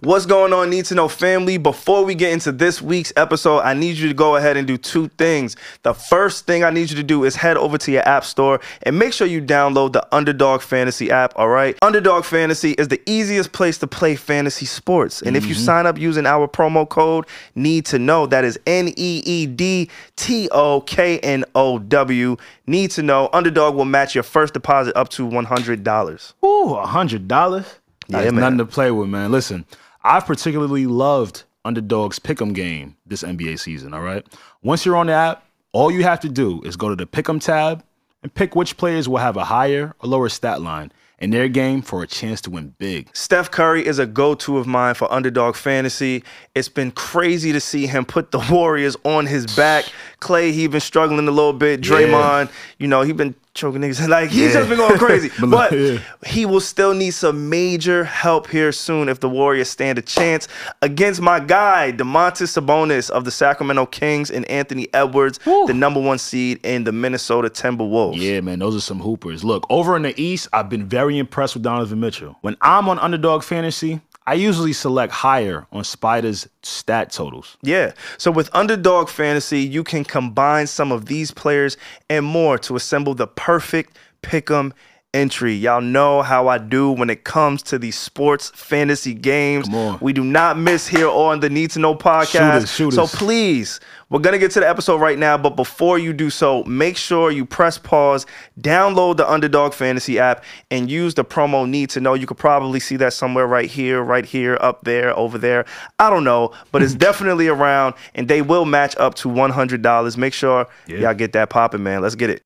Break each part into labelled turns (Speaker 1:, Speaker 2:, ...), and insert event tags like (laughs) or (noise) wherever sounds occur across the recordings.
Speaker 1: What's going on, Need to Know family? Before we get into this week's episode, I need you to go ahead and do two things. The first thing I need you to do is head over to your app store and make sure you download the Underdog Fantasy app, all right? Underdog Fantasy is the easiest place to play fantasy sports. And if you sign up using our promo code Need to Know, that is N E E D T O K N O W, Need to Know, Underdog will match your first deposit up to $100.
Speaker 2: Ooh, a hundred dollars. That's
Speaker 1: Yeah, man.
Speaker 2: nothing to play with, man. Listen, I've particularly loved Underdog's Pick'em game this NBA season. All right, once you're on the app, all you have to do is go to the Pick'em tab and pick which players will have a higher or lower stat line in their game for a chance to win big.
Speaker 1: Steph Curry is a go to of mine for underdog fantasy. It's been crazy to see him put the (laughs) Warriors on his back. Clay, he been struggling a little bit. Draymond, you know, he been choking niggas. (laughs) Like, he's just been
Speaker 2: (laughs)
Speaker 1: going crazy. but
Speaker 2: Yeah.
Speaker 1: he will still need some major help here soon if the Warriors stand a chance against my guy, DeMontis Sabonis of the Sacramento Kings and Anthony Edwards, the number one seed in the Minnesota Timberwolves.
Speaker 2: Yeah, man, those are some hoopers. Look, over in the East, I've been very impressed with Donovan Mitchell. When I'm on Underdog Fantasy, I usually select higher on Spider's stat totals.
Speaker 1: Yeah. So with Underdog Fantasy, you can combine some of these players and more to assemble the perfect pick'em entry. Y'all know how I do when it comes to these sports fantasy games.
Speaker 2: Come on.
Speaker 1: We do not miss here on the Need to Know podcast.
Speaker 2: Shooters, shooters.
Speaker 1: So please, we're gonna get to the episode right now, but before you do so, make sure you press pause, download the Underdog Fantasy app, and use the promo Need to Know. You could probably see that somewhere right here, right here, up there, over there. I don't know, but
Speaker 3: (laughs)
Speaker 1: it's definitely around, and they will match up to one hundred dollars. Make sure y'all get that popping, man. Let's get it.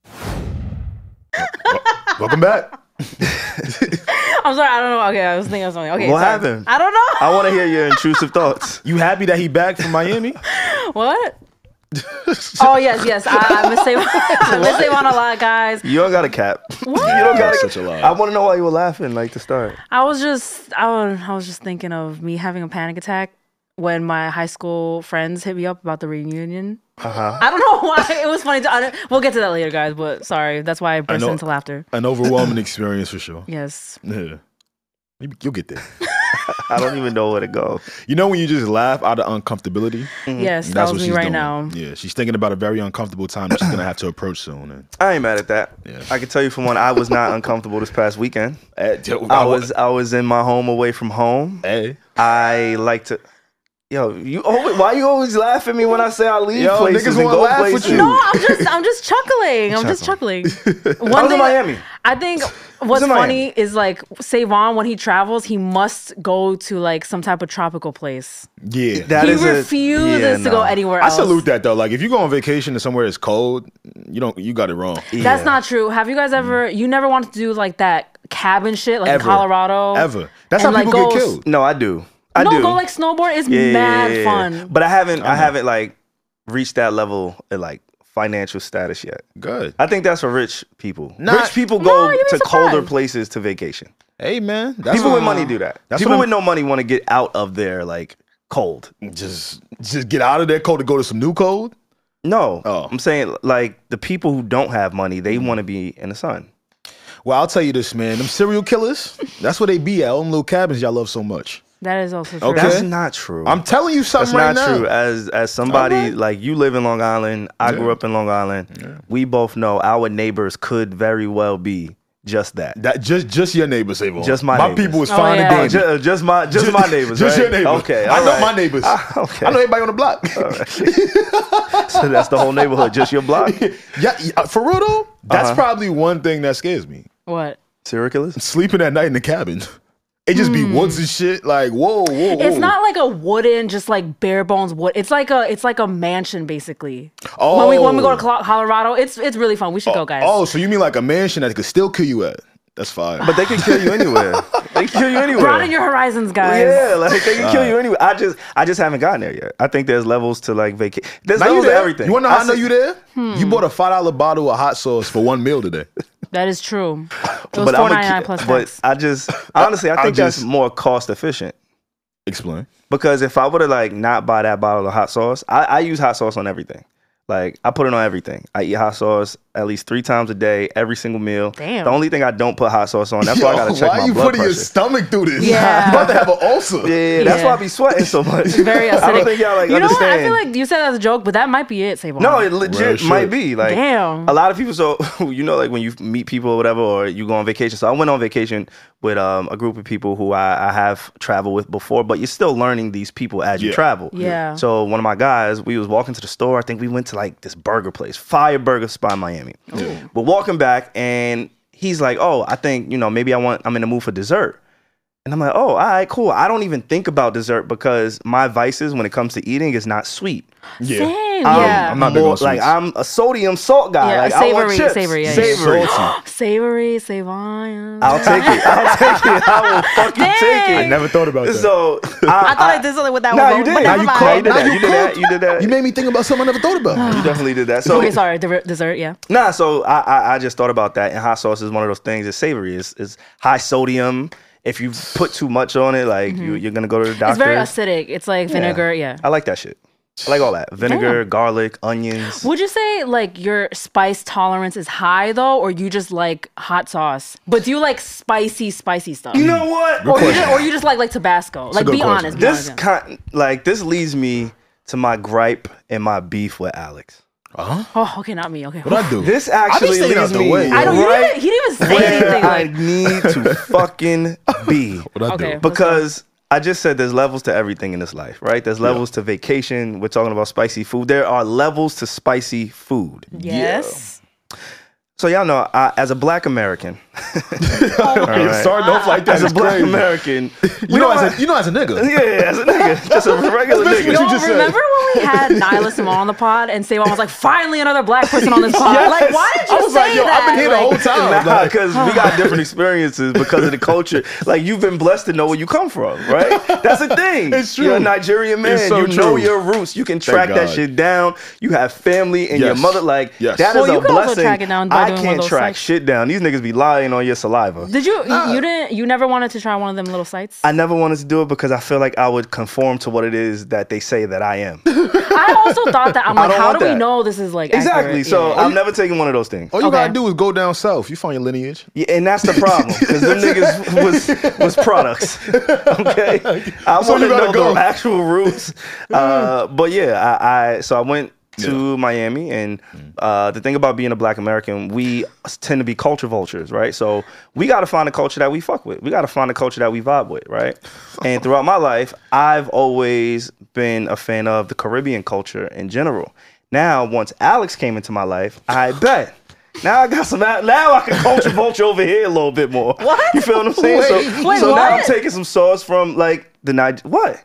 Speaker 3: Welcome back.
Speaker 4: I'm sorry. I don't know. Okay, I was thinking of something. Okay,
Speaker 1: What
Speaker 4: sorry.
Speaker 1: happened?
Speaker 4: I don't know.
Speaker 1: I want to hear your intrusive thoughts.
Speaker 3: You happy that he back from Miami?
Speaker 4: (laughs) what? oh yes, yes. I, I miss Savon. (laughs) I miss Savon a lot, guys.
Speaker 1: You don't got a
Speaker 3: (laughs)
Speaker 1: cap.
Speaker 4: What?
Speaker 1: You don't got a
Speaker 2: Such a lie.
Speaker 1: I want to know why you were laughing like to start.
Speaker 4: I was just, I was, I was just thinking of me having a panic attack when my high school friends hit me up about the reunion. Uh-huh. I don't know why it was funny. To, I don't- we'll get to that later, guys. But sorry, that's why I burst
Speaker 3: know.
Speaker 4: into laughter.
Speaker 3: An overwhelming experience for sure.
Speaker 4: Yes.
Speaker 3: Yeah. You- You'll get there.
Speaker 1: I don't even know where to go.
Speaker 3: You know when you just laugh out of uncomfortability?
Speaker 4: Yes,
Speaker 3: That's
Speaker 4: that
Speaker 3: what
Speaker 4: was me
Speaker 3: she's
Speaker 4: right
Speaker 3: doing.
Speaker 4: now.
Speaker 3: Yeah, she's thinking about a very uncomfortable time that she's gonna have to approach soon. And,
Speaker 1: I ain't mad at that.
Speaker 3: Yeah.
Speaker 1: I can tell you for one, I was not uncomfortable this past
Speaker 3: (laughs)
Speaker 1: weekend. I was I was in my home away from home.
Speaker 3: (laughs) Hey.
Speaker 1: I like to. Yo, you always, why you always laugh at me when I say I leave
Speaker 3: Yo,
Speaker 1: places
Speaker 3: niggas
Speaker 1: and
Speaker 3: wanna
Speaker 1: go
Speaker 3: laugh with
Speaker 1: places?
Speaker 3: you.
Speaker 4: No, I'm just, I'm just chuckling. I'm just chuckling.
Speaker 1: (laughs)
Speaker 4: One
Speaker 1: I was in
Speaker 4: thing-
Speaker 1: Miami.
Speaker 4: I think what's
Speaker 1: in Miami.
Speaker 4: funny is like Savon when he travels, he must go to like some type of tropical place.
Speaker 3: Yeah.
Speaker 1: That
Speaker 4: he
Speaker 1: is a-
Speaker 4: refuses
Speaker 1: yeah,
Speaker 4: to
Speaker 1: no.
Speaker 4: go anywhere
Speaker 3: I
Speaker 4: else.
Speaker 3: salute that though. Like if you go on vacation to somewhere that's cold, you don't you got it wrong.
Speaker 4: That's
Speaker 1: Yeah.
Speaker 4: not true. Have you guys ever? You never wanted to do like that cabin shit, like in
Speaker 3: Ever.
Speaker 4: Colorado.
Speaker 3: Ever. That's
Speaker 4: And,
Speaker 3: how
Speaker 4: like,
Speaker 3: people
Speaker 4: go-
Speaker 3: get killed.
Speaker 1: No, I do. I
Speaker 4: no,
Speaker 1: do.
Speaker 4: go like snowboard is
Speaker 1: Yeah, yeah,
Speaker 4: mad
Speaker 1: yeah, yeah.
Speaker 4: fun.
Speaker 1: But I haven't. I haven't like reached that level of like financial status yet.
Speaker 3: Good.
Speaker 1: I think that's for rich people.
Speaker 3: Not-
Speaker 1: rich people go
Speaker 4: No, you'd be
Speaker 1: to colder
Speaker 4: surprised.
Speaker 1: places to vacation.
Speaker 3: Hey man. That's
Speaker 1: People
Speaker 3: what
Speaker 1: with money do that.
Speaker 3: That's
Speaker 1: people
Speaker 3: what
Speaker 1: with
Speaker 3: I'm-
Speaker 1: no money want to get out of their like cold.
Speaker 3: just just get out of that cold to go to some new cold.
Speaker 1: No,
Speaker 3: Oh.
Speaker 1: I'm saying like the people who don't have money, they want to be in the sun.
Speaker 3: Well, I'll tell you this, man. Them serial killers, that's where they be at. All them little cabins y'all love so much.
Speaker 4: that is also true.
Speaker 3: Okay.
Speaker 1: That's not true.
Speaker 3: I'm telling you
Speaker 1: That's
Speaker 3: something
Speaker 1: not
Speaker 3: right now.
Speaker 1: true. As as somebody like you live in Long Island, I grew up in Long Island. We both know our neighbors could very well be just that.
Speaker 3: That just just your neighbors, Avon.
Speaker 1: Just my
Speaker 3: my
Speaker 1: neighbors.
Speaker 3: people is
Speaker 4: Oh,
Speaker 3: fine
Speaker 4: yeah.
Speaker 3: and
Speaker 1: Ju-
Speaker 3: dandy.
Speaker 1: uh, Just, my just, my neighbors.
Speaker 3: Just
Speaker 1: right?
Speaker 3: your neighbors.
Speaker 1: Okay,
Speaker 3: I
Speaker 1: all
Speaker 3: know
Speaker 1: right.
Speaker 3: my neighbors.
Speaker 1: Ah, (laughs) okay.
Speaker 3: I know everybody on the block.
Speaker 1: (laughs) So (laughs) that's the whole neighborhood, just your (laughs) block.
Speaker 3: yeah, yeah, for real though, that's
Speaker 1: Uh-huh.
Speaker 3: probably one thing that scares me.
Speaker 4: What?
Speaker 1: Serial killers.
Speaker 3: Sleeping at night in the cabin. It just be woods and shit. Like whoa, whoa, whoa.
Speaker 4: Hmm. It's not like a wooden, just like bare bones wood. It's like a, it's like a mansion basically.
Speaker 3: Oh.
Speaker 4: When we when we go to Colo- Colorado, it's it's really fun. We should go, guys.
Speaker 3: Oh, so you mean like a mansion that could still kill you at? That's fine.
Speaker 1: But they can kill you anywhere. they can kill you anywhere.
Speaker 4: Broaden your horizons, guys.
Speaker 1: Oh, Yeah, like they can kill you anyway. I just I just haven't gotten there yet. I think there's levels to like vacation. There's
Speaker 3: Now you
Speaker 1: levels to
Speaker 3: there.
Speaker 1: everything.
Speaker 3: You wanna know how I know
Speaker 1: see-
Speaker 3: you there?
Speaker 4: Hmm.
Speaker 3: You bought a five dollar bottle of hot sauce for one meal today.
Speaker 4: That is
Speaker 1: (sighs)
Speaker 4: true. It was
Speaker 1: But
Speaker 4: four
Speaker 1: I'm a
Speaker 4: ninety nine
Speaker 1: kid-
Speaker 4: plus
Speaker 1: But
Speaker 4: tax.
Speaker 1: I
Speaker 3: (laughs)
Speaker 1: just honestly I
Speaker 3: I
Speaker 1: think that's
Speaker 3: just-
Speaker 1: more cost efficient.
Speaker 3: Explain.
Speaker 1: Because if I would have like not buy that bottle of hot sauce, I, I use hot sauce on everything. Like I put it on everything. I eat hot sauce at least three times a day, every single meal.
Speaker 4: Damn.
Speaker 1: The only thing I don't put hot sauce on. That's why I gotta check
Speaker 3: why
Speaker 1: my
Speaker 3: you
Speaker 1: blood
Speaker 3: putting
Speaker 1: pressure.
Speaker 3: your stomach through this? you
Speaker 4: Yeah.
Speaker 3: about to have an ulcer.
Speaker 1: yeah, that's
Speaker 4: Yeah.
Speaker 1: why I be sweating so much.
Speaker 4: Very
Speaker 1: (laughs)
Speaker 4: acidic.
Speaker 1: I don't think y'all like
Speaker 4: you know what? I
Speaker 1: understand.
Speaker 4: feel like you said that as a joke, but that might be it, Savon.
Speaker 1: No, it legit
Speaker 3: shit.
Speaker 1: might be like
Speaker 4: Damn.
Speaker 1: a lot of people. So (laughs) you know, like when you meet people or whatever, or you go on vacation. So I went on vacation with um, a group of people who I, I have traveled with before, but you're still learning these people as you
Speaker 3: Yeah.
Speaker 1: travel.
Speaker 4: Yeah.
Speaker 1: So one of my guys, we was walking to the store. I think we went to like this burger place, Fire Burger Spot in Miami. We're walking back, and he's like, "Oh, I think you know maybe I want I'm in the mood for dessert." And I'm like, oh, all right, cool. I don't even think about dessert because my vices when it comes to eating is not sweet.
Speaker 3: Yeah.
Speaker 4: Same.
Speaker 1: I'm,
Speaker 4: yeah.
Speaker 1: Um, I'm
Speaker 3: not big on
Speaker 1: like
Speaker 3: sweets.
Speaker 1: I'm a sodium salt guy.
Speaker 4: Yeah,
Speaker 1: like I want
Speaker 4: savory,
Speaker 1: chips.
Speaker 4: savory, yeah, yeah.
Speaker 1: savory.
Speaker 3: Salty.
Speaker 4: Savory, Savon.
Speaker 1: I'll take it. I'll (laughs) take it. I will fucking take it.
Speaker 4: Dang.
Speaker 3: I never thought about that.
Speaker 1: So
Speaker 4: I thought I, did something with that
Speaker 1: Nah,
Speaker 4: one.
Speaker 1: you
Speaker 4: but
Speaker 1: did.
Speaker 4: never
Speaker 1: Now you
Speaker 4: mind.
Speaker 1: caught- you did
Speaker 3: Now
Speaker 1: that.
Speaker 3: you
Speaker 1: You did that.
Speaker 3: cooked.
Speaker 1: You did that.
Speaker 3: You made me think about something I never thought about.
Speaker 4: Ah.
Speaker 1: You definitely did that. So
Speaker 4: okay, sorry. The dessert, yeah.
Speaker 1: Nah, so I, I I just thought about that, and hot sauce is one of those things that's savory. It's, it's high sodium. If you put too much on it, like you, you're gonna go to the doctor.
Speaker 4: Mm-hmm. It's very acidic. It's like vinegar, yeah.
Speaker 1: I like that shit. I like all that vinegar, garlic, onions.
Speaker 4: Would you say like your spice tolerance is high though, or you just like hot sauce? But do you like spicy, spicy stuff?
Speaker 1: You know what?
Speaker 4: or, you just, or you just like like Tabasco? Like
Speaker 3: good
Speaker 4: be
Speaker 3: question.
Speaker 4: honest. be
Speaker 1: this
Speaker 4: honest.
Speaker 1: kind like this leads me to my gripe and my beef with Alex.
Speaker 4: Oh, okay, not me. Okay.
Speaker 3: What I do?
Speaker 1: This actually
Speaker 3: staying out
Speaker 1: leads
Speaker 3: the
Speaker 1: me
Speaker 3: way, yo.
Speaker 4: I don't.
Speaker 1: right
Speaker 4: He, didn't even, he didn't even say
Speaker 1: where
Speaker 4: anything.
Speaker 1: I
Speaker 4: Like,
Speaker 1: need to fucking be.
Speaker 3: (laughs) What I
Speaker 4: Okay.
Speaker 3: do?
Speaker 4: Let's go.
Speaker 1: Because I just said there's levels to everything in this life, right? There's levels to vacation. We're talking about spicy food. There are levels to spicy food.
Speaker 4: yes.
Speaker 1: So y'all know, I, as a Black American,
Speaker 4: Oh.
Speaker 3: (laughs) You're starting off like that.
Speaker 1: as a
Speaker 3: It's
Speaker 1: Black
Speaker 3: crazy.
Speaker 1: American,
Speaker 3: (laughs) You know,
Speaker 1: what?
Speaker 3: as a, you know, as a nigga.
Speaker 1: yeah, (laughs) yeah, as a nigga, just a regular
Speaker 3: That's basically
Speaker 1: nigga.
Speaker 3: what
Speaker 4: No,
Speaker 3: just said.
Speaker 4: remember
Speaker 1: (laughs)
Speaker 4: when we had Nihilus Simone on the pod and Savon was like, finally another black
Speaker 1: (laughs)
Speaker 4: person on this pod? Like, why did you
Speaker 3: I was
Speaker 4: say
Speaker 3: like, yo,
Speaker 4: that?
Speaker 3: I've been here the
Speaker 4: Like,
Speaker 3: whole time.
Speaker 1: Nah,
Speaker 3: Like,
Speaker 1: because we got different experiences because
Speaker 3: (laughs)
Speaker 1: of the culture. Like you've been blessed to know where you come from, right? That's the thing.
Speaker 3: (laughs) It's
Speaker 1: You're a
Speaker 3: true.
Speaker 1: Nigerian man.
Speaker 3: It's so
Speaker 1: you know
Speaker 3: true.
Speaker 1: your roots. You can track that
Speaker 3: God.
Speaker 1: shit down. You have family and your
Speaker 3: Yes.
Speaker 1: mother. Like
Speaker 3: Yes.
Speaker 1: that is
Speaker 4: Well, you
Speaker 1: a
Speaker 4: can also
Speaker 1: blessing.
Speaker 4: track it down by
Speaker 1: I
Speaker 4: doing one of
Speaker 1: can't
Speaker 4: those
Speaker 1: track
Speaker 4: sites.
Speaker 1: shit down. These niggas be lying on your saliva.
Speaker 4: Did you, you didn't, you never wanted to try one of them little sites?
Speaker 1: I never wanted to do it because I feel like I would conform to what it is that they say that I
Speaker 4: (laughs)
Speaker 1: am.
Speaker 4: I also thought that. I'm
Speaker 1: (laughs) I
Speaker 4: like,
Speaker 1: don't
Speaker 4: how
Speaker 1: want
Speaker 4: do we
Speaker 1: that.
Speaker 4: know this is like
Speaker 1: exactly.
Speaker 4: accurate?
Speaker 1: So
Speaker 4: Yeah.
Speaker 1: I'm never taking one of those things.
Speaker 3: all you
Speaker 4: Okay.
Speaker 3: gotta do is go down south. You find your lineage.
Speaker 1: Yeah, and that's the problem because
Speaker 3: (laughs)
Speaker 1: them niggas was was products. Okay, I
Speaker 3: So
Speaker 1: want to
Speaker 3: you
Speaker 1: know
Speaker 3: gotta go.
Speaker 1: the (laughs) actual
Speaker 4: (laughs)
Speaker 1: roots. Uh, but yeah, I, I so I went to Miami, and uh, the thing about being a Black American, we tend to be culture vultures, right? So we got to find a culture that we fuck with. We got to find a culture that we vibe with, right? And throughout my life, I've always been a fan of the Caribbean culture in general. Now, once Alex came into my life,
Speaker 4: (laughs)
Speaker 1: I bet. Now I got some. Now I can culture vulture over here a little bit more.
Speaker 4: What?
Speaker 1: You feel what I'm saying?
Speaker 4: Wait,
Speaker 1: so
Speaker 4: wait,
Speaker 1: so now I'm
Speaker 4: what?
Speaker 1: taking some sauce from like the Niger. What?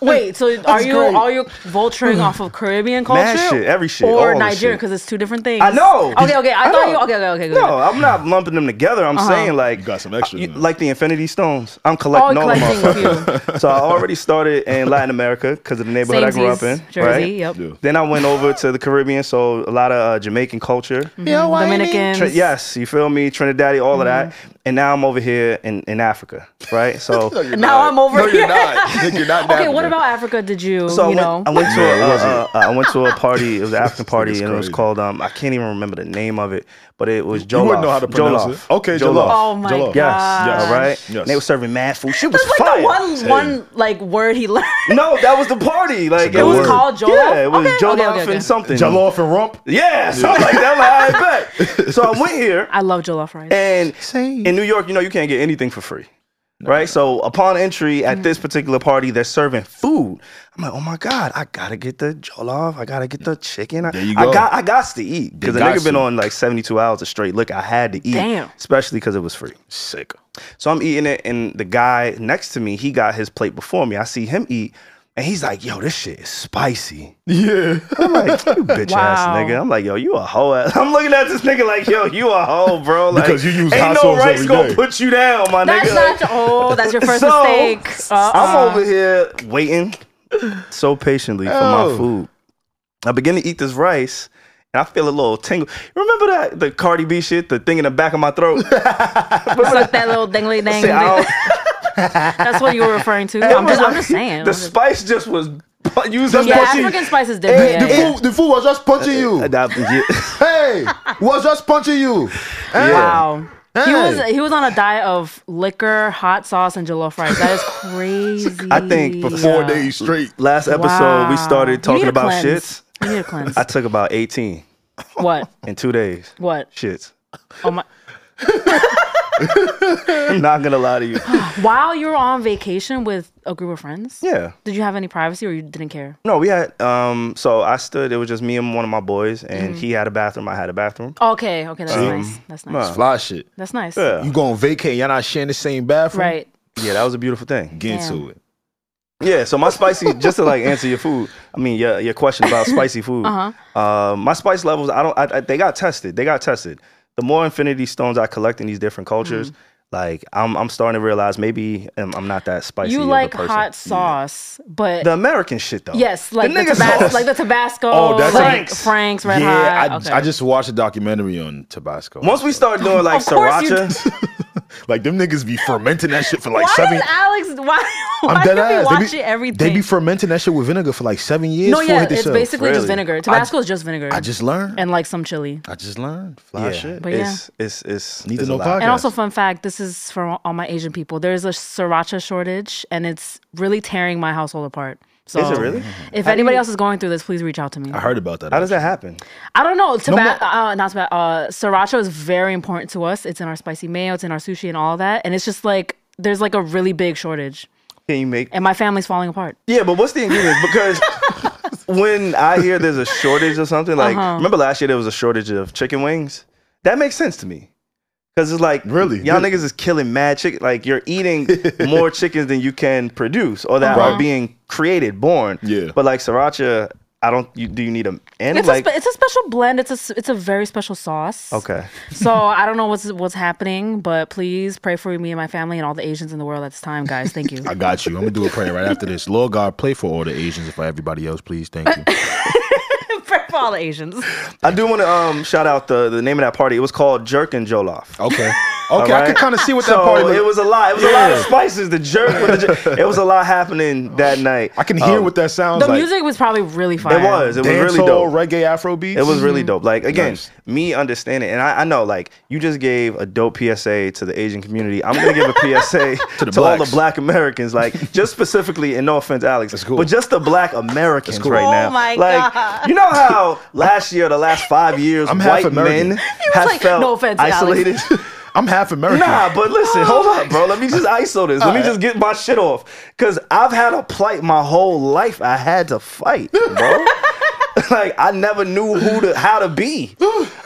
Speaker 4: Wait, so are you
Speaker 3: great.
Speaker 4: are you vulturing off of Caribbean culture,
Speaker 1: Hmm. Mad shit, every shit, all
Speaker 4: or
Speaker 1: the
Speaker 4: Nigerian?
Speaker 1: shit.
Speaker 4: Because it's two different things.
Speaker 1: I know.
Speaker 4: Okay, okay. I,
Speaker 1: I
Speaker 4: thought
Speaker 1: know.
Speaker 4: you. Okay, okay, okay.
Speaker 1: No,
Speaker 4: good. Uh-huh.
Speaker 1: I'm not lumping them together. I'm saying like
Speaker 3: You got some extra
Speaker 1: you-
Speaker 3: in there.
Speaker 1: like the Infinity Stones. I'm
Speaker 4: all
Speaker 1: collecting all, of
Speaker 4: collecting
Speaker 1: them.
Speaker 4: a
Speaker 1: (laughs)
Speaker 4: few.
Speaker 1: so I already started in Latin America because of the neighborhood I grew up in.
Speaker 4: Samesies, Jersey.
Speaker 1: right?
Speaker 4: Yep.
Speaker 3: Yeah.
Speaker 1: Then I went over to the Caribbean, so a lot of uh, Jamaican culture.
Speaker 4: Mm-hmm.
Speaker 3: Yeah, why ain't
Speaker 4: Dominicans.
Speaker 1: Tr- yes, you feel me? Trinidad, all of
Speaker 4: Mm-hmm.
Speaker 1: that. And now I'm over here in, in Africa, right?
Speaker 3: (laughs)
Speaker 1: So
Speaker 3: it?
Speaker 4: Now I'm over
Speaker 3: No,
Speaker 4: here.
Speaker 3: you're not. You're not.
Speaker 4: (laughs) Okay, what
Speaker 3: African.
Speaker 4: about Africa? Did you
Speaker 1: So
Speaker 4: you
Speaker 1: I,
Speaker 4: know?
Speaker 1: went, I went to a, uh, uh, I went to a party.
Speaker 3: (laughs)
Speaker 1: It was an African party,
Speaker 3: nigga's
Speaker 1: and it was
Speaker 3: crazy.
Speaker 1: called um I can't even remember the name of it, but it was Jollof.
Speaker 3: You wouldn't know how to pronounce
Speaker 1: Jollof.
Speaker 3: it. Okay, Jollof.
Speaker 1: Jollof.
Speaker 4: Oh my
Speaker 1: Yes,
Speaker 3: Jollof.
Speaker 4: god!
Speaker 3: Yes.
Speaker 1: all right.
Speaker 3: Yes.
Speaker 1: They were serving mad food. Shit was
Speaker 4: It's like
Speaker 1: fire.
Speaker 4: the one one like word he learned.
Speaker 1: No, that was the party. Like
Speaker 4: It was
Speaker 3: word.
Speaker 4: called Jollof.
Speaker 1: Yeah, it was
Speaker 4: okay.
Speaker 1: Jollof
Speaker 4: okay, okay, okay.
Speaker 1: and something.
Speaker 3: Jollof and rump.
Speaker 1: Yeah, something like that. I'm Like, I bet. So (laughs) I went here,
Speaker 4: I love Jollof rice.
Speaker 1: and
Speaker 3: Same.
Speaker 1: in New York, you know, you can't get anything for free. Right, so upon entry
Speaker 3: Mm.
Speaker 1: at this particular party, they're serving food. I'm like, oh my god, I gotta get the jollof, I gotta get the chicken. I,
Speaker 3: There you
Speaker 1: I
Speaker 3: go.
Speaker 1: got, I got to eat because a
Speaker 3: got
Speaker 1: nigga been
Speaker 3: to.
Speaker 1: on like 72 hours of straight liquor. I had to eat,
Speaker 4: Damn.
Speaker 1: especially because it was free.
Speaker 3: Sick.
Speaker 1: So I'm eating it, and the guy next to me, he got his plate before me. I see him eat, and he's like, yo, this shit is spicy.
Speaker 3: Yeah.
Speaker 1: I'm like,
Speaker 3: (laughs)
Speaker 1: you bitch ass
Speaker 4: Wow.
Speaker 1: nigga. I'm like, yo, you a hoe ass. I'm looking at this nigga like, yo, you a hoe, bro. Like,
Speaker 3: Because you use
Speaker 1: ain't
Speaker 3: hot
Speaker 1: no
Speaker 3: sauce
Speaker 1: rice
Speaker 3: every
Speaker 1: gonna
Speaker 3: day.
Speaker 1: put you down, my
Speaker 4: that's
Speaker 1: nigga.
Speaker 4: not. Oh, that's your first
Speaker 1: (laughs) So,
Speaker 4: mistake. Uh-uh.
Speaker 1: I'm over here waiting so patiently for my
Speaker 3: Oh.
Speaker 1: food. I begin to eat this rice. And I feel a little tingle. Remember that the Cardi B shit, the thing in the back of my throat.
Speaker 4: Suck that little dingly dang.
Speaker 1: See, (laughs) I don't- (laughs)
Speaker 4: That's what you were referring to. I'm just, I'm just saying.
Speaker 1: The
Speaker 4: I'm just-
Speaker 1: spice just was (laughs) Use them
Speaker 4: Yeah,
Speaker 1: pussy.
Speaker 4: African spice is
Speaker 3: (laughs)
Speaker 4: different.
Speaker 3: The,
Speaker 4: yeah, Uh, yeah.
Speaker 3: fool, the fool was just punching you.
Speaker 1: That- yeah. (laughs)
Speaker 3: Hey, was just punching you. Hey,
Speaker 4: Wow. He
Speaker 3: Hey.
Speaker 4: was he was on a diet of liquor, hot sauce, and jollof rice.
Speaker 1: (laughs)
Speaker 4: That is crazy.
Speaker 1: I think for
Speaker 3: Four
Speaker 1: Yeah.
Speaker 3: days straight.
Speaker 1: Last episode, we
Speaker 4: You
Speaker 1: started
Speaker 4: need
Speaker 1: talking
Speaker 4: a
Speaker 1: about
Speaker 4: cleanse.
Speaker 1: shits.
Speaker 4: You need a
Speaker 1: (laughs)
Speaker 4: cleanse.
Speaker 1: I took about 18
Speaker 4: what?
Speaker 1: in two days.
Speaker 4: What?
Speaker 1: Shits. (laughs)
Speaker 4: Oh my!
Speaker 1: Not gonna lie to you.
Speaker 4: While you were on vacation with a group of friends,
Speaker 1: Yeah.
Speaker 4: did you have any privacy, or you didn't care?
Speaker 1: No, we had um so I stood, it was just me and one of my boys, and
Speaker 4: Mm-hmm.
Speaker 1: he had a bathroom, I had a bathroom.
Speaker 4: Okay, okay,
Speaker 3: Um,
Speaker 4: that's nice. That's nice.
Speaker 1: nah.
Speaker 3: Fly shit.
Speaker 4: That's nice.
Speaker 1: Yeah.
Speaker 3: You going vacay? Y'all not sharing the same bathroom?
Speaker 4: Right.
Speaker 1: Yeah, that was a beautiful thing.
Speaker 3: Get
Speaker 4: Damn.
Speaker 3: into it.
Speaker 1: Yeah, so my spicy just to like answer your food, I mean your your question about spicy
Speaker 4: (laughs)
Speaker 1: food. Uh-huh. my spice levels, I don't I, I- they got tested. They got tested. The more infinity stones I collect in these different
Speaker 4: Mm.
Speaker 1: cultures, like I'm I'm starting to realize maybe um, I'm, I'm not that spicy.
Speaker 4: You
Speaker 1: of a
Speaker 4: like
Speaker 1: person.
Speaker 4: hot sauce, but
Speaker 1: The American shit though.
Speaker 4: yes, like the,
Speaker 1: nigga
Speaker 4: Tabas-
Speaker 1: sauce.
Speaker 4: like the Tabasco,
Speaker 3: Oh, that's
Speaker 4: like
Speaker 1: Frank's.
Speaker 4: Frank's Red
Speaker 3: yeah,
Speaker 4: Hot.
Speaker 3: I,
Speaker 4: okay.
Speaker 3: I just watched a documentary on Tabasco.
Speaker 1: Once we start doing like
Speaker 4: Of course you
Speaker 1: sriracha,
Speaker 3: like them niggas be fermenting that shit for like
Speaker 4: why
Speaker 3: seven.
Speaker 4: does Alex? (laughs) Why? Why
Speaker 3: I'm dead
Speaker 4: do we
Speaker 3: ass.
Speaker 4: watch
Speaker 3: they be,
Speaker 4: it everything?
Speaker 3: They be fermenting that shit with vinegar for like seven years.
Speaker 4: no,
Speaker 3: before
Speaker 4: yeah,
Speaker 3: it hit the
Speaker 4: it's
Speaker 3: shelf.
Speaker 4: basically just
Speaker 1: Really?
Speaker 4: vinegar. Tabasco is just vinegar.
Speaker 3: I just learned.
Speaker 4: and like some chili.
Speaker 3: I just learned. Fly
Speaker 1: yeah,
Speaker 3: shit.
Speaker 4: But
Speaker 1: it's, it's it's
Speaker 3: Need to
Speaker 1: it's a
Speaker 3: know
Speaker 1: lot.
Speaker 3: podcast.
Speaker 4: And also, fun fact: this is for all my Asian people. There's a sriracha shortage, and it's really tearing my household apart. So,
Speaker 1: Is it really?
Speaker 4: If anybody else is going through this, please reach out to me.
Speaker 3: I heard about that.
Speaker 1: How does that happen?
Speaker 4: I don't know. Taba-
Speaker 3: Uh, No more-
Speaker 4: uh, not tobacco. Uh, sriracha is very important to us. It's in our spicy mayo. It's in our sushi and all that. And it's just like there's like a really big shortage,
Speaker 1: Can you make?
Speaker 4: and my family's falling apart.
Speaker 1: Yeah, but what's the ingredients?
Speaker 3: (laughs)
Speaker 1: Because when I hear there's a shortage of something, like
Speaker 4: Uh-huh.
Speaker 1: remember last year there was a shortage of chicken wings. That makes sense to me. Cause it's like
Speaker 3: Really?
Speaker 1: y'all niggas is killing mad chicken. Like you're
Speaker 3: (laughs)
Speaker 1: eating more chickens than you can produce, or that are
Speaker 4: Uh-huh.
Speaker 3: Right.
Speaker 1: being created, born.
Speaker 3: Yeah.
Speaker 1: But like sriracha, I don't. You, do you need a and
Speaker 4: It's
Speaker 1: like
Speaker 4: a spe- it's a special blend. It's a s- it's a very special sauce.
Speaker 1: okay?
Speaker 4: So I don't know what's what's happening, but please pray for me and my family and all the Asians in the world at this time, guys. Thank you.
Speaker 2: I got you. I'm gonna do a prayer right after this. Lord God, play for all the Asians and for everybody else, please. Thank you.
Speaker 4: pray for all the Asians.
Speaker 1: I do want to um shout out the the name of that party. It was called Jerk and Jollof.
Speaker 3: Okay. Okay, I
Speaker 1: Alright?
Speaker 3: could kind of see what that
Speaker 1: So,
Speaker 3: party.
Speaker 1: Oh, It
Speaker 3: looked-
Speaker 1: was a lot. It was a lot of spices. The jerk. With the
Speaker 3: (laughs)
Speaker 1: jer- it was a lot happening that night. Um,
Speaker 3: I can hear what that sounds
Speaker 4: The
Speaker 3: like.
Speaker 4: music was probably really fire.
Speaker 1: It was. It was
Speaker 3: Dancehall,
Speaker 1: really dope.
Speaker 3: reggae, Afro beats.
Speaker 1: It was really dope. Like again,
Speaker 3: Mm-hmm. Nice.
Speaker 1: me understanding, and I, I know like you just gave a dope PSA to the Asian community. I'm gonna give
Speaker 3: (laughs)
Speaker 1: a PSA to,
Speaker 3: the
Speaker 1: all
Speaker 3: blacks.
Speaker 1: the Black Americans,
Speaker 3: (laughs)
Speaker 1: like just specifically, and no offense, Alex,
Speaker 3: cool.
Speaker 1: but just the Black Americans right
Speaker 4: Oh
Speaker 1: now.
Speaker 4: my
Speaker 1: like
Speaker 4: God.
Speaker 1: you know how last year, the last five years,
Speaker 3: I'm half
Speaker 1: white
Speaker 3: American.
Speaker 4: (laughs)
Speaker 1: men
Speaker 3: He
Speaker 1: have
Speaker 4: like,
Speaker 1: felt
Speaker 4: "No offense, Alex."
Speaker 1: isolated.
Speaker 3: (laughs) I'm half American.
Speaker 1: Nah, but listen, hold up, bro. Let me just ISO this. Let me just get my shit off. Cause I've had a plight my whole life. I had to fight, bro. like I never knew who to how to be.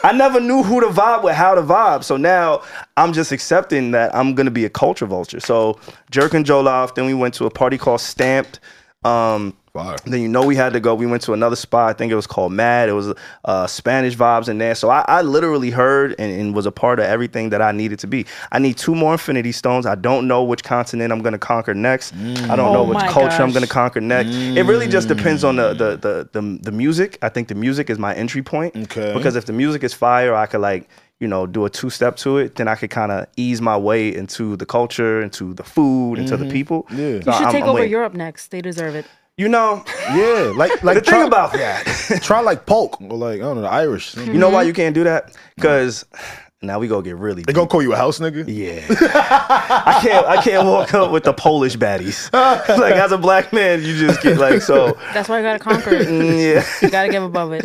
Speaker 1: I never knew who to vibe with, how to vibe. So now I'm just accepting that I'm gonna be a culture vulture. So Jerk and Joloff, then we went to a party called Stamped. Um
Speaker 3: Fire.
Speaker 1: then you know we had to go. We went to another spot. I think it was called Mad. It was uh, Spanish vibes in there. So I, I literally heard and, and was a part of everything that I needed to be. I need two more Infinity Stones. I don't know which continent I'm going to conquer next. I don't
Speaker 4: Oh
Speaker 1: know which
Speaker 4: my
Speaker 1: culture I'm
Speaker 4: gosh.
Speaker 1: going to conquer next. It really just depends on the the, the the the music. I think the music is my entry point.
Speaker 3: Okay.
Speaker 1: Because if the music is fire, I could like you know do a two step to it. Then I could kind of ease my way into the culture, into the food, into the people. Yeah.
Speaker 4: You should take over Europe next. They deserve it.
Speaker 1: You know.
Speaker 3: Yeah, like
Speaker 4: (laughs)
Speaker 3: like
Speaker 1: The
Speaker 3: try,
Speaker 1: thing about that.
Speaker 3: (laughs) try like Polk or like I don't know the Irish.
Speaker 1: You know why you can't do that? Because now we gonna get really.
Speaker 3: They
Speaker 1: Deep.
Speaker 3: gonna call you a house nigga.
Speaker 1: yeah, I can't. I can't walk up with the Polish baddies. (laughs) like as a black man, you just get like so. mm,
Speaker 4: That's why you gotta conquer it.
Speaker 1: Yeah,
Speaker 4: You gotta get above it.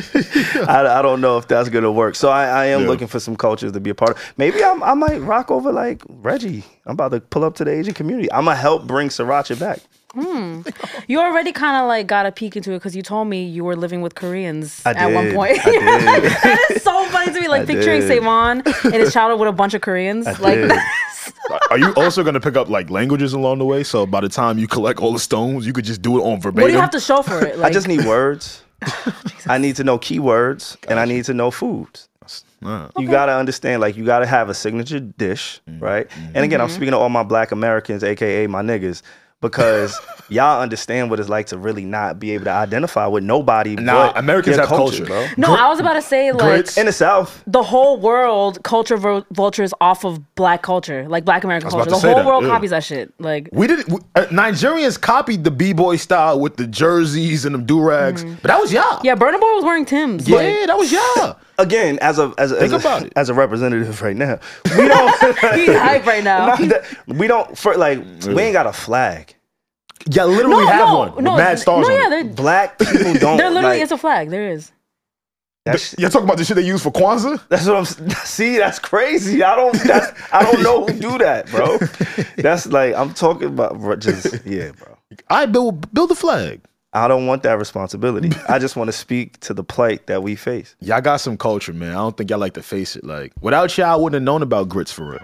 Speaker 1: I, I don't know if that's gonna work. So I, I am looking for some cultures to be a part of. Maybe I'm, I might rock over like Reggie. I'm about to pull up to the Asian community. I'm gonna help bring sriracha back.
Speaker 4: You already kind of like got a peek into it because you told me you were living with Koreans
Speaker 1: I
Speaker 4: at one
Speaker 1: did.
Speaker 4: point.
Speaker 1: I did.
Speaker 4: (laughs) that is so funny to me. Like
Speaker 1: I
Speaker 4: picturing
Speaker 1: did.
Speaker 4: Savon in
Speaker 1: (laughs)
Speaker 4: his childhood with a bunch of Koreans. like
Speaker 1: did.
Speaker 4: that's
Speaker 3: Are you also gonna pick up like languages along the way? So by the time you collect all the stones, you could just do it on verbatim.
Speaker 4: what do you have to show for it?
Speaker 1: (laughs)
Speaker 4: Like
Speaker 1: I just need words. I need to know keywords and I need to know foods.
Speaker 3: Nah.
Speaker 1: You gotta understand, like you gotta
Speaker 3: Mm-hmm.
Speaker 4: Mm-hmm.
Speaker 1: have a signature dish, right? And again, I'm speaking to all my Black Americans, aka my niggas.
Speaker 3: (laughs)
Speaker 1: because y'all understand what it's like to really not be able to identify with nobody.
Speaker 3: Nah,
Speaker 1: but
Speaker 3: Americans
Speaker 1: their
Speaker 3: have culture, bro.
Speaker 4: No, I was about to say like
Speaker 3: grits.
Speaker 1: In the South,
Speaker 4: the whole world culture vul- vultures off of black culture, like black
Speaker 3: I
Speaker 4: American
Speaker 3: was
Speaker 4: culture.
Speaker 3: about to
Speaker 4: The
Speaker 3: say
Speaker 4: whole
Speaker 3: that,
Speaker 4: world
Speaker 3: yeah.
Speaker 4: copies that shit. Like
Speaker 3: We did we, uh, Nigerians copied the b-boy style with the jerseys and the do-rags, but that was y'all.
Speaker 4: Mm. yeah, Burna Boy was wearing Tim's.
Speaker 3: yeah,
Speaker 4: Like,
Speaker 3: that was y'all.
Speaker 1: again, as a as a, as,
Speaker 3: about
Speaker 1: a,
Speaker 3: it.
Speaker 1: as a representative right
Speaker 4: (laughs)
Speaker 1: now, we don't.
Speaker 4: he's hype right
Speaker 1: (laughs)
Speaker 4: now.
Speaker 1: Not that- we don't for like we ain't got a flag.
Speaker 3: Y'all
Speaker 4: no,
Speaker 3: literally had
Speaker 4: no,
Speaker 3: one. with
Speaker 4: no,
Speaker 3: mad stars.
Speaker 4: no,
Speaker 3: on
Speaker 4: yeah,
Speaker 3: it.
Speaker 4: there,
Speaker 1: Black people don't.
Speaker 4: there literally
Speaker 1: like,
Speaker 4: is a flag. There is.
Speaker 1: that's,
Speaker 3: Y'all talking about the shit they use for Kwanzaa?
Speaker 1: that's what I'm. (laughs) See, that's crazy. I don't. That's, I don't know who do that,
Speaker 3: (laughs)
Speaker 1: bro. That's like I'm talking about. bro, Just yeah, bro.
Speaker 3: I build build a flag.
Speaker 1: I don't want that responsibility. I just want to speak to the plight that we face.
Speaker 3: Y'all got some culture, man. I don't think y'all like to face it. Like without y'all, I wouldn't have known about grits for real.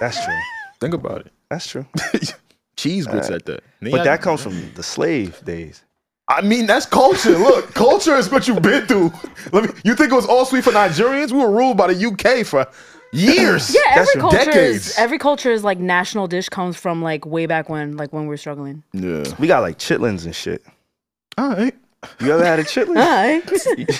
Speaker 1: That's true.
Speaker 3: Think about it.
Speaker 1: That's true.
Speaker 3: (laughs) Cheese grits at that.
Speaker 1: But that comes from the slave days.
Speaker 3: I mean, that's culture. (laughs) Look, culture is what you've been through. Let me, you think it was all sweet for Nigerians? We were ruled by the UK for years.
Speaker 4: Yeah,
Speaker 1: That's
Speaker 4: every
Speaker 1: right.
Speaker 4: culture
Speaker 3: Decades.
Speaker 4: is every culture is like national dish comes from like way back when, like when we were struggling.
Speaker 3: Yeah.
Speaker 1: We got like chitlins and shit.
Speaker 3: All right.
Speaker 1: You ever had a
Speaker 4: (laughs)
Speaker 1: chitlin?
Speaker 4: Hi.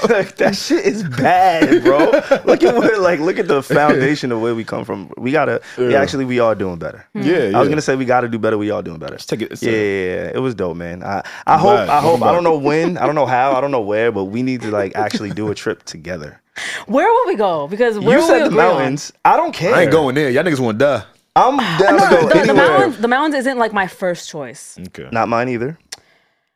Speaker 1: like, that shit is bad, bro. Look at what, like, look at the foundation of where we come from. We gotta, we
Speaker 3: Yeah.
Speaker 1: actually, we are doing better.
Speaker 4: Hmm.
Speaker 1: I
Speaker 3: Yeah,
Speaker 1: was
Speaker 3: yeah.
Speaker 1: gonna say we gotta do better. We all doing better.
Speaker 3: take it- let's
Speaker 1: Yeah,
Speaker 3: take
Speaker 1: yeah, yeah, it was dope, man. I, I hope,
Speaker 3: glad.
Speaker 1: I
Speaker 3: I'm
Speaker 1: hope. I
Speaker 3: glad.
Speaker 1: don't know
Speaker 3: (laughs)
Speaker 1: when, I don't know how, I don't know where, but we need to like actually do a trip together.
Speaker 4: Where will we go? Because where
Speaker 1: you
Speaker 4: will we
Speaker 1: said the
Speaker 4: agree on?
Speaker 1: mountains. I don't care.
Speaker 3: I ain't going there. Y'all niggas want to die.
Speaker 1: I'm down
Speaker 4: No,
Speaker 1: to go
Speaker 4: the- the,
Speaker 1: anywhere.
Speaker 4: mountains, the mountains isn't like my first choice.
Speaker 3: Okay.
Speaker 1: Not mine either.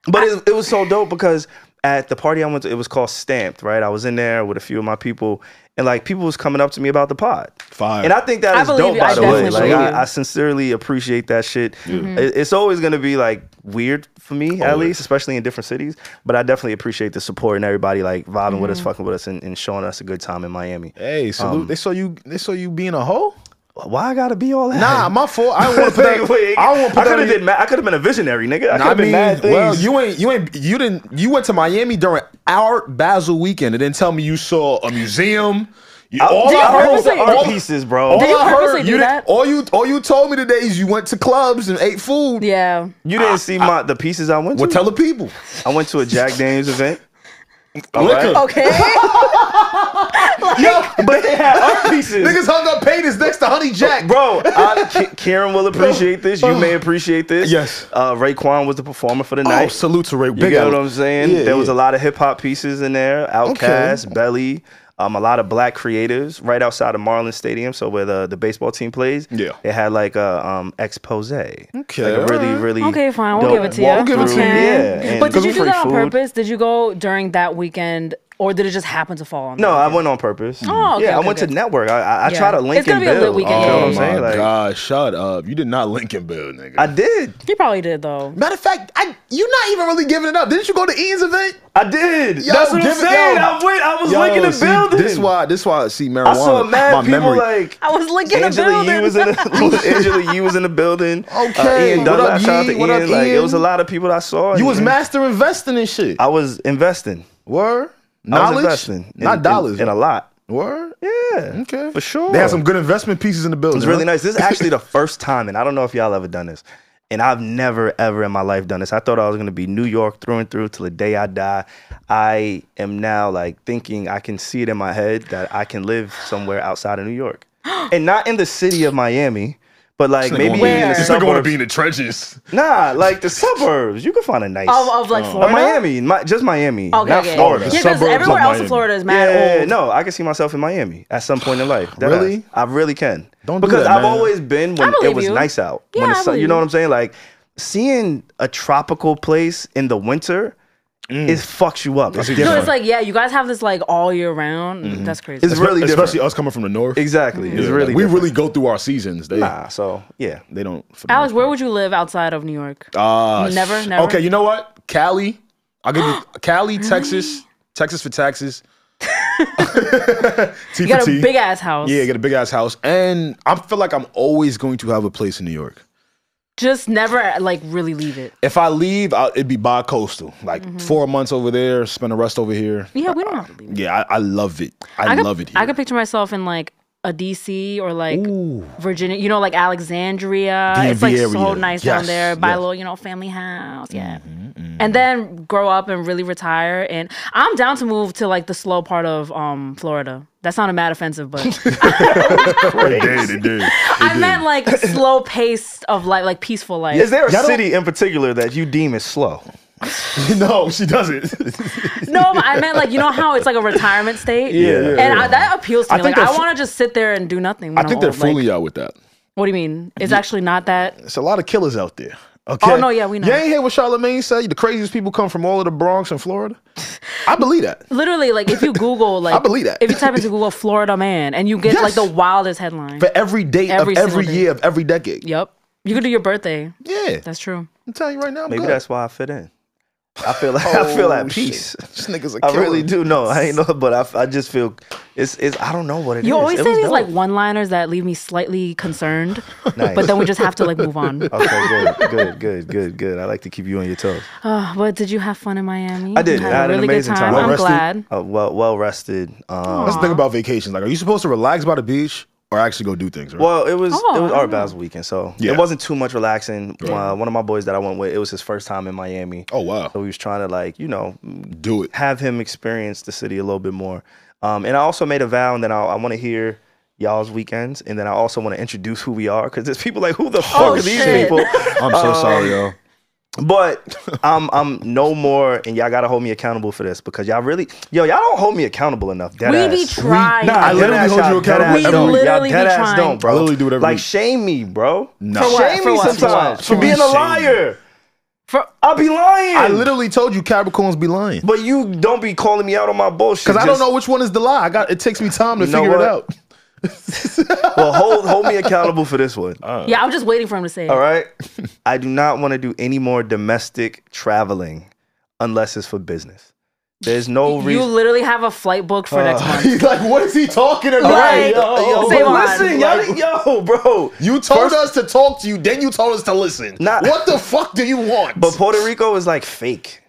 Speaker 1: But it, it was so dope because at the party I went to, it was called Stamped, right? I was in there with a few of my people, and like people was coming up to me about the pod.
Speaker 3: Fire.
Speaker 1: And I think that
Speaker 4: I
Speaker 1: is
Speaker 4: believe
Speaker 1: dope,
Speaker 4: you.
Speaker 1: by
Speaker 4: I
Speaker 1: the way.
Speaker 4: definitely
Speaker 1: Like,
Speaker 4: believe Mm-hmm. you.
Speaker 1: I, I sincerely appreciate that shit. It- it's always gonna be like weird for me, at least, especially in different cities. But I definitely appreciate the support and everybody like vibing with us,
Speaker 4: Mm-hmm.
Speaker 1: fucking with us, and, and showing us a good time in Miami.
Speaker 3: Hey, salute. they saw you. They saw you being a hoe.
Speaker 1: Why I gotta be all that?
Speaker 3: (laughs) Nah, my fault. I want to put that.
Speaker 1: Wait,
Speaker 3: I want to put
Speaker 1: could
Speaker 3: that.
Speaker 1: have
Speaker 3: in-
Speaker 1: did. Ma- I could have been a visionary, nigga. I could
Speaker 3: Nah, I
Speaker 1: have been
Speaker 3: mean,
Speaker 1: mad things.
Speaker 3: well, you ain't, you ain't, you didn't, you went to Miami during our Basel weekend, and then tell me you saw a museum. You, all
Speaker 1: Uh, Did
Speaker 3: I
Speaker 1: you
Speaker 3: heard-
Speaker 1: purposely-
Speaker 3: all-
Speaker 1: art pieces, bro.
Speaker 3: all
Speaker 1: Did
Speaker 4: you
Speaker 3: I heard-
Speaker 4: purposely do
Speaker 3: you didn't-
Speaker 4: that?
Speaker 3: All you, all you told me today is you went to clubs and ate food.
Speaker 4: Yeah.
Speaker 1: You didn't see my the pieces I went to.
Speaker 3: Well, tell the people.
Speaker 1: I went to a Jack Daniels event.
Speaker 3: Liquor.
Speaker 1: (laughs)
Speaker 4: Okay.
Speaker 1: but they had art pieces.
Speaker 3: Niggas hung up paintings next to Honey Jack.
Speaker 1: Bro, I, K- Karen will appreciate this. You may appreciate this.
Speaker 3: Yes.
Speaker 1: Uh, Raekwon was the performer for the
Speaker 3: Oh,
Speaker 1: night.
Speaker 3: salute to Ray.
Speaker 1: You get what I'm saying? there was a lot of hip hop pieces in there. Outkast, Belly, um, a lot of black creatives right outside of Marlins Stadium, so where the, the baseball team plays.
Speaker 3: Yeah.
Speaker 1: They had like a um, expose. Okay. Like a really, really.
Speaker 4: okay, fine. We'll
Speaker 1: dope
Speaker 4: give it to you.
Speaker 1: walkthrough.
Speaker 3: we'll give it to you.
Speaker 4: Okay.
Speaker 1: Yeah, and-
Speaker 4: But did
Speaker 1: Free
Speaker 4: you do that on
Speaker 1: food.
Speaker 4: purpose? Did you go during that weekend or did it just happen to fall on
Speaker 1: No,
Speaker 4: that
Speaker 1: I went on purpose.
Speaker 4: Oh, okay,
Speaker 1: yeah, I
Speaker 4: okay,
Speaker 1: went
Speaker 4: okay.
Speaker 1: to network. I, I, I
Speaker 4: Yeah.
Speaker 1: try to link
Speaker 4: It's gonna
Speaker 1: and
Speaker 4: be a lit
Speaker 1: build.
Speaker 4: weekend,
Speaker 1: You know
Speaker 4: yeah,
Speaker 1: what
Speaker 3: Oh
Speaker 1: I'm
Speaker 4: yeah,
Speaker 1: saying?
Speaker 3: my
Speaker 1: Like,
Speaker 3: god, shut up! You did not Lincoln Bill, nigga.
Speaker 1: I did.
Speaker 4: You probably did though.
Speaker 3: Matter of fact, I you're not even really giving it up. Didn't you go to Ian's event?
Speaker 1: I did.
Speaker 3: Yo,
Speaker 1: That's what I'm
Speaker 3: give it-
Speaker 1: saying.
Speaker 3: yo.
Speaker 1: I went. I was linking the
Speaker 3: see,
Speaker 1: building.
Speaker 3: This why this why I see marijuana.
Speaker 1: I saw mad
Speaker 3: my
Speaker 1: people
Speaker 3: memory.
Speaker 1: like.
Speaker 4: I was licking a
Speaker 1: Angela
Speaker 4: building.
Speaker 1: Yee
Speaker 4: (laughs)
Speaker 1: was in (laughs)
Speaker 3: (laughs)
Speaker 1: the, Angela Yee was in the building.
Speaker 3: Okay.
Speaker 1: uh, Ian
Speaker 3: What up,
Speaker 1: Dunlap, shout out
Speaker 3: Yee?
Speaker 1: to
Speaker 3: What up,
Speaker 1: Ian. Like it
Speaker 3: Ian?
Speaker 1: was a lot of people that I saw.
Speaker 3: you
Speaker 1: and-
Speaker 3: was
Speaker 1: and
Speaker 3: master investing in shit.
Speaker 1: I was investing.
Speaker 3: Word,
Speaker 1: I was
Speaker 3: knowledge,
Speaker 1: investing, in-
Speaker 3: not
Speaker 1: in-
Speaker 3: dollars.
Speaker 1: and a lot.
Speaker 3: Word,
Speaker 1: Yeah,
Speaker 3: okay,
Speaker 1: for sure.
Speaker 3: They had some good investment pieces in the building.
Speaker 1: It was really nice. This is actually the first time, and I don't know if y'all ever done this. And I've never, ever in my life done this. I thought I was gonna be New York through and through till the day I die. I am now like thinking I can see it in my head that I can live somewhere outside of New
Speaker 3: (gasps)
Speaker 1: York, and not in the city of Miami, but like maybe in the
Speaker 4: Where?
Speaker 3: This nigga want to be
Speaker 1: suburbs.
Speaker 3: in the trenches.
Speaker 1: Nah, like the suburbs. You can find a nice
Speaker 4: of, of like
Speaker 1: Or
Speaker 4: Florida.
Speaker 1: Oh. Miami, mi- just Miami,
Speaker 4: Okay,
Speaker 1: not
Speaker 4: okay.
Speaker 1: Florida.
Speaker 4: Yeah,
Speaker 3: The
Speaker 4: because
Speaker 3: suburbs of
Speaker 4: everywhere else in
Speaker 3: Miami.
Speaker 4: Florida is mad
Speaker 1: Yeah,
Speaker 4: old.
Speaker 1: no, I can see myself in Miami at some point in life. Dead
Speaker 3: Really?
Speaker 1: ass. I really can.
Speaker 3: Don't do
Speaker 1: because
Speaker 3: that,
Speaker 1: I've
Speaker 3: man.
Speaker 1: always been when
Speaker 4: I believe
Speaker 1: it was
Speaker 4: you.
Speaker 1: nice out.
Speaker 4: Yeah,
Speaker 1: when the
Speaker 4: I
Speaker 1: sun, you
Speaker 4: believe
Speaker 1: know
Speaker 4: you.
Speaker 1: what I'm saying? Like seeing a tropical place in the winter, it fucks you up. It's
Speaker 3: Mm. see what
Speaker 1: different.
Speaker 4: No, it's like yeah, you guys have this like all year round. That's crazy.
Speaker 1: Mm-hmm. It's really different.
Speaker 3: Especially us coming from the north.
Speaker 1: exactly. It's
Speaker 3: Yeah,
Speaker 1: really
Speaker 3: like, we
Speaker 1: different.
Speaker 3: really go through our seasons. They
Speaker 1: nah. So
Speaker 3: (laughs)
Speaker 1: yeah,
Speaker 3: they don't. for the
Speaker 4: Alex,
Speaker 3: most
Speaker 4: where would you live outside of New York?
Speaker 3: Ah,
Speaker 4: Never,
Speaker 3: sh-
Speaker 4: never?
Speaker 3: Okay, you know what? Cali. I'll give you
Speaker 4: (gasps)
Speaker 3: Cali, Texas, Texas for taxes. T
Speaker 4: you
Speaker 3: for
Speaker 4: got a
Speaker 3: T.
Speaker 4: big ass house.
Speaker 3: yeah, get a big ass house, and I feel like I'm always going to have a place in New York.
Speaker 4: Just never like really leave it.
Speaker 3: If I leave, I'll, it'd be bi-coastal, like
Speaker 4: Mm-hmm.
Speaker 3: four months over there, spend the rest over here.
Speaker 4: Yeah, we don't have to leave. it.
Speaker 3: Yeah, I, I love it. I,
Speaker 4: could,
Speaker 3: love it here.
Speaker 4: I could picture myself in like a DC or like Virginia, you know, like Alexandria. It's like
Speaker 2: DMV
Speaker 4: so
Speaker 2: area.
Speaker 4: nice
Speaker 3: Yes,
Speaker 4: down there. Buy
Speaker 3: yes. Mm-hmm,
Speaker 4: a little, you know, family house. Yeah. And then grow up and really retire. And I'm down to move to like the slow part of um Florida. That sounded mad
Speaker 3: (laughs)
Speaker 4: offensive, but
Speaker 2: It did, it did.
Speaker 4: I meant like slow pace of life, like peaceful life.
Speaker 1: Is there a
Speaker 3: Y'all don't-
Speaker 1: city in particular that you deem is slow?
Speaker 3: no, she doesn't.
Speaker 4: No, but I meant like you know how it's like
Speaker 3: (laughs)
Speaker 4: a retirement state.
Speaker 3: Yeah, yeah,
Speaker 4: and I,
Speaker 3: yeah.
Speaker 4: that appeals to
Speaker 3: I
Speaker 4: me.
Speaker 3: think
Speaker 4: Like I
Speaker 3: they're fu-
Speaker 4: want to just sit there and do nothing.
Speaker 3: I
Speaker 4: When I
Speaker 3: think
Speaker 4: am
Speaker 3: they're
Speaker 4: old. Like,
Speaker 3: fooling y'all with that.
Speaker 4: what do you mean? It's actually not that.
Speaker 3: It's a lot of killers out there. Okay.
Speaker 4: Oh, no, yeah, we know.
Speaker 3: You ain't hear what Charlemagne said? The craziest people come from all of the Bronx and Florida. I believe that.
Speaker 4: Literally, like if
Speaker 1: (laughs)
Speaker 4: you Google, like
Speaker 3: believe that.
Speaker 4: If you type into Google Florida man, and you get
Speaker 3: Yes.
Speaker 4: like the wildest headline.
Speaker 3: For every date
Speaker 4: Every
Speaker 3: of every
Speaker 4: single day.
Speaker 3: year of every decade.
Speaker 4: yep, you could do your birthday.
Speaker 3: Yeah.
Speaker 4: That's true.
Speaker 3: I'm telling you right now, I'm
Speaker 1: Maybe
Speaker 3: good.
Speaker 1: that's why I fit in. I feel like I feel at
Speaker 3: Oh, (laughs)
Speaker 1: peace.
Speaker 3: shit. This nigga's a
Speaker 1: I
Speaker 3: killer.
Speaker 1: really do know. I
Speaker 3: (laughs)
Speaker 1: ain't know, but I, I just feel it's it's I don't know what it is.
Speaker 4: You always
Speaker 1: It
Speaker 4: say
Speaker 1: was
Speaker 4: these
Speaker 1: dope.
Speaker 4: like one-liners that leave me slightly concerned,
Speaker 1: Nice.
Speaker 4: but then we just have to like move on.
Speaker 1: (laughs) Okay, good, good, good, good, good. I like to keep you on your toes.
Speaker 4: Uh, but did you have fun in Miami?
Speaker 1: I did.
Speaker 4: You
Speaker 1: I had an amazing time. Well
Speaker 4: I'm
Speaker 3: rested.
Speaker 4: glad.
Speaker 1: Uh, well, well rested. Um,
Speaker 3: That's the thing about vacations. Like, are you supposed to relax by the beach or actually go do things? Right?
Speaker 1: well, it was
Speaker 4: Oh,
Speaker 1: it was
Speaker 4: I
Speaker 1: Art
Speaker 4: don't know.
Speaker 1: Basel weekend, so
Speaker 3: Yeah.
Speaker 1: it wasn't too much relaxing. Uh, one of my boys that I went with, it was his first time in Miami.
Speaker 3: oh wow,
Speaker 1: So we was trying to like you know
Speaker 3: do it.
Speaker 1: have him experience the city a little bit more. Um, and I also made a vow that I, I want to hear y'all's weekends, and then I also want to introduce who we are because there's people like who the fuck
Speaker 4: Oh,
Speaker 1: are these
Speaker 4: shit. Uh,
Speaker 1: people?
Speaker 2: I'm so sorry, yo.
Speaker 3: (laughs)
Speaker 1: But I'm I'm no more, and y'all gotta hold me accountable for this because y'all really, yo, y'all don't hold me accountable enough. Dead
Speaker 4: We
Speaker 1: ass.
Speaker 4: be trying.
Speaker 3: nah, I
Speaker 1: Dead
Speaker 3: literally
Speaker 1: ass,
Speaker 3: hold
Speaker 1: y'all
Speaker 3: you
Speaker 1: dead
Speaker 3: accountable
Speaker 1: ass
Speaker 4: We
Speaker 1: don't.
Speaker 4: literally
Speaker 1: y'all
Speaker 4: be
Speaker 1: dead ass
Speaker 4: trying.
Speaker 1: don't, bro.
Speaker 3: I literally do whatever
Speaker 1: Like
Speaker 3: we-
Speaker 1: shame me, bro.
Speaker 3: No.
Speaker 4: For what?
Speaker 1: Shame
Speaker 4: For
Speaker 1: me
Speaker 4: what? For
Speaker 1: sometimes
Speaker 4: what?
Speaker 1: for
Speaker 3: For
Speaker 1: being a
Speaker 3: what? Shame
Speaker 1: liar.
Speaker 4: For-
Speaker 1: I'll be lying.
Speaker 3: I literally told you Capricorns be lying
Speaker 1: but you don't be calling me out on my bullshit.
Speaker 3: because I don't
Speaker 1: Just-
Speaker 3: know which one is the lie. I got it takes me time to
Speaker 1: You know
Speaker 3: figure
Speaker 1: what?
Speaker 3: it out. (laughs)
Speaker 1: Well, hold hold me accountable for this
Speaker 3: (laughs)
Speaker 1: one.
Speaker 4: Yeah, I'm just waiting for him to say. it.
Speaker 1: Uh. All right. I do not want to do any more domestic traveling unless it's for business. There's no
Speaker 4: You
Speaker 1: reason.
Speaker 4: literally have a flight booked for
Speaker 1: Uh.
Speaker 4: next
Speaker 1: (laughs)
Speaker 4: month.
Speaker 3: He's like, what is he talking about?
Speaker 4: Right.
Speaker 3: Yo,
Speaker 4: Say
Speaker 1: But
Speaker 4: what?
Speaker 1: listen, y'all, yo, bro.
Speaker 3: You told us to talk to you, then you told us to listen.
Speaker 1: Nah.
Speaker 3: what the fuck do you want?
Speaker 1: But Puerto Rico is like fake.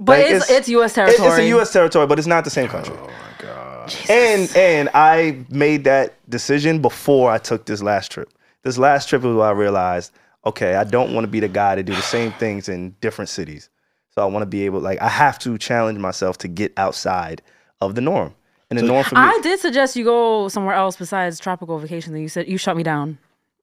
Speaker 4: But
Speaker 1: Like,
Speaker 4: it's,
Speaker 1: it's-
Speaker 4: it's U.S.
Speaker 1: It-
Speaker 4: territory.
Speaker 1: it's a U.S. territory, but it's not the same country. Oh my god! And and I made that decision before I took this last trip. This last trip is where I realized, okay, I don't want to be the guy to do the same things in different cities. So I want to be able, like, I have to challenge myself to get outside of the norm. And the norm for me,
Speaker 4: I did suggest you go somewhere else besides tropical vacation. Then you said you shut me down.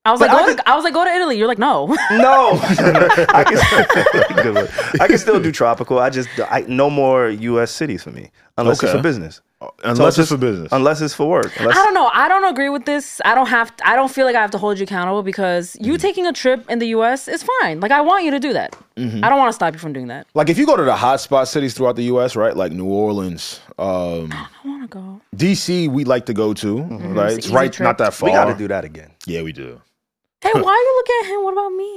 Speaker 4: I was
Speaker 1: But
Speaker 4: like,
Speaker 1: I
Speaker 4: go
Speaker 1: did-
Speaker 4: to, I was like, go to Italy. You're like, no. (laughs)
Speaker 1: no, (laughs) I can, Good one. I can still do tropical. I just I, no more U.S. cities for me unless it's
Speaker 3: Okay.
Speaker 1: for business. So
Speaker 3: unless it's
Speaker 1: just-
Speaker 3: for business.
Speaker 1: Unless it's for work. Unless,
Speaker 4: I don't know. I don't agree with this. I don't have. I don't feel like I have to hold you accountable because you
Speaker 1: Mm-hmm.
Speaker 4: taking a trip in the U.S. is fine. Like I want you to do that.
Speaker 1: Mm-hmm.
Speaker 4: I don't want to stop you from doing that.
Speaker 3: like if you go to the hotspot cities throughout the U.S., right? Like New Orleans, um,
Speaker 4: I want to go.
Speaker 3: D.C. We like to go to, right?
Speaker 4: Mm-hmm. It's
Speaker 3: It's
Speaker 4: an
Speaker 3: right,
Speaker 4: easy
Speaker 3: not
Speaker 4: trip.
Speaker 3: that far.
Speaker 1: we got to do that again.
Speaker 3: Yeah, we do.
Speaker 4: Hey, why are you looking at him? What about (laughs) me?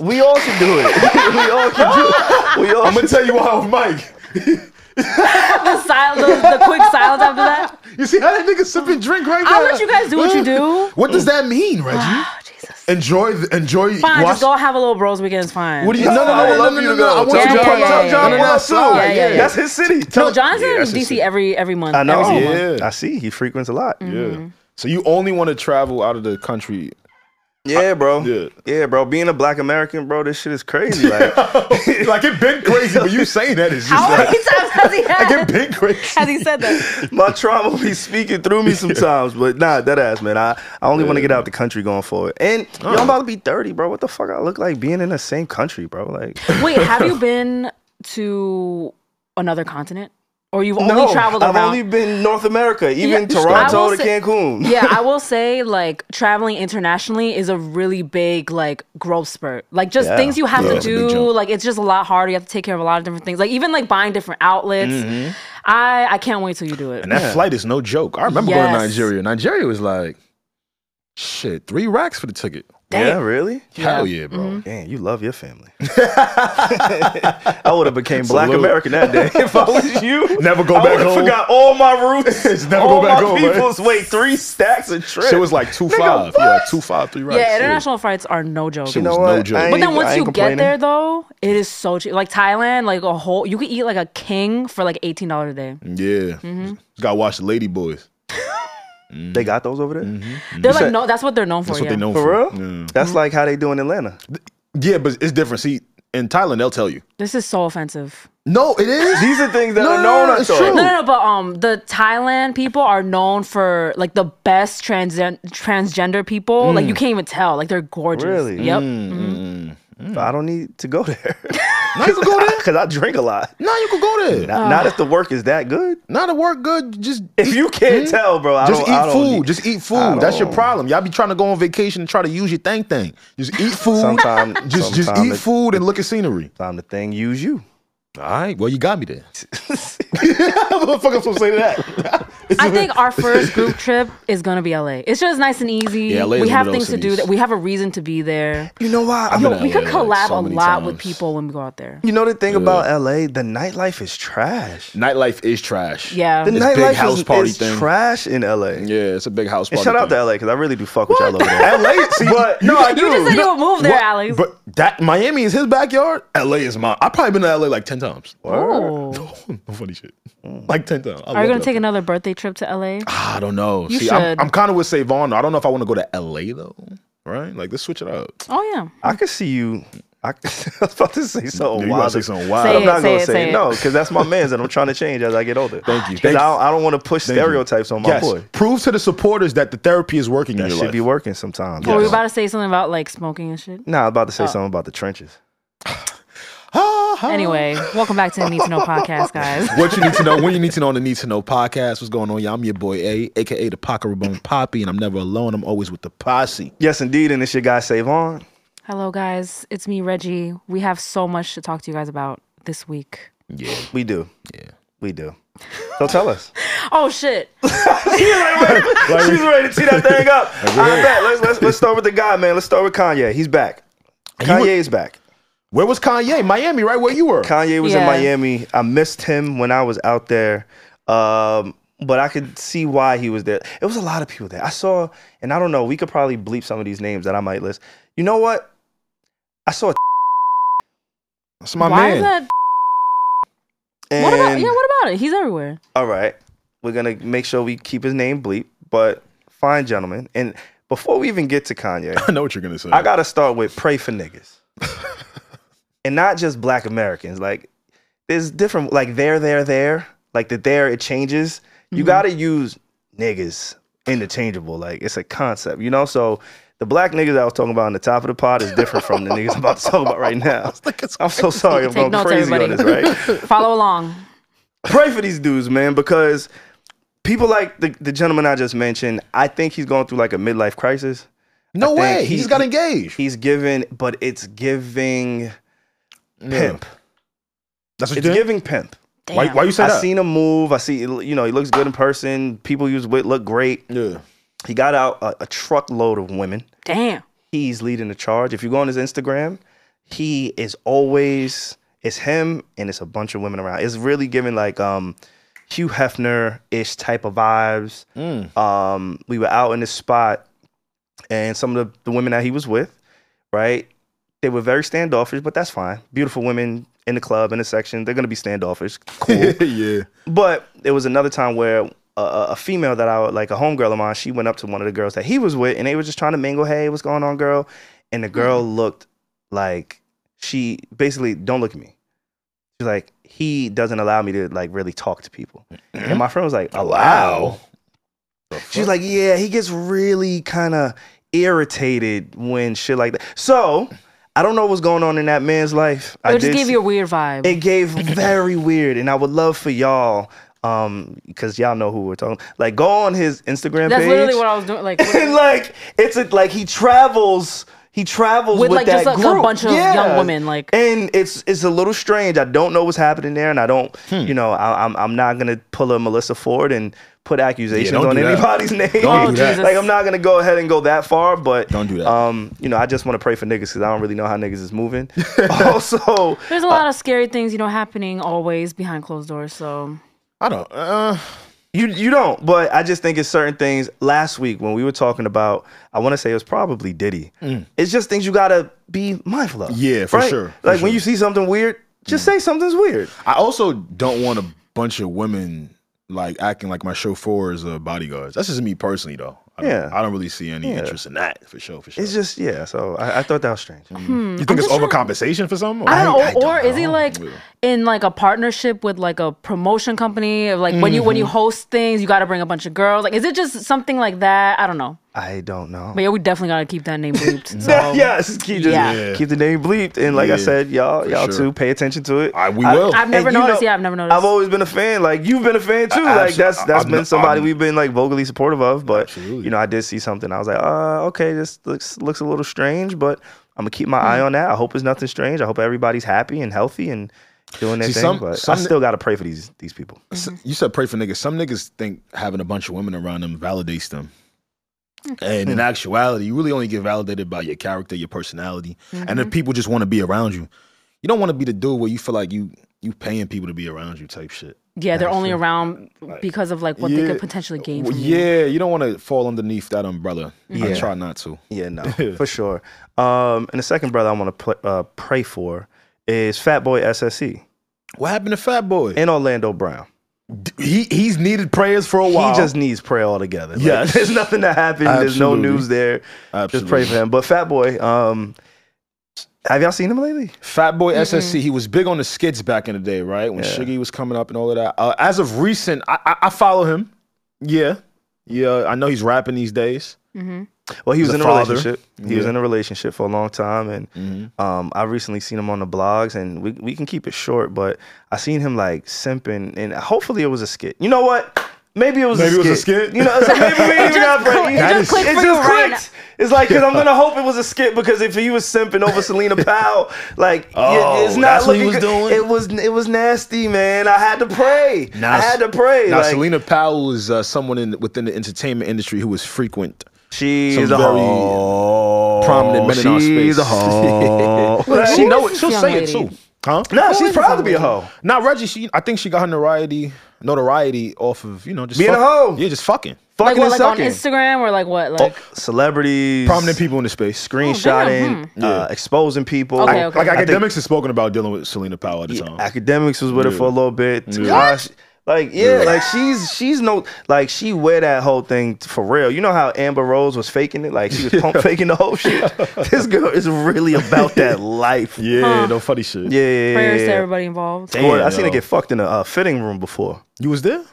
Speaker 1: We all should do it. (laughs) we all can do it. We all
Speaker 3: I'm gonna tell you why, with Mike.
Speaker 4: The silence. The, the quick silence after that.
Speaker 3: You see how that nigga sipping drink right now?
Speaker 4: I'll let you guys do what you do.
Speaker 3: What does that mean,
Speaker 4: (sighs)
Speaker 3: Reggie?
Speaker 4: (laughs) Oh, Jesus.
Speaker 3: enjoy, the, enjoy.
Speaker 4: Fine.
Speaker 3: watch-
Speaker 4: Just go have a little bros weekend. It's fine.
Speaker 3: What do you?
Speaker 1: No,
Speaker 3: No, no, no,
Speaker 1: I would
Speaker 3: no,
Speaker 1: love
Speaker 3: no,
Speaker 1: you
Speaker 3: no,
Speaker 1: to
Speaker 3: no,
Speaker 1: go.
Speaker 3: I want
Speaker 4: Yeah,
Speaker 3: you to
Speaker 4: yeah,
Speaker 3: tell
Speaker 4: yeah, yeah,
Speaker 3: tell John
Speaker 4: yeah.
Speaker 3: what I saw.
Speaker 4: Yeah, yeah, yeah.
Speaker 1: That's his city.
Speaker 4: No, John's
Speaker 3: Yeah,
Speaker 4: in
Speaker 3: that's
Speaker 4: DC
Speaker 3: just-
Speaker 4: every every month.
Speaker 1: I know.
Speaker 4: Every single month.
Speaker 3: Yeah.
Speaker 1: I see. He frequents a lot.
Speaker 4: Mm-hmm.
Speaker 3: Yeah. So you only want to travel out of the country.
Speaker 1: Yeah, bro.
Speaker 3: Yeah.
Speaker 1: bro. Being a black American, bro, this shit is
Speaker 3: (laughs)
Speaker 1: crazy. Like,
Speaker 3: (laughs) like it been crazy, but you saying that is
Speaker 4: How many times
Speaker 1: (laughs)
Speaker 4: has he
Speaker 3: it
Speaker 4: had?
Speaker 3: been crazy.
Speaker 4: Has he said that?
Speaker 1: my trauma be speaking through
Speaker 3: (laughs)
Speaker 1: me sometimes, but nah, that ass, man. I, I only want to get out the country going forward. And
Speaker 3: Oh.
Speaker 1: yo, I'm about to be 30, bro. What the fuck I look like being in the same country, bro? Like,
Speaker 4: Wait, have
Speaker 1: (laughs)
Speaker 4: you been to another continent, or you've only
Speaker 1: no,
Speaker 4: traveled
Speaker 1: I've
Speaker 4: around?
Speaker 1: only been North America, even
Speaker 4: Yeah, I
Speaker 1: Toronto to
Speaker 4: will say-
Speaker 1: Cancun.
Speaker 4: yeah, I
Speaker 1: (laughs)
Speaker 4: will say like traveling internationally is a really big like growth spurt. Like just
Speaker 1: Yeah.
Speaker 4: things you have
Speaker 3: Yeah,
Speaker 4: to
Speaker 3: it's a big
Speaker 4: do.
Speaker 3: jump.
Speaker 4: Like it's just a lot harder. You have to take care of a lot of different things. Like even like buying different outlets.
Speaker 1: Mm-hmm.
Speaker 4: I I can't wait till you do it.
Speaker 3: And that flight is no joke. I remember going to
Speaker 4: Yes.
Speaker 3: Nigeria. Nigeria was like, shit, three racks for the ticket.
Speaker 1: Yeah, really?
Speaker 3: Hell yeah,
Speaker 4: Mm-hmm.
Speaker 3: bro.
Speaker 1: Man, you love your
Speaker 3: (laughs)
Speaker 1: family. I would have became black
Speaker 3: Salute.
Speaker 1: American that
Speaker 3: (laughs)
Speaker 1: day if I was you.
Speaker 3: Never go
Speaker 1: I
Speaker 3: back
Speaker 1: would have
Speaker 3: home.
Speaker 1: Forgot all my
Speaker 3: (laughs)
Speaker 1: roots.
Speaker 3: never
Speaker 1: all
Speaker 3: go back
Speaker 1: my
Speaker 3: home, man.
Speaker 1: people's wait three stacks of trips.
Speaker 3: Shit was like two five. Yeah, like two five, three racks.
Speaker 4: yeah, international flights are no joke.
Speaker 1: You know
Speaker 3: was no
Speaker 1: what?
Speaker 3: joke.
Speaker 1: I
Speaker 3: But
Speaker 4: But
Speaker 1: ain't-
Speaker 4: then
Speaker 1: I
Speaker 4: once
Speaker 1: ain't
Speaker 4: you get
Speaker 1: complaining.
Speaker 4: there, though, it is so cheap. Like Thailand, like a whole, you could eat
Speaker 1: Mm-hmm.
Speaker 4: like a king for like eighteen dollars a day.
Speaker 3: Yeah. Gotta watch the Lady Boys.
Speaker 1: They got those over there.
Speaker 4: They're like
Speaker 1: said-
Speaker 4: no. That's what they're known for.
Speaker 2: That's what they
Speaker 4: yeah.
Speaker 2: know
Speaker 1: For real?
Speaker 2: Yeah.
Speaker 1: That's
Speaker 3: Mm-hmm.
Speaker 1: like how they do in Atlanta.
Speaker 3: Yeah, but it's different. See, in Thailand, they'll tell you.
Speaker 4: This is so offensive.
Speaker 3: No, it is. (laughs)
Speaker 1: These are things that
Speaker 3: No,
Speaker 1: are
Speaker 3: no,
Speaker 1: known.
Speaker 3: no,
Speaker 1: I
Speaker 3: it's
Speaker 1: thought.
Speaker 3: true.
Speaker 4: No, no, no. But um, the Thailand people are known for like the best transgen- transgender people. Like you
Speaker 2: Mm.
Speaker 4: can't even tell. Like they're gorgeous.
Speaker 1: Really?
Speaker 4: Yep.
Speaker 1: I don't need to go
Speaker 3: (laughs)
Speaker 1: there
Speaker 3: now you can
Speaker 1: (laughs)
Speaker 3: go there. Ah.
Speaker 1: because I drink a lot.
Speaker 3: Now you can go there. Now,
Speaker 1: Not, not if the work is that good.
Speaker 3: to work good, just
Speaker 1: If you can't tell, bro, I
Speaker 3: Mm-hmm. just
Speaker 1: don't, I
Speaker 3: eat
Speaker 1: don't
Speaker 3: food.
Speaker 1: need-
Speaker 3: Just eat
Speaker 1: I
Speaker 3: food. That's your
Speaker 1: don't-
Speaker 3: problem. Y'all be trying to go on vacation and try to use your thing thing. Just
Speaker 1: (laughs)
Speaker 3: eat food.
Speaker 1: Sometime-
Speaker 3: (laughs) just just
Speaker 1: sometime
Speaker 3: eat
Speaker 1: it-
Speaker 3: food and look at scenery.
Speaker 1: time to thing use you.
Speaker 3: All right. Well, you got me (laughs) there. Motherfucker, I'm supposed to say that.
Speaker 4: I think our first group trip is gonna be LA. It's just nice and easy.
Speaker 2: Yeah, LA is
Speaker 4: we
Speaker 2: one
Speaker 4: have
Speaker 2: of
Speaker 4: things
Speaker 2: those
Speaker 4: to do.
Speaker 2: cities.
Speaker 4: That we have a reason to be there.
Speaker 1: You know (laughs) why?
Speaker 2: I've
Speaker 1: Yo,
Speaker 2: been to
Speaker 4: we could
Speaker 2: LA, like,
Speaker 4: collab
Speaker 2: so
Speaker 4: a
Speaker 2: many
Speaker 4: lot with
Speaker 2: times.
Speaker 4: people when we go out there.
Speaker 1: you know the thing about LA, the nightlife is trash.
Speaker 2: Nightlife is trash.
Speaker 4: Yeah.
Speaker 1: The
Speaker 4: It's
Speaker 1: nightlife
Speaker 2: big
Speaker 1: is-
Speaker 2: house party
Speaker 1: is
Speaker 2: thing.
Speaker 1: trash in LA.
Speaker 2: Yeah, it's a big house
Speaker 1: And
Speaker 2: party.
Speaker 1: shout out
Speaker 2: thing.
Speaker 1: to LA because I really do fuck with y'all over
Speaker 3: (laughs)
Speaker 1: there.
Speaker 3: LA, see,
Speaker 1: But no, I do.
Speaker 4: you said you would move there,
Speaker 3: What?
Speaker 4: Alex.
Speaker 3: But that Miami is his backyard. LA is mine. I've probably been to LA like ten times. (laughs)
Speaker 4: Oh.
Speaker 3: No funny shit. Like ten times. I
Speaker 4: Are
Speaker 3: love
Speaker 4: you gonna
Speaker 3: it.
Speaker 4: take another birthday trip
Speaker 2: (gasps)
Speaker 4: to LA?
Speaker 3: I don't know.
Speaker 4: You
Speaker 3: see, I'm,
Speaker 4: should.
Speaker 3: I'm kind of with Savon. I don't know if I want to go to LA though. Right? Like let's switch it up.
Speaker 4: Oh yeah.
Speaker 1: I could see you. I, (laughs) I was about to say
Speaker 3: You
Speaker 1: something
Speaker 3: gotta
Speaker 1: wild.
Speaker 3: say something
Speaker 4: Say
Speaker 1: But I'm
Speaker 3: wild.
Speaker 4: it.
Speaker 1: not gonna say,
Speaker 4: say
Speaker 1: it.
Speaker 4: it.
Speaker 1: no because that's my man's and I'm trying to change as I get older. (laughs) Thank
Speaker 3: you.
Speaker 1: Because
Speaker 3: Thank
Speaker 1: I don't, I don't want to push
Speaker 3: you.
Speaker 1: stereotypes on my
Speaker 3: Yes.
Speaker 1: boy.
Speaker 3: Prove to the supporters that the therapy is working in
Speaker 1: That
Speaker 3: your
Speaker 1: should
Speaker 3: life.
Speaker 1: be working sometimes.
Speaker 4: Were Oh, we
Speaker 1: Yes.
Speaker 4: about Oh. to say something about like smoking and shit?
Speaker 1: Nah, I was about to say something about the trenches.
Speaker 3: Ha, ha.
Speaker 4: Anyway, welcome back to the Need
Speaker 2: (laughs)
Speaker 4: to Know podcast, guys.
Speaker 3: what you need to know, when you need to know on the Need to Know podcast. What's going on, y'all? I'm your boy A, aka the Pocket Rabone Poppy, and I'm never alone. I'm always with the posse.
Speaker 1: Yes, indeed, and it's your guy Savon.
Speaker 4: Hello, guys. It's me, Reggie. We have so much to talk to you guys about this week.
Speaker 3: Yeah,
Speaker 1: We do.
Speaker 3: yeah.
Speaker 1: We do. So tell us.
Speaker 4: Oh shit!
Speaker 1: (laughs) She's ready to tee that thing up. I bet. Let's, let's let's start with the guy, man. Let's start with Kanye. He's back. Kanye
Speaker 3: was-
Speaker 1: is back.
Speaker 3: Where was Kanye? Miami, right where you were.
Speaker 1: Kanye was in
Speaker 4: Yeah.
Speaker 1: Miami. I missed him when I was out there. Um, but I could see why he was there. It was a lot of people there. I saw, and I don't know, we could probably bleep some of these names that I might list. You know what? I saw
Speaker 3: That's my
Speaker 4: Why
Speaker 3: man.
Speaker 4: is that?
Speaker 1: and
Speaker 4: What about? Yeah, what about it? He's
Speaker 3: (laughs)
Speaker 4: everywhere.
Speaker 1: all right. We're gonna make sure we keep his name bleep, but fine gentlemen. And before we even get to Kanye,
Speaker 3: I know what you're gonna say.
Speaker 1: I gotta start with pray for niggas. (laughs) and not just black Americans. Like there's different like there, there, there. Like the there it changes. You
Speaker 4: Mm-hmm.
Speaker 1: gotta use niggas interchangeable. Like it's a concept, you know? So the black niggas I was talking about in the top of the pod is different from the niggas I'm about to talk about right
Speaker 4: (laughs)
Speaker 1: now. (laughs) I'm so sorry if
Speaker 4: Take
Speaker 1: I'm going
Speaker 4: notes,
Speaker 1: crazy on this,
Speaker 4: everybody.
Speaker 1: right?
Speaker 4: (laughs) Follow along.
Speaker 1: pray for these dudes, man, because people like the, the gentleman I just mentioned, I think he's going through like a midlife crisis.
Speaker 3: no
Speaker 1: I think
Speaker 3: way. He,
Speaker 1: he-
Speaker 3: just got engaged.
Speaker 1: He's giving, but it's giving pimp.
Speaker 3: That's what
Speaker 1: It's
Speaker 3: you did.
Speaker 1: giving pimp.
Speaker 4: Damn.
Speaker 3: Why, why you say
Speaker 1: I
Speaker 3: that?
Speaker 1: seen him move. I see, you know, he looks good in person. People he was with look great.
Speaker 3: yeah.
Speaker 1: He got out a, a truckload of women.
Speaker 4: Damn.
Speaker 1: He's leading the charge. If you go on his Instagram, he is always it's him and it's a bunch of women around. It's really giving like um Hugh Hefner ish type of vibes. Um, we were out in this spot, and some of the, the women that he was with, right? They were very standoffish, but that's fine. Beautiful women in the club in the section, they're gonna be standoffish. Cool.
Speaker 3: (laughs) yeah.
Speaker 1: But there was another time where a, a a female that I would- like a homegirl of mine, she went up to one of the girls that he was with, and they were just trying to mingle. Hey, what's going on, girl? And the girl
Speaker 4: Hmm.
Speaker 1: looked like she basically don't look at me. She's like, he doesn't allow me to like really talk to people. And my friend was
Speaker 4: (clears throat)
Speaker 1: like, allow. She's like, yeah, he gets really kind of irritated when shit like that. So I don't know what's going on in that man's life.
Speaker 4: It
Speaker 1: I
Speaker 4: would just
Speaker 1: did
Speaker 4: gave
Speaker 1: see-
Speaker 4: you a weird vibe.
Speaker 1: it gave very weird, and I would love for y'all, um, because y'all know who we're talking. Like, go on his Instagram
Speaker 4: That's
Speaker 1: page.
Speaker 4: literally what I was
Speaker 1: (laughs)
Speaker 3: (laughs)
Speaker 4: doing. Like,
Speaker 1: and like, it's a, like he travels. He travels with,
Speaker 4: With, like,
Speaker 1: that
Speaker 4: just, like, a
Speaker 1: group.
Speaker 4: bunch of
Speaker 1: Yeah.
Speaker 4: young women, like-
Speaker 1: and it's it's a little strange. I don't know what's happening there, and I don't,
Speaker 3: Hmm.
Speaker 1: you know, I, I'm I'm not gonna pull a Melissa Ford and put accusations
Speaker 3: don't
Speaker 1: on
Speaker 3: do that.
Speaker 1: anybody's (laughs) name.
Speaker 3: Don't
Speaker 4: do that.
Speaker 1: Like, I'm not gonna go ahead and go that far, but
Speaker 3: Don't do that.
Speaker 1: Um, you know, I just want to pray for niggas because I don't really know how niggas is
Speaker 3: (laughs)
Speaker 1: moving. (laughs) also,
Speaker 4: there's a lot of scary things, you know, happening always behind closed doors. So
Speaker 3: I don't. Uh,
Speaker 1: You you don't, but I just think it's certain things. Last week when we were talking about, I want to say it was probably Diddy. It's just things you gotta be mindful of.
Speaker 3: Mm. Yeah, for sure, for
Speaker 1: Like
Speaker 3: sure. Mm.
Speaker 1: when you see something weird, just say something's weird.
Speaker 3: I also don't want a bunch of women like acting like my chauffeurs or bodyguards. That's just me personally, though. I don't,
Speaker 1: Yeah.
Speaker 3: I don't really see any
Speaker 1: Yeah.
Speaker 3: interest in that for sure. For sure,
Speaker 1: It's just yeah. So I, I thought that was strange.
Speaker 3: you think it's overcompensation for something?
Speaker 4: I don't know,
Speaker 3: I
Speaker 4: or is he
Speaker 3: know.
Speaker 4: like
Speaker 3: Yeah.
Speaker 4: in like a partnership with like a promotion company? Like when you
Speaker 3: Mm-hmm.
Speaker 4: when you host things, you got to bring a bunch of girls. Like, is it just something like that? I don't know.
Speaker 1: I don't know.
Speaker 4: But yeah, we definitely gotta keep that
Speaker 3: (laughs)
Speaker 4: name bleeped. So.
Speaker 1: (laughs) yes, keep, just
Speaker 4: Yeah.
Speaker 1: keep the name bleeped. And like I
Speaker 3: Um, Yeah,
Speaker 1: said, y'all,
Speaker 3: for
Speaker 1: y'all
Speaker 3: sure.
Speaker 1: too, pay attention to it.
Speaker 3: I- we will.
Speaker 4: I've never
Speaker 1: and you
Speaker 4: noticed.
Speaker 1: know-
Speaker 4: yeah, I've never noticed.
Speaker 1: I've always been a fan. Like you've been a fan too.
Speaker 3: I-
Speaker 1: like that's
Speaker 3: absolutely.
Speaker 1: that's
Speaker 3: I'm
Speaker 1: been um,
Speaker 3: not-
Speaker 1: somebody
Speaker 3: I'm-
Speaker 1: we've been like vocally supportive of. But
Speaker 3: Absolutely.
Speaker 1: you know, I did see something. I was like, uh, okay, this looks looks a little strange, but I'm gonna keep my eye
Speaker 4: Mm.
Speaker 1: on that. I hope it's nothing strange. I hope everybody's happy and healthy and doing their
Speaker 3: See,
Speaker 1: thing.
Speaker 3: some-
Speaker 1: but I
Speaker 3: some-
Speaker 1: still gotta pray for these these people.
Speaker 3: S- You said pray for niggas. Some niggas think having a bunch of women around them validates them. And
Speaker 1: Hmm.
Speaker 3: in actuality, you really only get validated by your character, your personality, and if people just want to be around you. You don't want to be the dude where you feel like you you paying people to be around you type shit.
Speaker 4: yeah, they're only around because of like what they could potentially gain
Speaker 3: Well,
Speaker 4: from you.
Speaker 3: yeah, you don't want to fall underneath that umbrella. I
Speaker 1: Yeah.
Speaker 3: try not to.
Speaker 1: Yeah, (laughs) no, for sure. Um, and the second brother I want to pl- uh, pray for is Fat Boy SSE
Speaker 3: What happened to Fat Boy?
Speaker 1: and Orlando Brown.
Speaker 3: he he's needed prayers for a while.
Speaker 1: He just needs prayer altogether. Like, (laughs)
Speaker 3: Yes.
Speaker 1: there's nothing that happened. There's no
Speaker 3: Absolutely.
Speaker 1: news there. Just
Speaker 3: Absolutely.
Speaker 1: pray for him. But Fat Boy, um, have y'all seen him lately?
Speaker 3: Fat Boy
Speaker 4: Mm-hmm.
Speaker 3: SSC, he was big on the skits back in the day, right? When Shiggy was coming up and all of that. Uh, as of recent, I, I, I follow him. Yeah. Yeah, I know he's rapping these days.
Speaker 1: Well, he was
Speaker 3: a
Speaker 1: in a
Speaker 3: father.
Speaker 1: relationship. He was
Speaker 3: Yeah. Mm-hmm.
Speaker 1: in a relationship for a long time, and um, I recently seen him on the blogs, and we we can keep it short, but I seen him like simping, and hopefully it was a skit. You know what? Maybe it was a
Speaker 3: Maybe it was
Speaker 1: skit.
Speaker 3: a skit?
Speaker 1: You know, so maybe
Speaker 3: (laughs)
Speaker 1: we even got
Speaker 4: cl-
Speaker 1: break.
Speaker 4: it That just is- clicked
Speaker 1: It
Speaker 4: for
Speaker 1: just
Speaker 4: you right
Speaker 1: clicked. It's like because I'm gonna hope it was a skit because if he was simping over Selena
Speaker 3: (laughs)
Speaker 1: Powell, like
Speaker 3: Oh,
Speaker 1: y- it's not
Speaker 3: that's what he
Speaker 1: looking
Speaker 3: was
Speaker 1: good.
Speaker 3: doing?
Speaker 1: It was it was nasty, man. I had to pray.
Speaker 3: Now,
Speaker 1: I had to pray.
Speaker 3: Now,
Speaker 1: like,
Speaker 3: Selena Powell is uh, someone in within the entertainment industry who is frequent.
Speaker 1: she
Speaker 3: some
Speaker 1: is a
Speaker 3: very
Speaker 1: hoe.
Speaker 3: prominent men in our
Speaker 1: She's
Speaker 3: space.
Speaker 1: a
Speaker 3: (laughs)
Speaker 1: hoe. Like,
Speaker 3: She
Speaker 4: Who
Speaker 3: know
Speaker 4: is
Speaker 3: it.
Speaker 4: this
Speaker 3: She'll
Speaker 4: young
Speaker 3: say it
Speaker 4: lady?
Speaker 3: too. Huh?
Speaker 1: Nah, she's proud to be a hoe.
Speaker 3: Not Reggie. She, I think she got her notoriety, notoriety off of you know just
Speaker 1: Being a
Speaker 3: fuck-
Speaker 1: hoe.
Speaker 3: Yeah, just fucking
Speaker 4: Like
Speaker 1: Fucking
Speaker 4: what, like on
Speaker 1: and sucking.
Speaker 4: Instagram or like what? Like
Speaker 1: Celebrities,
Speaker 3: prominent people in the space.
Speaker 1: screenshotting,
Speaker 4: Oh,
Speaker 1: uh, exposing people.
Speaker 4: Okay,
Speaker 1: I-
Speaker 4: okay.
Speaker 3: Like
Speaker 1: I think-
Speaker 3: academics has spoken about dealing with Selena Powell at the
Speaker 1: yeah,
Speaker 3: time.
Speaker 1: academics was with her for a little bit. Takashi- Like yeah, like she's she's no like she wear that whole thing for real. You know how Amber Rose was faking it, like she was
Speaker 3: (laughs)
Speaker 1: pump faking the whole shit. this girl is really about
Speaker 3: (laughs)
Speaker 1: that life. Yeah,
Speaker 3: yeah, no funny shit.
Speaker 1: yeah, yeah.
Speaker 4: prayers
Speaker 1: yeah.
Speaker 4: to everybody involved.
Speaker 1: Boy, I seen her
Speaker 3: yo.
Speaker 1: get fucked in a uh, fitting room before.
Speaker 3: You was there?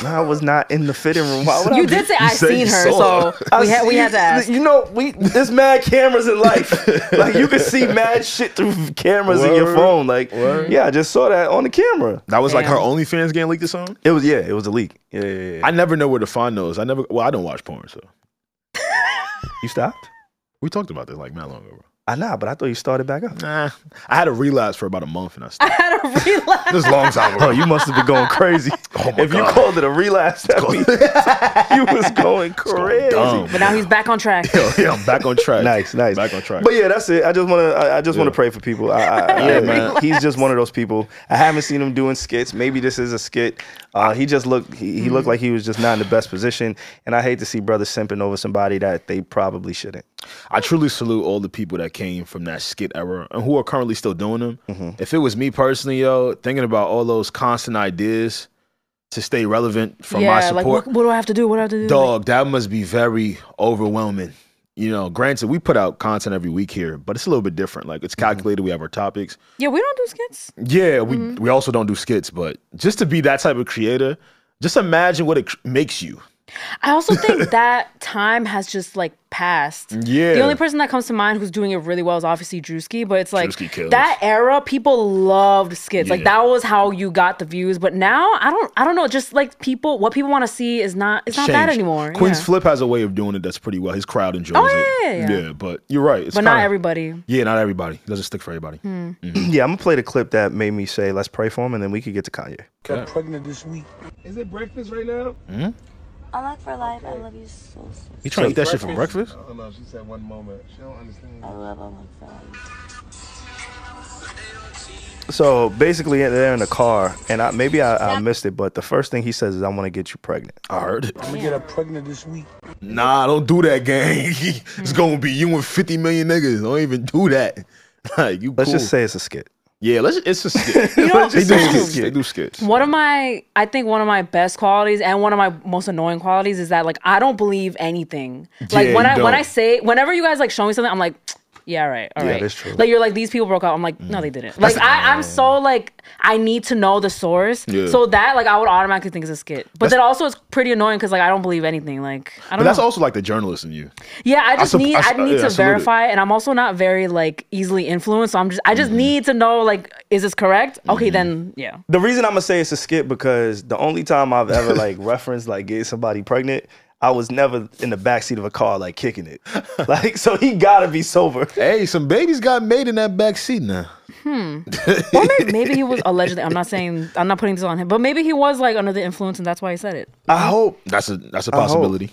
Speaker 1: I was not in the fitting room. Why would I
Speaker 4: You
Speaker 1: be?
Speaker 4: did say I
Speaker 3: said
Speaker 4: seen
Speaker 3: you
Speaker 4: her,
Speaker 3: saw
Speaker 4: so
Speaker 1: I
Speaker 4: (laughs) we had we
Speaker 1: see-
Speaker 4: had to ask.
Speaker 1: You know, we there's mad cameras in (laughs) life. like you can see mad shit through cameras in your
Speaker 3: Word.
Speaker 1: phone. Like yeah, I just saw that on the camera.
Speaker 3: That was like her
Speaker 4: Damn.
Speaker 3: OnlyFans getting leaked or something.
Speaker 1: It was yeah, it was a leak. Yeah, yeah, yeah.
Speaker 3: I never know where to find those. I never. Well, I don't watch porn, so
Speaker 1: You stopped?
Speaker 3: we talked about this like not long ago.
Speaker 1: I know, but I thought you started back up.
Speaker 3: Nah, I had a relapse for about a month and I stopped.
Speaker 4: had a relapse.
Speaker 3: (laughs) this is a long time ago. Oh,
Speaker 1: Oh, you must have been going
Speaker 3: (laughs)
Speaker 1: crazy.
Speaker 3: my
Speaker 1: if you
Speaker 3: God.
Speaker 1: called it a relapse, (laughs) that means you was going crazy.
Speaker 3: dumb.
Speaker 4: But now he's back on track.
Speaker 3: Yo, yeah, I'm back on track.
Speaker 1: Nice, nice.
Speaker 3: Back on track.
Speaker 1: But yeah, that's it. I just wanna, I, I just wanna pray for people. I,
Speaker 3: (laughs)
Speaker 1: I, I-
Speaker 3: Yeah, man.
Speaker 1: He's just one of those people. I haven't seen him doing skits. Maybe this is a skit. Uh, he just looked, he, he looked like he was just not in the best position. And I hate to see brother simping over somebody that they probably shouldn't. (clears throat)
Speaker 3: I truly salute all the people that came from that skit era and who are currently still doing them. If it was me personally, yo, thinking about all those constant ideas to stay relevant from my
Speaker 4: yeah, like
Speaker 3: support,
Speaker 4: what, what do I have to do? What do I have to do?
Speaker 3: dog, that must be very overwhelming. You know, granted, we put out content every week here, but it's a little bit different. Like it's
Speaker 4: Mm-hmm.
Speaker 3: calculated. We have our topics.
Speaker 4: Like, yeah, we don't do skits.
Speaker 3: Yeah, we
Speaker 4: Mm-hmm.
Speaker 3: we also don't do skits, but just to be that type of creator, just imagine what it cr- makes you.
Speaker 4: I
Speaker 3: (laughs)
Speaker 4: also think that time has just like passed.
Speaker 3: Yeah.
Speaker 4: The only person that comes to mind who's doing it really well is obviously Drewski, but it's like
Speaker 3: Drewski kills.
Speaker 4: that era people loved skits. Like
Speaker 3: Yeah.
Speaker 4: that was how you got the views. But now I don't I don't know, just like people what people want to see is not it's not that
Speaker 3: Changed.
Speaker 4: anymore.
Speaker 3: Quinn's
Speaker 4: yeah.
Speaker 3: Flip has a way of doing it that's pretty well. His crowd enjoys
Speaker 4: Oh, yeah,
Speaker 3: it.
Speaker 4: yeah, yeah, yeah.
Speaker 3: but you're right. It's
Speaker 4: but not Hmm.
Speaker 3: kinda-
Speaker 4: everybody.
Speaker 3: Yeah, not everybody. It doesn't stick for everybody.
Speaker 1: Yeah, I'm gonna play the clip that made me say, let's pray for him, and then we could get to Kanye.
Speaker 5: got pregnant this week. Is it breakfast right now?
Speaker 6: I like for life. I love you so, so,
Speaker 3: You
Speaker 6: so.
Speaker 3: trying to eat that shit for breakfast?
Speaker 5: I don't know. Oh, She said one moment. She don't understand.
Speaker 6: I love I like for life.
Speaker 1: So basically, they're in the car, and I, maybe I, I missed it, but the first thing he says is, I wanna get you pregnant.
Speaker 3: I heard it.
Speaker 5: I'm gonna get her pregnant this week.
Speaker 3: Nah, don't do that, gang. (laughs)
Speaker 4: Hmm.
Speaker 3: it's gonna be you and 50 million niggas. Don't even do that. (laughs) Like you
Speaker 1: Let's
Speaker 3: cool.
Speaker 1: just say it's a skit.
Speaker 3: Yeah, let's. It's a (laughs) skit.
Speaker 4: You know,
Speaker 3: they do skits.
Speaker 1: skit.
Speaker 3: They do skits.
Speaker 4: One of my, I think one of my best qualities and one of my most annoying qualities is that like I don't believe anything. Like
Speaker 3: Yeah,
Speaker 4: when
Speaker 3: you
Speaker 4: I when
Speaker 3: don't.
Speaker 4: I say whenever you guys like show me something, I'm like, yeah, all right, all right.
Speaker 1: that's true.
Speaker 4: Like you're like these people broke up. I'm like, no, they didn't. Like I, I'm so like I need to know the source.
Speaker 3: Yeah.
Speaker 4: So that like I would automatically think it's a skit. But
Speaker 3: That's-
Speaker 4: then also it's pretty annoying because like I don't believe anything. Like I
Speaker 3: But
Speaker 4: don't
Speaker 3: that's
Speaker 4: know.
Speaker 3: also like the journalist in you.
Speaker 4: yeah, I just
Speaker 3: sup-
Speaker 4: need
Speaker 3: I
Speaker 4: I,
Speaker 3: s-
Speaker 4: need
Speaker 3: yeah, I salute
Speaker 4: to
Speaker 3: it.
Speaker 4: verify, and I'm also not very like easily influenced. So I'm just I just
Speaker 3: Mm-hmm.
Speaker 4: need to know like is this correct? Okay, then yeah.
Speaker 1: The reason I'm gonna say it's a skit because the only time I've ever
Speaker 3: (laughs)
Speaker 1: like referenced like getting somebody pregnant, I was never in the backseat of a car like kicking it. Like so he gotta be sober.
Speaker 3: Hey, some babies got made in that back seat now.
Speaker 4: Or maybe, maybe he was allegedly. I'm not saying I'm not putting this on him, but maybe he was like under the influence, and that's why he said it.
Speaker 1: I hope
Speaker 3: That's a that's a
Speaker 1: hope.
Speaker 3: possibility.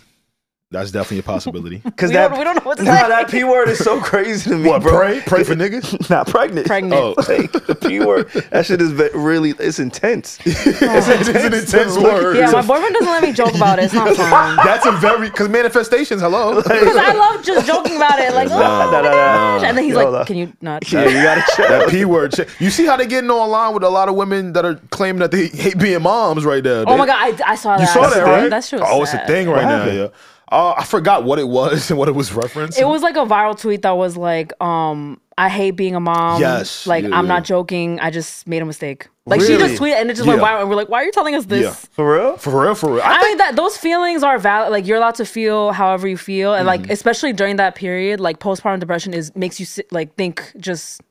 Speaker 3: That's definitely a possibility.
Speaker 1: because
Speaker 4: We
Speaker 1: that
Speaker 4: don't- we don't know what to
Speaker 1: nah,
Speaker 4: say.
Speaker 1: that P word is so crazy to me.
Speaker 3: (laughs) what
Speaker 1: bro.
Speaker 3: pray pray for niggas?
Speaker 1: Not pregnant.
Speaker 4: Pregnant.
Speaker 3: Oh.
Speaker 1: (laughs) Like, the P word. That shit is ve- really it's
Speaker 3: (laughs)
Speaker 1: intense.
Speaker 3: (laughs) it's an intense word.
Speaker 4: Yeah, my boyfriend doesn't let me joke about it. It's
Speaker 3: (laughs)
Speaker 4: not fun.
Speaker 3: That's a very because manifestations. (laughs) Hello,
Speaker 4: Because I love just joking about
Speaker 3: (laughs)
Speaker 4: it, like, oh
Speaker 1: Nah, nah,
Speaker 4: my
Speaker 1: nah, nah.
Speaker 4: gosh, (laughs) and then he's
Speaker 1: Yo, nah.
Speaker 4: like, "Can you not?"
Speaker 1: yeah, you gotta
Speaker 3: that (laughs)
Speaker 1: check.
Speaker 3: p word. check. You see how they getting online with a lot of women that are claiming that they hate being moms right there.
Speaker 4: Oh my
Speaker 3: They-
Speaker 4: god, I, I saw that.
Speaker 3: You saw
Speaker 4: That's
Speaker 3: that,
Speaker 4: the-
Speaker 3: right?
Speaker 4: That shit was
Speaker 3: oh, it's a
Speaker 4: sad.
Speaker 3: thing right now.
Speaker 1: happened?
Speaker 3: Yeah. Uh, I forgot what it was (laughs) and what it was referenced.
Speaker 4: It was like a viral tweet that was like, um, "I hate being a mom.
Speaker 3: Yes.
Speaker 4: like
Speaker 3: Yeah,
Speaker 4: I'm
Speaker 3: yeah.
Speaker 4: not joking. I just made a mistake. Like she
Speaker 3: Really?
Speaker 4: just tweeted, and it just went
Speaker 3: Yeah.
Speaker 4: viral. And we're like, "Why are you telling us this?"
Speaker 3: Yeah.
Speaker 1: For real?
Speaker 3: for real, for real. I,
Speaker 4: I
Speaker 3: think
Speaker 4: mean that those feelings are valid. Like you're allowed to feel however you feel, and
Speaker 3: Mm-hmm.
Speaker 4: like especially during that period, like postpartum depression is makes you sit, like think just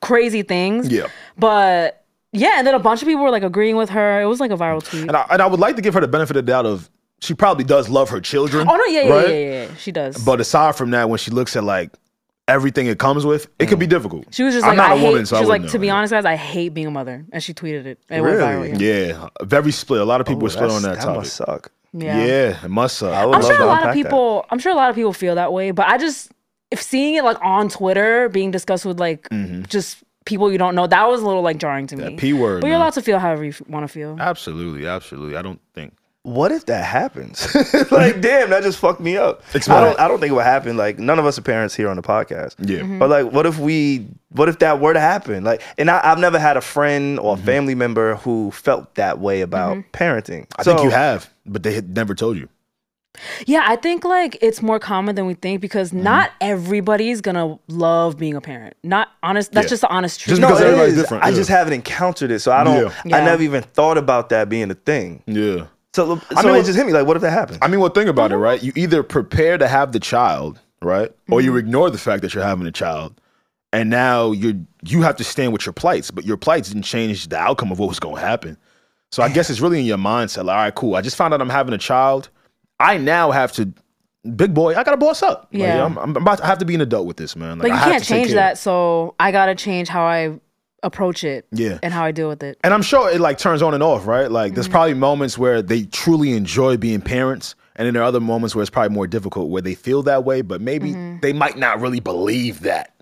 Speaker 4: crazy things.
Speaker 3: Yeah.
Speaker 4: But yeah, and then a bunch of people were like agreeing with her. It was like a viral tweet.
Speaker 3: and I, and I would like to give her the benefit of the doubt of she probably does love her children.
Speaker 4: oh no, yeah, yeah,
Speaker 3: right?
Speaker 4: yeah, yeah, yeah. She does.
Speaker 3: But aside from that, when she looks at like everything it comes with, it could be difficult.
Speaker 4: she was just
Speaker 3: I'm
Speaker 4: like,
Speaker 3: not
Speaker 4: I
Speaker 3: a
Speaker 4: hate.
Speaker 3: woman, so I
Speaker 4: she was like,
Speaker 3: wouldn't
Speaker 4: to
Speaker 3: know,
Speaker 4: be
Speaker 3: yeah.
Speaker 4: honest, guys, I hate being a mother, and she tweeted it. And It
Speaker 1: Really?
Speaker 4: went viral. Yeah.
Speaker 3: Yeah, very split. A lot of people were split
Speaker 1: That's-
Speaker 3: on that,
Speaker 1: that
Speaker 3: topic.
Speaker 1: must suck.
Speaker 4: Yeah.
Speaker 3: yeah. it must suck.
Speaker 1: I would
Speaker 4: I'm
Speaker 1: love
Speaker 4: sure
Speaker 1: to
Speaker 4: a lot of
Speaker 1: unpack that.
Speaker 4: people. I'm sure a lot of people feel that way, but I just if seeing it like on Twitter being discussed with like
Speaker 3: Mm-hmm.
Speaker 4: just people you don't know, that was a little like jarring to me.
Speaker 3: P word,
Speaker 4: But
Speaker 3: man.
Speaker 4: you're
Speaker 3: Ah.
Speaker 4: allowed to feel however you want to feel.
Speaker 3: absolutely, absolutely. I don't think.
Speaker 1: what if that happens? (laughs) like, damn, that just fucked me up.
Speaker 3: Explain.
Speaker 1: I don't, I don't think it would happen. Like, none of us are parents here on the podcast.
Speaker 3: Yeah. Mhm.
Speaker 1: But like, what if we? What if that were to happen? Like, and I, I've never had a friend or a
Speaker 3: Mm-hmm.
Speaker 1: family member who felt that way about parenting.
Speaker 3: I think you have, but they had never told you.
Speaker 4: Yeah, I think like it's more common than we think because
Speaker 3: Mm-hmm.
Speaker 4: not everybody's gonna love being a parent. Not honest. That's
Speaker 3: Yeah.
Speaker 4: just the honest truth.
Speaker 3: Just
Speaker 1: No,
Speaker 3: because
Speaker 1: it
Speaker 3: everybody's
Speaker 1: is.
Speaker 3: different,
Speaker 1: I
Speaker 3: yeah.
Speaker 1: just haven't encountered it, so I don't.
Speaker 4: Yeah.
Speaker 1: I
Speaker 4: Yeah.
Speaker 1: never even thought about that being a thing.
Speaker 3: Yeah.
Speaker 1: So, so
Speaker 3: mean,
Speaker 1: it just hit me. Like, what if that happens?
Speaker 3: I mean, well, think about it, right? You either prepare to have the child, right, or
Speaker 4: Mm-hmm.
Speaker 3: you ignore the fact that you're having a child, and now you're you have to stand with your plights, but your plights didn't change the outcome of what was going to happen. So I guess it's really in your mindset. Like, all right, cool. I just found out I'm having a child. I now have to, big boy. I got to boss up. Like,
Speaker 4: Yeah.
Speaker 3: I'm, I'm about to I have to be an adult with this, man.
Speaker 4: like
Speaker 3: I
Speaker 4: you
Speaker 3: have
Speaker 4: can't
Speaker 3: to take
Speaker 4: change
Speaker 3: care of it.
Speaker 4: that, so I gotta change how I approach it.
Speaker 3: Yeah.
Speaker 4: and how I deal with it.
Speaker 3: and I'm sure it like turns on and off, right? Like
Speaker 4: Mm-hmm.
Speaker 3: there's probably moments where they truly enjoy being parents, and then there are other moments where it's probably more difficult where they feel that way, but maybe they might not really believe that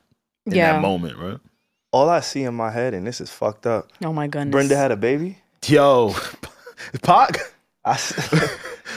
Speaker 3: in
Speaker 4: Mm-hmm. yeah.
Speaker 3: that moment, right?
Speaker 1: All I see in my head, and this is fucked up.
Speaker 4: Oh my goodness.
Speaker 1: Brenda had a baby.
Speaker 3: Yo, (laughs) Pac,
Speaker 1: I
Speaker 3: (laughs)
Speaker 1: s- (laughs) like,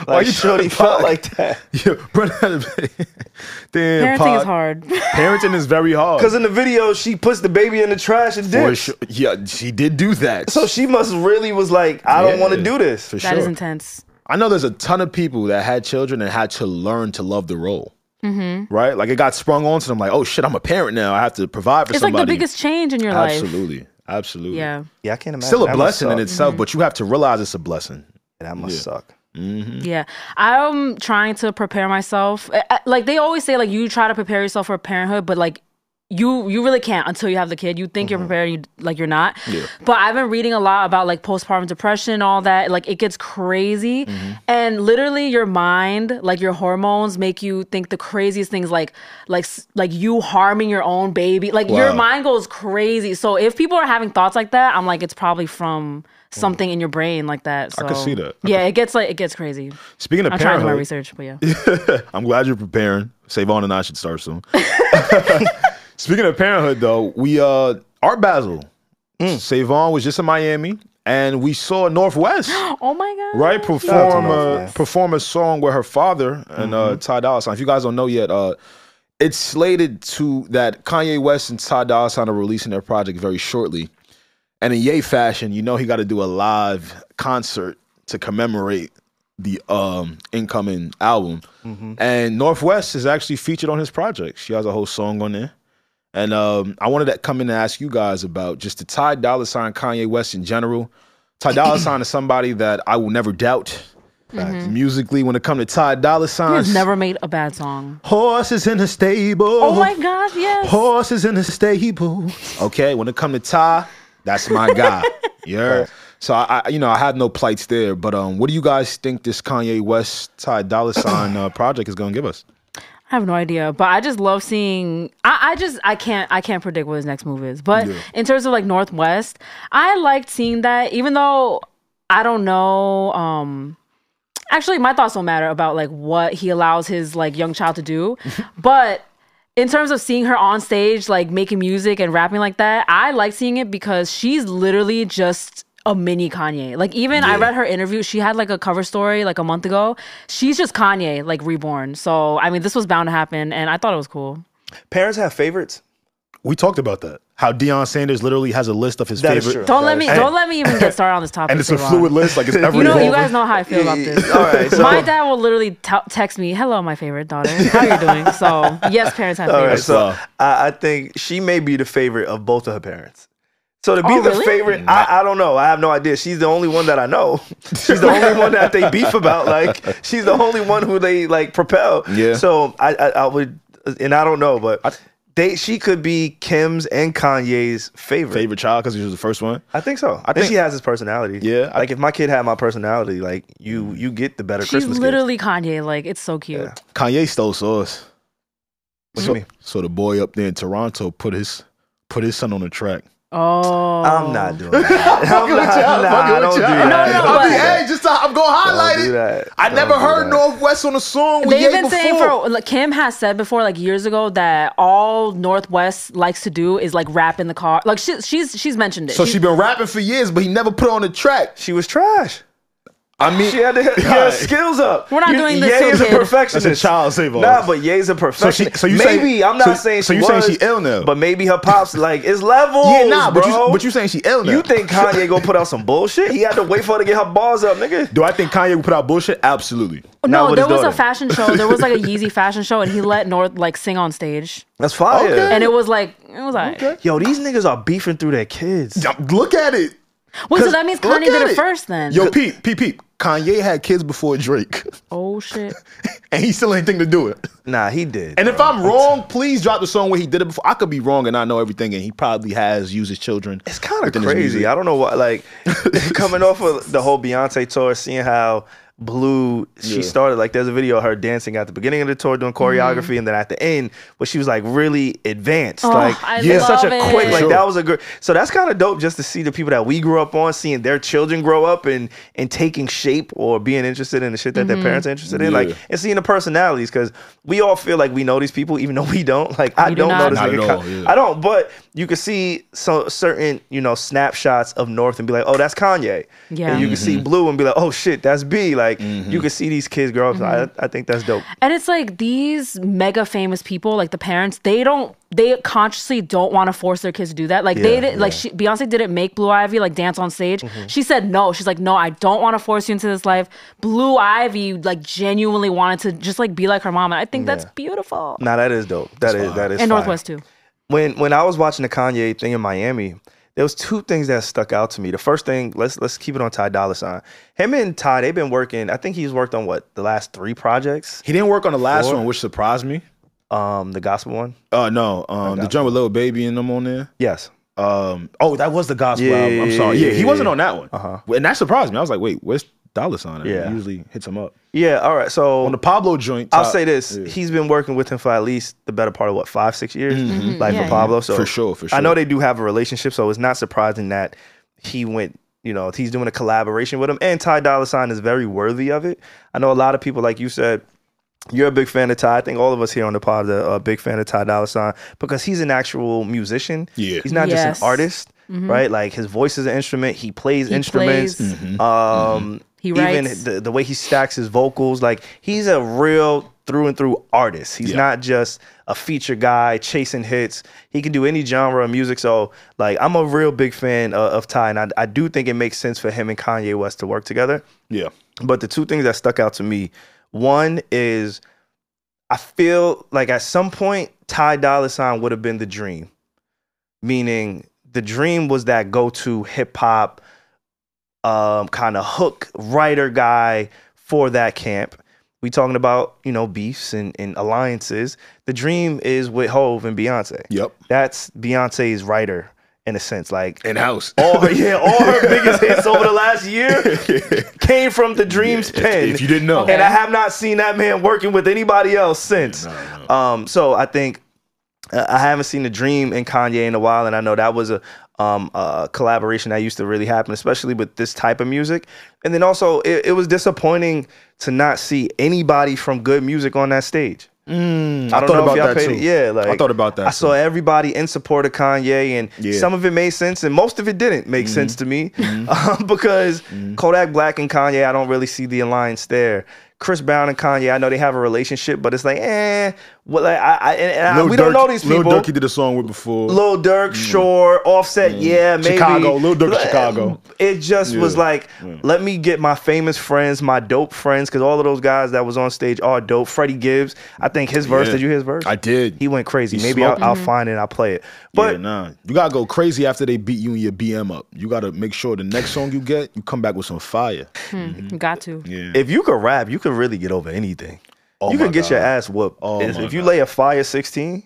Speaker 3: Why you
Speaker 1: shorty
Speaker 3: trying to
Speaker 1: felt
Speaker 3: fuck?
Speaker 1: like that.
Speaker 3: yo, Brenda had a baby. (laughs) Damn,
Speaker 4: Parenting
Speaker 3: Pac.
Speaker 4: is hard. (laughs)
Speaker 3: Parenting is very hard.
Speaker 1: Because in the video, she puts the baby in the trash and
Speaker 3: For
Speaker 1: dips.
Speaker 3: sure. Yeah, she did do that.
Speaker 1: So she must really was like, I don't
Speaker 3: Yeah.
Speaker 1: want to do this.
Speaker 3: for
Speaker 4: That is
Speaker 3: sure.
Speaker 4: intense.
Speaker 3: I know there's a ton of people that had children and had to learn to love the role. Mm-hmm. Right? Like it got sprung onto them like, oh shit, I'm a parent now. I have to provide for
Speaker 4: It's like
Speaker 3: somebody.
Speaker 4: the biggest change in your life.
Speaker 3: Absolutely. Absolutely.
Speaker 4: Yeah. Mm-hmm.
Speaker 1: Yeah, I can't imagine.
Speaker 3: Still a
Speaker 1: That must
Speaker 3: blessing in
Speaker 1: suck.
Speaker 3: itself, but you have to realize it's a blessing.
Speaker 1: That must suck.
Speaker 4: Yeah, I'm trying to prepare myself. I- I- Like they always say, like you try to prepare yourself for parenthood, but like you you really can't until you have the kid. You think you're prepared, you like you're not. But I've been reading a lot about like postpartum depression, and all that. Like it gets crazy, and literally your mind, like your hormones, make you think the craziest things, like like s- like you harming your own baby. Like your
Speaker 3: Wow.
Speaker 4: mind goes crazy. So if people are having thoughts like that, I'm like it's probably from something in your brain like that. So
Speaker 3: I could see that. I
Speaker 4: Yeah, it gets like it gets crazy.
Speaker 3: Speaking of
Speaker 4: I'm trying to do my
Speaker 3: parenthood,
Speaker 4: research, but
Speaker 3: (laughs)
Speaker 4: yeah.
Speaker 3: I'm glad you're preparing. Savon and I should start
Speaker 4: (laughs)
Speaker 3: soon. (laughs) Speaking of parenthood though, we uh Art Basel. Savon was just in Miami and we saw
Speaker 4: (gasps)
Speaker 3: Northwest.
Speaker 4: oh my god.
Speaker 3: right
Speaker 1: out to
Speaker 3: perform a,
Speaker 1: Northwest.
Speaker 3: perform a song with her father and uh,
Speaker 1: Mm-hmm.
Speaker 3: Ty Dolla Sign. If you guys don't know yet, uh, it's slated to that Kanye West and Ty Dolla Sign are releasing their project very shortly. And in Ye fashion, you know he got to do a live concert to commemorate the um, incoming album. And Northwest is actually featured on his project. She has a whole song on there. And um, I wanted to come in and ask you guys about just the Ty Dolla Sign, Kanye West in general. Ty Dolla Sign is somebody that I will never doubt. Musically, when it comes to Ty Dolla
Speaker 4: Mm-hmm. He
Speaker 3: Sign,
Speaker 4: has never made a bad song.
Speaker 3: horses in the stable.
Speaker 4: Oh my gosh, yes.
Speaker 3: Horses in the stable. Okay, when it come to Ty, that's my guy. yeah. So I, I, you know, I have no plights there. But um, what do you guys think this Kanye West Ty Dolla Sign uh, project is gonna give us?
Speaker 4: I have no idea, but I just love seeing. I, I just I can't I can't predict what his next move is. But in terms of like Northwest, I liked seeing that. Even though I don't know, um, actually my thoughts don't matter about like what he allows his like young child to do,
Speaker 3: (laughs)
Speaker 4: but in terms of seeing her on stage, like making music and rapping like that, I like seeing it because she's literally just a mini Kanye. Like even I read her interview, she had like a cover story like a month ago. She's just Kanye, like reborn. So I mean, this was bound to happen, and I thought it was cool.
Speaker 1: Parents have favorites.
Speaker 3: We talked about that. How Deion Sanders literally has a list of his
Speaker 1: That is
Speaker 3: favorite,
Speaker 1: true.
Speaker 4: Don't let me,
Speaker 1: Hey.
Speaker 4: don't let me even get started on this topic.
Speaker 3: and it's
Speaker 4: too
Speaker 3: a
Speaker 4: long.
Speaker 3: fluid list. Like it's ever
Speaker 4: You know, you
Speaker 3: evolving.
Speaker 4: guys know how I feel about this.
Speaker 1: (laughs) All right, so
Speaker 4: my dad will literally t- text me, "Hello, my favorite daughter. How are you doing?" So yes, parents have
Speaker 1: All right,
Speaker 4: favorites.
Speaker 1: so I, I think she may be the favorite of both of her parents. So to be
Speaker 4: Oh,
Speaker 1: the
Speaker 4: really?
Speaker 1: favorite, I, I don't know. I have no idea. She's the only one that I
Speaker 3: (laughs)
Speaker 1: know. She's the only one that they beef about. Like she's the only one who they like propel.
Speaker 3: Yeah.
Speaker 1: So I I, I would, and I don't know, but they she could be Kim's and Kanye's favorite.
Speaker 3: favorite child because he was the first one.
Speaker 1: I think so. I think,
Speaker 3: think-
Speaker 1: she has his personality.
Speaker 3: Yeah, I- Mm.
Speaker 1: like if my kid had my personality, like you you get the better
Speaker 4: She's
Speaker 1: Christmas. gift.
Speaker 4: literally Kanye. Like it's so cute.
Speaker 1: Yeah.
Speaker 3: Kanye stole sauce.
Speaker 1: What do you
Speaker 3: so,
Speaker 1: mean?
Speaker 3: so the boy up there in Toronto put his put his son on the track.
Speaker 4: Oh,
Speaker 1: I'm not
Speaker 3: (laughs)
Speaker 1: doing that. I'm not. Nah, I don't do that.
Speaker 4: No, no,
Speaker 1: Don't
Speaker 4: but-
Speaker 1: do that.
Speaker 3: just uh, I'm gonna
Speaker 1: Don't do that.
Speaker 3: I
Speaker 1: Don't
Speaker 3: never
Speaker 1: do
Speaker 3: heard
Speaker 1: that.
Speaker 3: Northwest on a song. with Ye
Speaker 4: They've been saying
Speaker 3: before.
Speaker 4: for like, Kim has said before, like years ago, that all Northwest likes to do is like rap in the car. Like she, she's she's mentioned it.
Speaker 3: So
Speaker 4: She's-
Speaker 3: she been rapping for years, but he never put her on the track.
Speaker 1: She was trash.
Speaker 3: I mean,
Speaker 1: She had
Speaker 3: (laughs)
Speaker 1: to get her
Speaker 3: Alright.
Speaker 1: skills up.
Speaker 4: We're not
Speaker 1: You-
Speaker 4: doing this
Speaker 1: Ye
Speaker 4: to a
Speaker 1: is
Speaker 4: kid.
Speaker 1: a perfectionist.
Speaker 3: That's a child save all.
Speaker 1: Nah, but Ye's a
Speaker 3: So she-
Speaker 1: perfectionist.
Speaker 3: so you saying-
Speaker 1: maybe I'm not
Speaker 3: so-
Speaker 1: saying she
Speaker 3: so you saying
Speaker 1: was,
Speaker 3: she ill now?
Speaker 1: But maybe her pops
Speaker 3: (laughs)
Speaker 1: like it's levels.
Speaker 3: yeah, nah, but
Speaker 1: bro.
Speaker 3: you, but you saying she ill now?
Speaker 1: You
Speaker 3: (laughs)
Speaker 1: think Kanye gonna put out some bullshit? He had to wait for her to get her balls up, nigga.
Speaker 3: Do I think Kanye would put out bullshit? Absolutely.
Speaker 1: Not
Speaker 4: no,
Speaker 1: with
Speaker 4: there
Speaker 1: his
Speaker 4: was a
Speaker 1: daughter.
Speaker 4: fashion show. There was like a
Speaker 3: (laughs)
Speaker 4: Yeezy fashion show, and he let North like sing on stage,
Speaker 1: That's fire.
Speaker 3: Okay.
Speaker 4: and it was like it was like.
Speaker 1: Yo, these niggas are beefing through their kids.
Speaker 3: Yeah, Look at it.
Speaker 4: Wait, so that means
Speaker 3: Look
Speaker 4: Kanye
Speaker 3: at
Speaker 4: did it, first then?
Speaker 3: Yo, peep, peep, peep. Kanye had kids before Drake, (laughs)
Speaker 4: oh shit!
Speaker 3: and he still ain't think to do it.
Speaker 1: Nah, he did.
Speaker 3: And if I'm wrong, please drop the song where he did it before. I could be wrong, and I know everything, and he probably has used his children.
Speaker 1: It's kind of
Speaker 3: within his
Speaker 1: crazy.
Speaker 3: music.
Speaker 1: I don't know why. Like (laughs) coming off of the whole Beyonce tour, seeing how blue she started. Like there's a video of her dancing at the beginning of the tour
Speaker 4: Mm-hmm.
Speaker 1: doing choreography, and then at the end, where she was like really advanced.
Speaker 4: Oh,
Speaker 1: like
Speaker 4: I
Speaker 1: in such
Speaker 4: love
Speaker 1: a quick.
Speaker 4: it.
Speaker 1: Like
Speaker 3: Sure.
Speaker 1: that was a good. So that's kind of dope just to see the people that we grew up on, seeing their children grow up and and taking shape or being interested in the shit that their parents
Speaker 4: Mm-hmm.
Speaker 1: are interested in.
Speaker 3: Yeah.
Speaker 1: Like and seeing the personalities because we all feel like we know these people, even though we don't. Like I
Speaker 4: We do
Speaker 1: don't know
Speaker 4: not.
Speaker 1: this
Speaker 3: Not
Speaker 1: nigga.
Speaker 3: at all,
Speaker 1: Ka-
Speaker 3: yeah.
Speaker 1: I don't, but you can see so certain, you know, snapshots of North and be like, oh, that's Kanye.
Speaker 4: Yeah.
Speaker 1: And you can
Speaker 3: Mm-hmm.
Speaker 1: see Blue and be like, oh shit, that's B. Like you can see these kids grow up. So
Speaker 4: Mm-hmm.
Speaker 1: I, I think that's dope.
Speaker 4: And it's like these mega famous people, like the parents, they don't, they consciously don't want to force their kids to do that. Like they
Speaker 1: Yeah, Mm-hmm.
Speaker 4: did, like she, Beyonce didn't make Blue Ivy like dance on stage. She said no. She's like, no, I don't want to force you into this life. Blue Ivy like genuinely wanted to just like be like her mom, and I think that's beautiful.
Speaker 1: Nah, that is dope. That is that is
Speaker 4: and
Speaker 1: fire.
Speaker 4: Northwest too.
Speaker 1: when when I was watching the Kanye thing in Miami, there was two things that stuck out to me. The first thing, let's let's keep it on Ty Dolla Sign. Him and Ty, they've been working. I think he's worked on what the last three projects.
Speaker 3: He didn't work on the last one, which surprised me.
Speaker 1: Um, the gospel one.
Speaker 3: Uh no, um, the joint with Lil Baby and them on there.
Speaker 1: Yes.
Speaker 3: Um, oh, that was the gospel
Speaker 1: Yeah,
Speaker 3: album. I'm
Speaker 1: yeah,
Speaker 3: sorry.
Speaker 1: yeah,
Speaker 3: Yeah, he
Speaker 1: yeah,
Speaker 3: wasn't
Speaker 1: yeah.
Speaker 3: on that one. Uh-huh. And that surprised me. I was like, wait, where's Dollar Sign? at?
Speaker 1: Yeah.
Speaker 3: He usually hits him up
Speaker 1: Yeah. All right. So
Speaker 3: on the Pablo joint.
Speaker 1: I'll
Speaker 3: top-
Speaker 1: say this: he's been working with him for at least the better part of what five, six years, like
Speaker 4: Mm-hmm. Yeah,
Speaker 1: for
Speaker 4: yeah.
Speaker 1: Pablo. So
Speaker 3: For sure, for
Speaker 1: I know
Speaker 3: sure.
Speaker 1: they do have a relationship, so it's not surprising that he went. You know, he's doing a collaboration with him, and Ty Dolla Sign is very worthy of it. I know a lot of people, like you said, you're a big fan of Ty. I think all of us here on the pod are a big fan of Ty Dolla Sign because he's an actual musician.
Speaker 3: Yeah.
Speaker 1: he's not just
Speaker 4: Yes. Mm-hmm.
Speaker 1: an artist. Right, like his voice is an instrument. He plays instruments.
Speaker 4: plays.
Speaker 1: Um,
Speaker 4: He
Speaker 1: even
Speaker 4: writes.
Speaker 1: the, the way he stacks his vocals, like he's a real through and through artist. He's not just a feature guy chasing hits. He can do any genre of music. So, like, I'm a real big fan uh, of Ty, and I, I do think it makes sense for him and Kanye West to work together.
Speaker 3: Yeah.
Speaker 1: But the two things that stuck out to me one is I feel like at some point, Ty Dolla Sign would have been the dream, meaning the dream was that go to hip hop um, kind of hook writer guy for that camp. We talking about you know beefs and, and alliances. The dream is with Hove and Beyonce.
Speaker 3: Yep.
Speaker 1: That's Beyonce's writer in a sense. Like
Speaker 3: In house.
Speaker 1: all her, yeah, all
Speaker 3: (laughs)
Speaker 1: her biggest hits over the last year came from the Dreams pen.
Speaker 3: if you didn't know.
Speaker 1: and I have not seen that man working with anybody else since. Um, so I think uh, I haven't seen the Dream and Kanye in a while, and I know that was a um a collaboration that used to really happen, especially with this type of music. And then also, it, it was disappointing to not see anybody from good music on that stage. I, don't
Speaker 3: Mm. thought
Speaker 1: know if
Speaker 3: about
Speaker 1: y'all
Speaker 3: that
Speaker 1: paid
Speaker 3: too.
Speaker 1: it- Yeah, like
Speaker 3: I thought about that
Speaker 1: I saw
Speaker 3: too.
Speaker 1: everybody in support of Kanye, and
Speaker 3: Yeah. Mm-hmm.
Speaker 1: some of it made sense, and most of it didn't make sense to me (laughs) um, because Kodak Black and Kanye, I don't really see the alliance there. Chris Brown and Kanye, I know they have a relationship, but it's like, eh, well, like, I, I, and, and I-
Speaker 3: Lil
Speaker 1: we don't
Speaker 3: Durk-
Speaker 1: know these people.
Speaker 3: Lil Durk he did a song with before.
Speaker 1: Lil Durk, Shore, Offset, yeah, maybe
Speaker 3: Chicago, Lil Durk,
Speaker 1: But,
Speaker 3: Chicago.
Speaker 1: It just was like, let me get my famous friends, my dope friends, because all of those guys that was on stage are dope. Freddie Gibbs, I think his verse.
Speaker 3: Yeah.
Speaker 1: Did you hear his verse?
Speaker 3: I did.
Speaker 1: He went crazy.
Speaker 3: He
Speaker 1: maybe I'll,
Speaker 3: smoked.
Speaker 1: I'll find it. and I'll play it.
Speaker 3: but
Speaker 1: But
Speaker 3: yeah, nah, you gotta go crazy after they beat you and your BM up. You gotta make sure the next song you get, you come back with some fire.
Speaker 1: Mm-hmm.
Speaker 4: Got to.
Speaker 1: if you could rap, you could really get over anything. you
Speaker 3: Oh my
Speaker 1: could get your
Speaker 3: God.
Speaker 1: ass whooped.
Speaker 3: Oh
Speaker 1: if
Speaker 3: my
Speaker 1: if you lay a fire sixteen.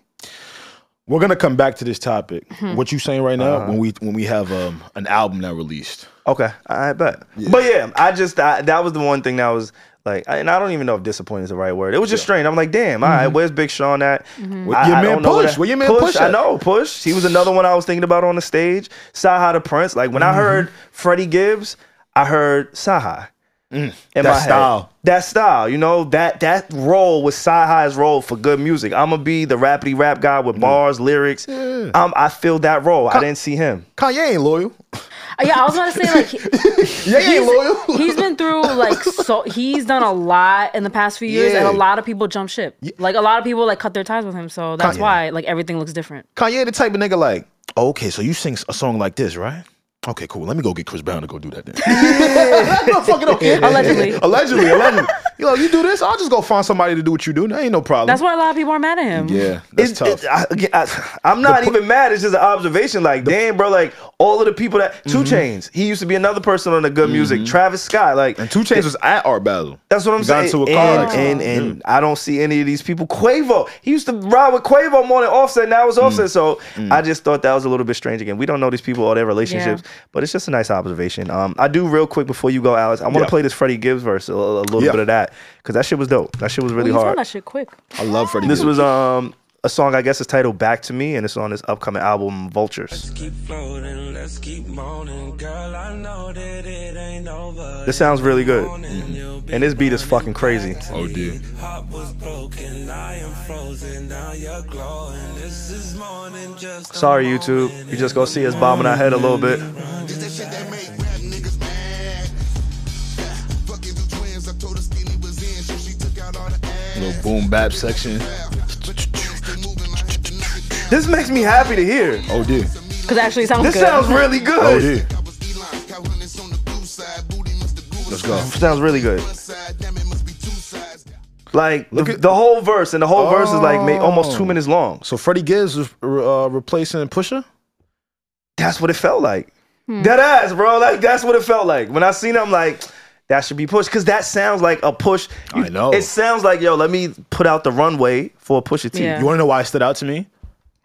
Speaker 3: We're gonna come back to this topic. What you saying right now? When we when we have um, an album that released.
Speaker 1: Okay, I bet. But yeah, I just I, that was the one thing that was like, and I don't even know if disappointed is the right word. It was just strange. I'm like, damn, all right, where's Big Sean at? I,
Speaker 3: Mm-hmm. your
Speaker 1: I
Speaker 3: man
Speaker 1: don't know where
Speaker 3: Push?
Speaker 1: that-
Speaker 3: Where your man Push
Speaker 1: I
Speaker 3: at?
Speaker 1: know Push. He was another one I was thinking about on the stage. Saha the Prince. Like
Speaker 3: Mm-hmm.
Speaker 1: when I heard Freddie Gibbs, I heard Saha. in
Speaker 3: Mm, that
Speaker 1: my head.
Speaker 3: style.
Speaker 1: That style, you know, that that role was Sci High's role for good music. I'ma be the rapidy rap guy
Speaker 3: Mm.
Speaker 1: with bars, lyrics. Um, I filled that role. I didn't see him.
Speaker 3: Kanye ain't (laughs) loyal.
Speaker 4: Uh, Yeah, I was about to say like
Speaker 1: (laughs)
Speaker 4: he-
Speaker 3: Yeah, he ain't
Speaker 4: he's,
Speaker 3: loyal. (laughs)
Speaker 4: he's been through like so he's done a lot in the past few years, and
Speaker 3: Yeah.
Speaker 4: a lot of people jump ship. Like a lot of people like cut their ties with him, so that's why like everything looks different.
Speaker 3: Kanye the type of nigga like, "Oh, okay, so you sing a song like this, right? Okay, cool. Let me go get Chris Brown to go do that (laughs) then. (laughs) no fucking
Speaker 1: (laughs)
Speaker 3: okay.
Speaker 4: Allegedly.
Speaker 3: (laughs) allegedly, allegedly. You know, you do this, I'll just go find somebody to do what you do. That ain't no problem.
Speaker 4: That's why a lot of people are mad at him.
Speaker 3: yeah, that's
Speaker 1: It-
Speaker 3: tough.
Speaker 1: it- I, again, I, am not even mad. It's just an observation. Like, damn, bro. Like all of the people that 2
Speaker 3: Mm-hmm.
Speaker 1: Chains. He used to be another person on the good music. Travis Scott. Like
Speaker 3: and Two Chains was at Art Battle.
Speaker 1: That's what I'm
Speaker 3: He got
Speaker 1: saying.
Speaker 3: into a car
Speaker 1: and
Speaker 3: accident. Mm.
Speaker 1: and, and I don't see any of these people. Quavo. He used to ride with Quavo more than Offset. Now it's
Speaker 3: Mm.
Speaker 1: Offset. So I just thought that was a little bit strange. Again, we don't know these people or their relationships, but it's just a nice observation. Um, I do real quick before you go, Alex. I want to
Speaker 3: Yeah.
Speaker 1: play this Freddie Gibbs verse a, a little
Speaker 3: Yeah.
Speaker 1: bit of that because that shit was dope. That shit was
Speaker 4: Well,
Speaker 1: really
Speaker 4: you found
Speaker 1: hard.
Speaker 4: that shit quick.
Speaker 3: I love Freddie.
Speaker 1: This
Speaker 3: Gibbs.
Speaker 1: was um a song I guess is titled "Back to Me" and it's on his upcoming album Vultures.
Speaker 7: keep floating, let's keep moaning. Girl, I know that it ain't over.
Speaker 1: This sounds really good.
Speaker 7: You'll be
Speaker 1: And this beat is fucking crazy.
Speaker 3: oh dear.
Speaker 7: Heart was broken, I am frozen, now you're glowing. This is more than just a
Speaker 1: Sorry, YouTube. You just gonna see us bobbing our head a little bit.
Speaker 3: Little boom bap section.
Speaker 1: This makes me happy to hear.
Speaker 3: Oh dear.
Speaker 4: Because actually, it sounds
Speaker 1: This
Speaker 4: good.
Speaker 1: sounds really
Speaker 3: Oh
Speaker 1: good.
Speaker 3: dear. Let's go.
Speaker 1: Sounds really good. Like the, the whole verse and the whole verse is like ma- almost two minutes long.
Speaker 3: So Freddie Gibbs was uh, replacing Pusha.
Speaker 1: That's what it felt like.
Speaker 4: Hmm.
Speaker 1: That ass, bro. Like that's what it felt like. When I seen it, I'm like, that should be pushed because that sounds like a push.
Speaker 3: I know.
Speaker 1: It sounds like yo. Let me put out the runway for a push of T.
Speaker 4: Yeah.
Speaker 3: You want to know why it stood out to me?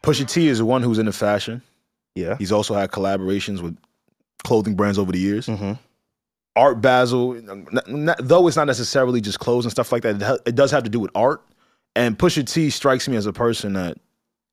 Speaker 3: Pusha T is the one who's into fashion.
Speaker 1: yeah.
Speaker 3: He's also had collaborations with clothing brands over the years. Art Basel, n- n- though it's not necessarily just clothes and stuff like that, it ha- it does have to do with art. And Pusha T strikes me as a person that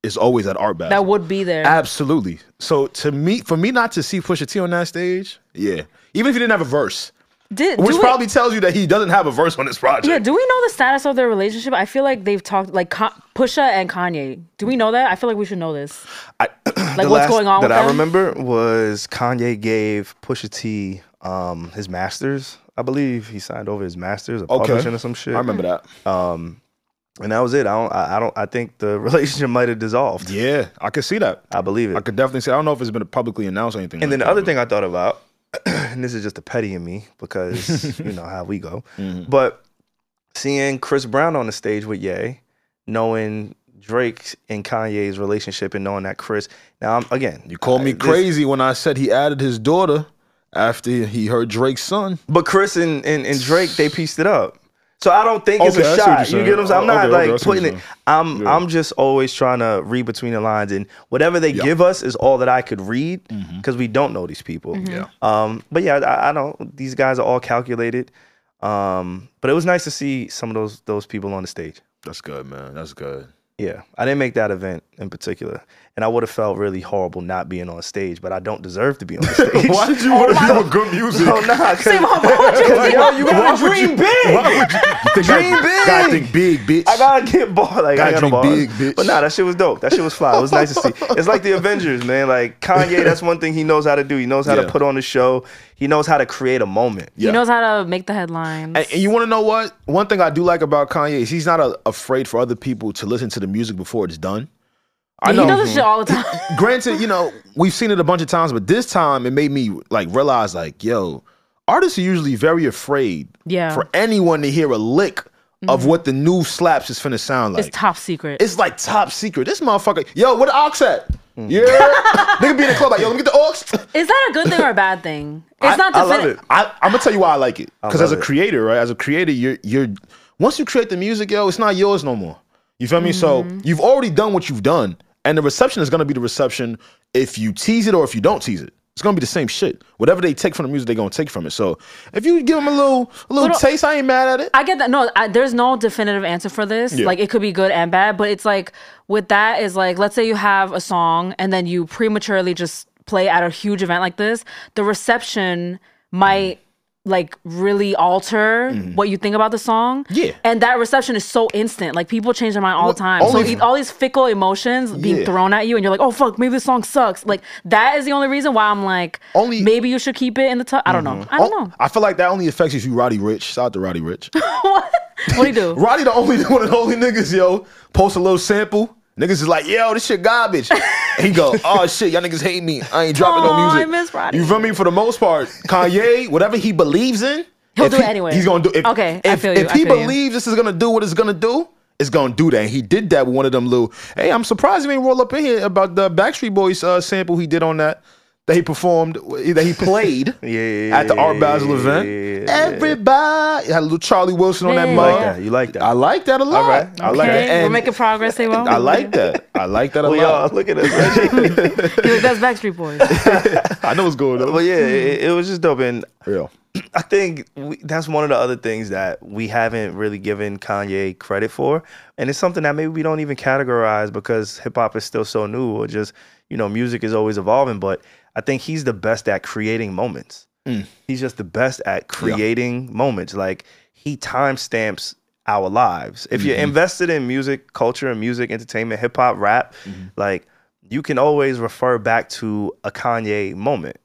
Speaker 3: is always at Art Basel.
Speaker 4: that would be there.
Speaker 3: Absolutely. So to me, for me not to see Pusha T on that stage, yeah, even if he didn't have a verse,
Speaker 4: Did,
Speaker 3: which
Speaker 4: do we-
Speaker 3: probably tells you that he doesn't have a verse on this project.
Speaker 4: yeah, do we know the status of their relationship? I feel like they've talked, like Ka- Pusha and Kanye. Do we know that? I feel like we should know this.
Speaker 1: (clears throat)
Speaker 4: like,
Speaker 1: The
Speaker 4: what's
Speaker 1: last
Speaker 4: going on
Speaker 1: that
Speaker 4: with
Speaker 1: I
Speaker 4: them?
Speaker 1: remember was Kanye gave Pusha T um, his masters. I believe he signed over his masters, a publishing or some shit.
Speaker 3: I remember that.
Speaker 1: and that was it. I don't. I, I don't. I think the (laughs) relationship might have dissolved.
Speaker 3: Yeah, I could see that.
Speaker 1: I believe it.
Speaker 3: I could definitely see. I don't know if it's been publicly announced or anything.
Speaker 1: And then
Speaker 3: like
Speaker 1: the
Speaker 3: that,
Speaker 1: other
Speaker 3: but-
Speaker 1: thing I thought about, (clears throat) and this is just a petty in me
Speaker 3: (laughs)
Speaker 1: because you know how we go,
Speaker 3: Mm-hmm.
Speaker 1: but seeing Chris Brown on the stage with Ye, knowing Drake and Kanye's relationship, and knowing that Chris now I'm again
Speaker 3: You called me
Speaker 1: this-
Speaker 3: crazy when I said he added his daughter after he heard Drake's son.
Speaker 1: but Chris and, and and Drake they pieced it up. So I don't think it's
Speaker 3: Okay, I
Speaker 1: a
Speaker 3: see what
Speaker 1: shot. You
Speaker 3: you're
Speaker 1: get what I'm
Speaker 3: saying.
Speaker 1: saying? I'm
Speaker 3: Oh,
Speaker 1: not
Speaker 3: okay, okay,
Speaker 1: like
Speaker 3: I see what
Speaker 1: putting
Speaker 3: you're
Speaker 1: it. I'm I'm just always trying to read between the lines, and whatever they give us is all that I could read because we don't know these people.
Speaker 3: Mm-hmm. Yeah.
Speaker 1: Um, but yeah, I, I don't. These guys are all calculated. Um, but it was nice to see some of those those people on the stage.
Speaker 3: That's good, man. That's good.
Speaker 1: Yeah, I didn't make that event in particular, and I would have felt really horrible not being on stage. But I don't deserve to be on
Speaker 3: (laughs)
Speaker 1: the stage.
Speaker 3: (laughs) Why did you want to be on good
Speaker 1: (laughs)
Speaker 3: music?
Speaker 1: Oh, nah,
Speaker 4: Say,
Speaker 1: cause,
Speaker 3: (laughs)
Speaker 4: Mom, what would you do?
Speaker 1: yo, you gotta dream big.
Speaker 3: Why would you? you think
Speaker 1: Dream big.
Speaker 3: I, gotta think big, bitch.
Speaker 1: I gotta get ball. Like I
Speaker 3: Gotta
Speaker 1: gotta
Speaker 3: drink
Speaker 1: ball.
Speaker 3: big, bitch.
Speaker 1: But nah, that shit was dope. That shit was fly. It was nice to see. It's like the Avengers, man. Like Kanye, that's one thing he knows how to do. He knows how
Speaker 3: Yeah.
Speaker 1: to put on a show. He knows how to create a moment.
Speaker 4: He
Speaker 3: Yeah.
Speaker 4: knows how to make the headlines.
Speaker 3: And, and you want to know what? One thing I do like about Kanye is he's not uh, afraid for other people to listen to the music before it's done. I
Speaker 4: he does this shit all the time. (laughs)
Speaker 3: Granted, you know we've seen it a bunch of times, but this time it made me like realize, like, yo, artists are usually very afraid
Speaker 4: Yeah. Mm-hmm.
Speaker 3: for anyone to hear a lick of what the new slaps is finna sound like.
Speaker 4: it's top secret.
Speaker 3: It's like top secret. This motherfucker, yo, where the ox at? Yeah, (laughs) nigga be in the club like, yo, let me get the ox. (laughs)
Speaker 4: Is that a good thing or a bad thing? It's not
Speaker 1: I love
Speaker 4: defini-
Speaker 1: it.
Speaker 3: I, I'm gonna tell you why I like it. Because as a
Speaker 1: love it.
Speaker 3: creator, right? As a creator, you're you're once you create the music, yo, it's not yours no more. You feel me? So
Speaker 4: Mm-hmm.
Speaker 3: you've already done what you've done, and the reception is gonna be the reception if you tease it or if you don't tease it. It's gonna be the same shit. Whatever they take from the music, they're gonna take from it. So if you give them a little a little
Speaker 4: Little-
Speaker 3: taste, I ain't mad at it.
Speaker 4: I get that. No, I, there's no definitive answer for this.
Speaker 3: Yeah.
Speaker 4: Like it could be good and bad, but it's like with that is like let's say you have a song and then you prematurely just play at a huge event like this, the reception might like really alter what you think about the song.
Speaker 3: Mm. Yeah.
Speaker 4: and that reception is so instant. Like people change their mind all the time. so
Speaker 3: only-
Speaker 4: e- all these fickle emotions being
Speaker 3: Yeah.
Speaker 4: thrown at you, and you're like, oh fuck, maybe this song sucks. Like that is the only reason why I'm like,
Speaker 3: Only-
Speaker 4: maybe you should keep it in the top. I don't know. I don't
Speaker 3: Oh,
Speaker 4: know.
Speaker 3: I feel like that only affects if you Roddy Rich. Shout out to Roddy Rich.
Speaker 4: what? What do
Speaker 3: (laughs)
Speaker 4: you do?
Speaker 3: Roddy the only one of the only niggas, yo. Post a little sample. Niggas is like, yo, this shit
Speaker 4: (laughs)
Speaker 3: garbage. And he go, oh shit, y'all niggas hate me. I ain't dropping
Speaker 4: Aw,
Speaker 3: no music.
Speaker 4: I miss Roddy.
Speaker 3: You feel me? For the most part,
Speaker 4: (laughs)
Speaker 3: Kanye, whatever he believes in,
Speaker 4: He'll
Speaker 3: if
Speaker 4: do it anyway.
Speaker 3: He's gonna do. If,
Speaker 4: Okay, I
Speaker 3: if,
Speaker 4: feel you,
Speaker 3: If
Speaker 4: I
Speaker 3: he
Speaker 4: feel you.
Speaker 3: believes this is gonna do what it's gonna do, it's gonna do that. And he did that with one of them little. Hey, I'm surprised you ain't roll up in here about the Backstreet Boys uh, sample he did on that. That he performed, that he played
Speaker 1: (laughs) Yeah,
Speaker 3: at the Art Basel event. Everybody had a little Charlie Wilson on that
Speaker 4: Yeah.
Speaker 3: mug.
Speaker 1: Like that. You like that.
Speaker 3: I like that a lot.
Speaker 1: All right.
Speaker 3: I like
Speaker 4: Okay,
Speaker 3: that. And
Speaker 4: we're making progress. They won't.
Speaker 3: I like that. I like (laughs) that a
Speaker 1: Well, y'all,
Speaker 3: lot.
Speaker 1: look at
Speaker 3: (laughs)
Speaker 1: us.
Speaker 4: Dude, that's Backstreet Boys.
Speaker 3: I know what's going on. (laughs)
Speaker 1: well, yeah, it, it was just dope, and
Speaker 3: Yeah.
Speaker 1: I think we, that's one of the other things that we haven't really given Kanye credit for, and it's something that maybe we don't even categorize because hip hop is still so new, or just you know, music is always evolving. But I think he's the best at creating moments. He's just the best at creating moments. Like he timestamps our lives. If you're invested in music, culture, and music, entertainment, hip hop, rap, like you can always refer back to a Kanye moment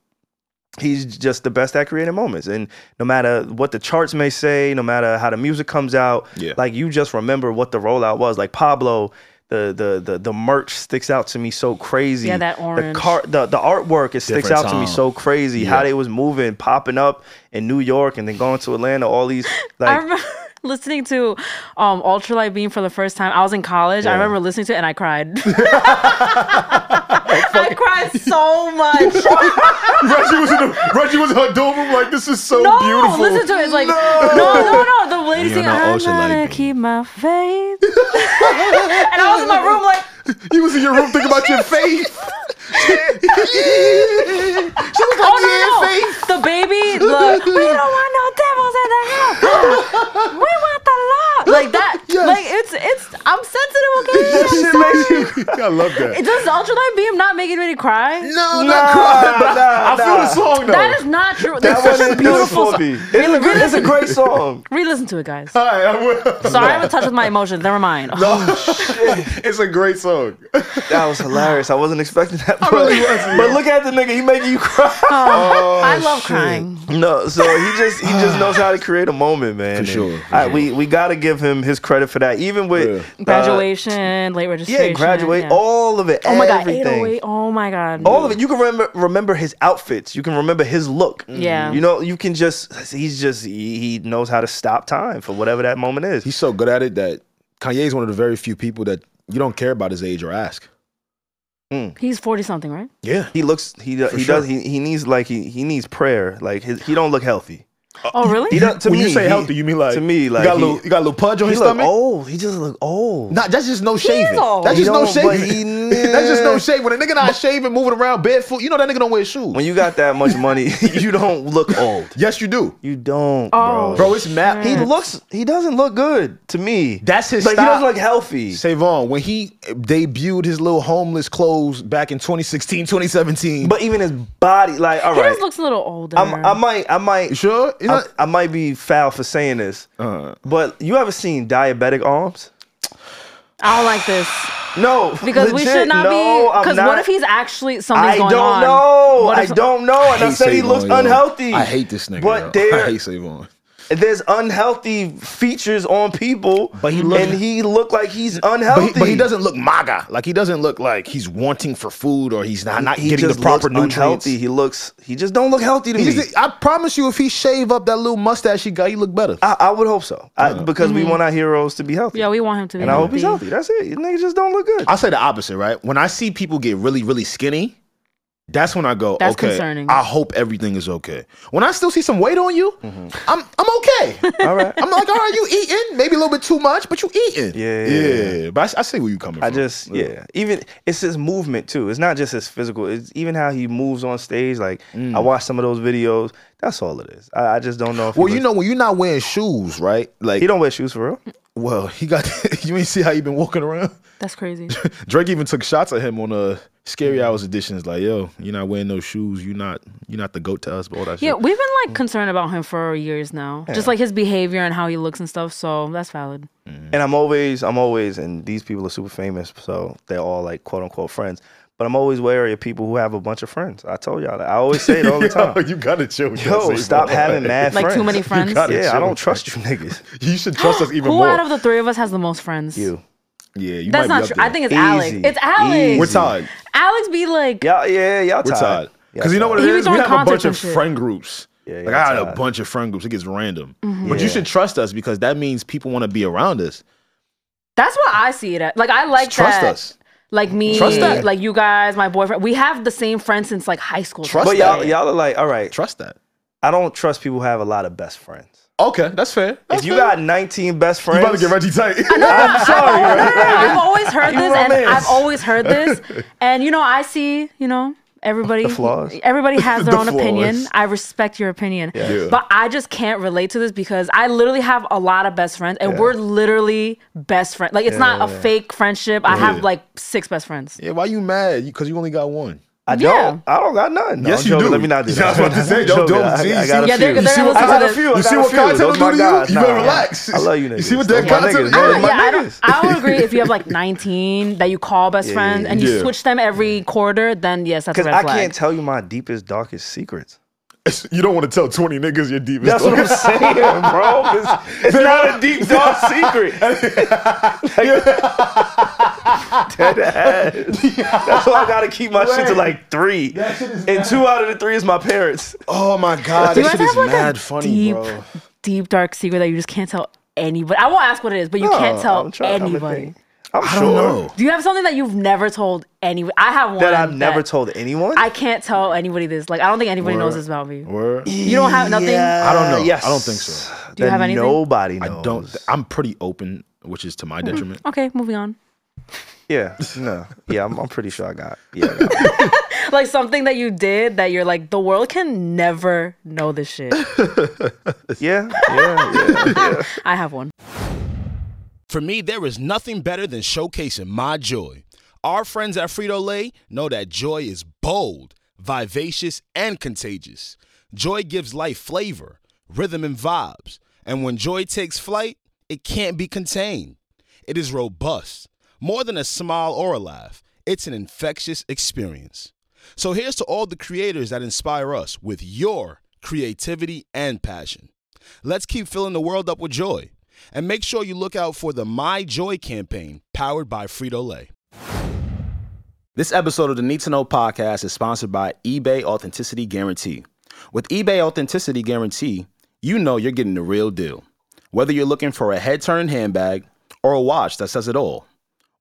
Speaker 1: he's just the best at creating moments and no matter what the charts may say no matter how the music comes out
Speaker 3: Yeah.
Speaker 1: like you just remember what the rollout was like pablo the the the, the merch sticks out to me so crazy
Speaker 4: Yeah, that orange.
Speaker 1: the car the, the artwork it sticks out
Speaker 3: Different
Speaker 1: to me
Speaker 3: time.
Speaker 1: so crazy how they was moving popping up in new york and then going to atlanta all these
Speaker 4: (laughs) I
Speaker 1: like
Speaker 4: remember listening to um, Ultralight Beam for the first time. I was in college. I remember listening to it and I cried.
Speaker 3: (laughs)
Speaker 4: I cried so much.
Speaker 3: Reggie was in the, Reggie was in her dorm room like this is so
Speaker 4: No,
Speaker 3: beautiful.
Speaker 4: listen to it. It's like no, no, no. The lady
Speaker 3: You're
Speaker 4: singing,
Speaker 3: not
Speaker 4: "I'm
Speaker 3: Ultralight
Speaker 4: gonna
Speaker 3: Beam.
Speaker 4: keep my
Speaker 3: (laughs)
Speaker 4: faith," (laughs) and I was in my room like,
Speaker 3: You was in your room thinking about
Speaker 4: (laughs)
Speaker 3: your (laughs) faith. she was like,
Speaker 4: "Oh
Speaker 3: yeah, faith.
Speaker 4: no, no, the baby,
Speaker 1: (laughs)
Speaker 4: the, we don't want no devils in the house. (gasps)
Speaker 1: (laughs)
Speaker 4: we want the law." Like that.
Speaker 3: Yes.
Speaker 4: Like it's it's. I'm sensitive. Okay.
Speaker 1: shit makes you
Speaker 3: (laughs) I love that.
Speaker 4: It- Does the ultralight beam not make anybody cry?
Speaker 3: No, not crying, but
Speaker 1: nah,
Speaker 3: I feel
Speaker 1: nah.
Speaker 3: the song though.
Speaker 4: That is not true. That
Speaker 1: That
Speaker 4: was
Speaker 1: wasn't
Speaker 4: a beautiful
Speaker 1: beautiful.
Speaker 4: song.
Speaker 1: It's a, great- it's a great
Speaker 3: (laughs)
Speaker 1: song.
Speaker 4: Re-listen to
Speaker 1: (laughs)
Speaker 4: it, guys.
Speaker 3: All right, I will.
Speaker 4: Sorry, I'm in touch with my emotions. Never mind.
Speaker 3: it's a great song.
Speaker 1: That was hilarious. I wasn't expecting that.
Speaker 4: (laughs)
Speaker 1: But, but look at the nigga. He making you cry.
Speaker 4: (laughs)
Speaker 1: (laughs)
Speaker 4: I love crying.
Speaker 1: No, so he just he just knows how to create a moment, man. And
Speaker 3: sure, for
Speaker 1: I- We we got to give him his credit for that. Even with uh,
Speaker 4: Graduation, late registration.
Speaker 1: yeah, graduate
Speaker 4: yeah.
Speaker 1: all of it.
Speaker 4: Oh my god,
Speaker 1: everything.
Speaker 4: 808. Oh my god.
Speaker 1: All of it. You can remember remember his outfits. You can remember his look.
Speaker 4: Yeah.
Speaker 1: You know, you can just he's just he, he knows how to stop time for whatever that moment is.
Speaker 3: He's so good at it that Kanye is one of the very few people that you don't care about his age or ask.
Speaker 4: He's 40 something, right?
Speaker 3: Yeah.
Speaker 1: he looks he do- he
Speaker 3: sure.
Speaker 1: does he, he needs like he, he needs prayer. Like his, he don't look healthy.
Speaker 4: Oh really?
Speaker 1: Uh, He don't, to
Speaker 3: when
Speaker 1: me
Speaker 3: you say
Speaker 1: he-
Speaker 3: healthy, you mean like
Speaker 1: to me like
Speaker 3: you got
Speaker 1: he-
Speaker 3: a little you got a little pudge on
Speaker 1: he
Speaker 3: his
Speaker 1: look
Speaker 3: stomach.
Speaker 1: old. He just look old.
Speaker 3: Nah, that's just no shaving.
Speaker 4: old.
Speaker 3: That's
Speaker 1: He
Speaker 3: just no
Speaker 1: don't, but
Speaker 3: shaving.
Speaker 1: he-
Speaker 3: (laughs) that's just no shaving. When a nigga not shaving, moving around barefoot, you know that nigga don't wear shoes.
Speaker 1: When you got that much
Speaker 3: (laughs)
Speaker 1: money, (laughs) you don't look old.
Speaker 3: yes, you do,
Speaker 1: You don't, bro.
Speaker 4: Oh,
Speaker 3: bro. It's mad.
Speaker 1: He looks. He doesn't look good to me.
Speaker 3: That's his
Speaker 1: Like he
Speaker 3: style.
Speaker 1: doesn't look healthy.
Speaker 3: Savon, when he debuted his little homeless clothes back in 2016, 2017.
Speaker 1: But even his body, like, all
Speaker 4: he
Speaker 1: right.
Speaker 4: just looks a little older.
Speaker 1: I'm, I might, I might,
Speaker 3: you sure? You
Speaker 1: I,
Speaker 3: know-
Speaker 1: I might be foul for saying this,
Speaker 3: Uh.
Speaker 1: but you ever seen diabetic arms?
Speaker 4: I don't like this
Speaker 1: No,
Speaker 4: because we
Speaker 1: legit,
Speaker 4: should not
Speaker 1: no,
Speaker 4: be.
Speaker 1: I'm
Speaker 4: Because
Speaker 1: not-
Speaker 4: what if he's actually something's
Speaker 1: I
Speaker 4: going
Speaker 1: don't
Speaker 4: on?
Speaker 1: know.
Speaker 4: What
Speaker 1: I
Speaker 4: if-
Speaker 1: don't know. And I,
Speaker 3: hate
Speaker 1: said he
Speaker 3: Savon,
Speaker 1: looks
Speaker 3: yo.
Speaker 1: unhealthy.
Speaker 3: I hate this nigga.
Speaker 1: But
Speaker 3: yo. (laughs)
Speaker 1: there-
Speaker 3: I hate Savon.
Speaker 1: There's unhealthy features on people,
Speaker 3: But he look-
Speaker 1: and he look like he's
Speaker 3: But
Speaker 1: unhealthy.
Speaker 3: he, but he doesn't look MAGA. Like he doesn't look like he's wanting for food or he's not, not
Speaker 1: He
Speaker 3: getting the
Speaker 1: just
Speaker 3: proper
Speaker 1: looks
Speaker 3: nutrients.
Speaker 1: Unhealthy. He looks. He just don't look healthy to
Speaker 3: He
Speaker 1: me.
Speaker 3: just- I promise you, if he shave up that little mustache he got, he look better.
Speaker 1: I, I would hope so I, because
Speaker 3: Mm-hmm.
Speaker 1: we want our heroes to be healthy.
Speaker 4: Yeah, we want him to be.
Speaker 1: and I hope he's
Speaker 4: healthy.
Speaker 1: healthy. That's it. These niggas just don't look good.
Speaker 3: I say the opposite, right? When I see people get really, really skinny, that's when I go,
Speaker 4: That's
Speaker 3: okay.
Speaker 4: concerning.
Speaker 3: I hope everything is okay. When I still see some weight on you, I'm I'm okay.
Speaker 4: (laughs)
Speaker 1: All right.
Speaker 3: I'm like, all right, you eating? Maybe a little bit too much, but you eating.
Speaker 1: Yeah, yeah,
Speaker 3: yeah. But I, I see where you coming
Speaker 1: I
Speaker 3: from. (laughs)
Speaker 1: just yeah. Even it's his movement too. It's not just his physical. It's even how he moves on stage. Like I
Speaker 3: Mm.
Speaker 1: watched some of those videos. That's all it is. I, I just don't know. If he
Speaker 3: Well, you
Speaker 1: looks-
Speaker 3: know, when you're not wearing shoes, right? Like,
Speaker 1: he don't wear shoes for real.
Speaker 3: well, he got. (laughs) you ain't see how he been walking around.
Speaker 4: That's crazy.
Speaker 1: (laughs)
Speaker 3: Drake even took shots at him on uh
Speaker 4: Mm.
Speaker 3: Scary Hours editions. Like, yo, you're not wearing no shoes. You're not. You're not the goat to us. But all that
Speaker 4: Yeah,
Speaker 3: shit.
Speaker 4: we've been like concerned about him for years now. Just like his behavior and how he looks and stuff. So that's valid.
Speaker 3: Mm.
Speaker 1: And I'm always, I'm always, and these people are super famous, so they're all like quote unquote friends. But I'm always wary of people who have a bunch of friends. I told y'all that. I always say it all the
Speaker 3: (laughs)
Speaker 4: (laughs)
Speaker 1: time.
Speaker 3: you gotta chill. with that,
Speaker 1: Yo,
Speaker 3: Savon.
Speaker 1: stop having mad
Speaker 4: Like
Speaker 1: friends. (laughs)
Speaker 4: too many friends.
Speaker 3: got it.
Speaker 1: Yeah, I
Speaker 3: chill.
Speaker 1: don't trust you niggas.
Speaker 3: (laughs) You should trust
Speaker 4: (gasps)
Speaker 3: us even
Speaker 4: Who
Speaker 3: more.
Speaker 4: out of the three of us has the most friends?
Speaker 1: You.
Speaker 3: yeah, you
Speaker 4: That's
Speaker 3: might
Speaker 4: not
Speaker 3: be
Speaker 4: true.
Speaker 3: up there.
Speaker 4: I think it's
Speaker 1: Easy.
Speaker 4: Alex. It's Alex.
Speaker 1: Easy.
Speaker 3: we're tired.
Speaker 4: Alex be like,
Speaker 1: Y'all, yeah, y'all
Speaker 3: We're tired.
Speaker 1: Y'all
Speaker 3: Because you know what it
Speaker 4: He be
Speaker 3: is? We
Speaker 4: doing
Speaker 3: have a bunch
Speaker 4: concerts and
Speaker 3: of
Speaker 4: shit.
Speaker 3: friend groups.
Speaker 1: Yeah,
Speaker 3: like
Speaker 1: yeah,
Speaker 3: I had
Speaker 1: tired.
Speaker 3: a bunch of friend groups. It gets random.
Speaker 4: Mm-hmm.
Speaker 3: But
Speaker 1: Yeah.
Speaker 3: you should trust us because that means people want to be around us.
Speaker 4: that's what I see it at. Like I like
Speaker 3: trust
Speaker 4: that.
Speaker 3: us.
Speaker 4: Like me,
Speaker 3: Trust that.
Speaker 4: like you guys, my boyfriend. We have the same friends since like high school.
Speaker 3: Trust
Speaker 1: But y'all,
Speaker 3: that.
Speaker 1: y'all are like, all right.
Speaker 3: Trust that.
Speaker 1: I don't trust people who have a lot of best friends.
Speaker 3: Okay, that's fair. That's
Speaker 1: If
Speaker 4: (laughs)
Speaker 1: you
Speaker 3: fair.
Speaker 1: got 19 best friends,
Speaker 3: you about to get Reggie tight.
Speaker 1: I'm sorry.
Speaker 4: No, no, no, I've always heard
Speaker 1: You
Speaker 4: this,
Speaker 1: my
Speaker 4: and
Speaker 1: mans.
Speaker 4: I've always
Speaker 3: (laughs)
Speaker 4: heard this, and you know, I see, you know, everybody,
Speaker 1: flaws.
Speaker 3: (laughs)
Speaker 4: everybody has their
Speaker 3: The
Speaker 4: own opinion.
Speaker 3: flaws.
Speaker 4: I respect your opinion,
Speaker 3: Yeah.
Speaker 4: but I just can't relate to this because I literally have a lot of best friends, and we're literally best friends. Like it's not a fake friendship. I have like six best friends.
Speaker 3: (laughs) yeah, why you mad? Because you, only got one.
Speaker 1: I
Speaker 4: Yeah.
Speaker 1: don't. I don't got nothing. No,
Speaker 3: Yes,
Speaker 1: I'm
Speaker 3: you
Speaker 1: joking.
Speaker 3: do.
Speaker 1: Let me not do
Speaker 3: Yeah,
Speaker 1: that.
Speaker 3: (laughs) I was about to say,
Speaker 1: I'm
Speaker 3: don't-
Speaker 1: joking.
Speaker 3: don't-
Speaker 1: I,
Speaker 3: see,
Speaker 1: I
Speaker 3: see-
Speaker 1: got a
Speaker 4: Yeah, they're-
Speaker 1: few.
Speaker 4: they're
Speaker 1: I got a
Speaker 4: listening.
Speaker 1: few. I
Speaker 3: You
Speaker 1: got
Speaker 3: see
Speaker 1: a
Speaker 3: what
Speaker 1: few.
Speaker 3: content
Speaker 1: Those
Speaker 3: will
Speaker 1: my
Speaker 3: do to you?
Speaker 1: guys.
Speaker 3: You
Speaker 1: Nah,
Speaker 3: better
Speaker 1: nah.
Speaker 3: relax.
Speaker 1: I love you niggas.
Speaker 3: You see what
Speaker 1: Those my
Speaker 3: that content
Speaker 1: niggas.
Speaker 3: is?
Speaker 1: Those
Speaker 4: I
Speaker 3: Yeah,
Speaker 4: don't,
Speaker 1: my
Speaker 4: Ah, yeah, I don't.
Speaker 1: niggas.
Speaker 4: I would agree if you
Speaker 3: (laughs)
Speaker 4: have like 19 that you call best friends and you
Speaker 3: yeah.
Speaker 4: switch them every quarter. Then yes, that's a
Speaker 1: Because
Speaker 4: red
Speaker 1: I
Speaker 4: flag.
Speaker 1: can't tell you my deepest, darkest secrets.
Speaker 3: (laughs) You don't want to tell 20 niggas your deepest
Speaker 1: That's what (laughs) I'm saying, bro. 'cause (laughs) It's not a deep, dark secret. Like- (laughs) Dead ass. That's why I gotta keep my shit to like three. And two out of the three is my parents.
Speaker 3: Oh
Speaker 4: (laughs)
Speaker 3: my God.
Speaker 4: Do
Speaker 3: That
Speaker 4: you
Speaker 3: shit
Speaker 4: guys
Speaker 3: is
Speaker 4: have like
Speaker 3: mad
Speaker 4: a
Speaker 3: funny,
Speaker 4: deep,
Speaker 3: bro.
Speaker 4: deep dark secret that you just can't tell anybody? I won't ask what it is, but you can't tell
Speaker 1: Oh, I'm trying- I'm a
Speaker 4: anybody.
Speaker 1: thing. I'm
Speaker 3: I
Speaker 1: sure
Speaker 3: don't know.
Speaker 4: Do you have something that you've never told anybody? I have one
Speaker 1: that I've never told anyone.
Speaker 4: I can't tell anybody this. Like I don't think anybody knows this about me.
Speaker 3: Word?
Speaker 4: You don't have nothing.
Speaker 3: I don't know.
Speaker 1: Yes.
Speaker 3: I don't think so.
Speaker 1: Do
Speaker 4: have anything?
Speaker 1: Nobody knows.
Speaker 3: I don't. I'm pretty open, which is to my detriment.
Speaker 4: Okay, moving on.
Speaker 1: Yeah. No. Yeah. I'm, I'm pretty sure I got. Yeah. I
Speaker 3: (laughs)
Speaker 1: got it.
Speaker 4: Like something that you did that you're like the world can never know this shit.
Speaker 1: yeah. Yeah. yeah.
Speaker 4: I have one.
Speaker 8: For me, there is nothing better than showcasing my joy. Our friends at Frito Lay know that joy is bold, vivacious, and contagious. Joy gives life flavor, rhythm, and vibes. And when joy takes flight, it can't be contained. It is robust, more than a smile or a laugh. It's an infectious experience. So here's to all the creators that inspire us with your creativity and passion. Let's keep filling the world up with joy. And make sure you look out for the My Joy campaign powered by Frito Lay.
Speaker 2: This episode of the Need to Know podcast is sponsored by eBay Authenticity Guarantee. With eBay Authenticity Guarantee, you know you're getting the real deal. Whether you're looking for a head turning handbag, or a watch that says it all,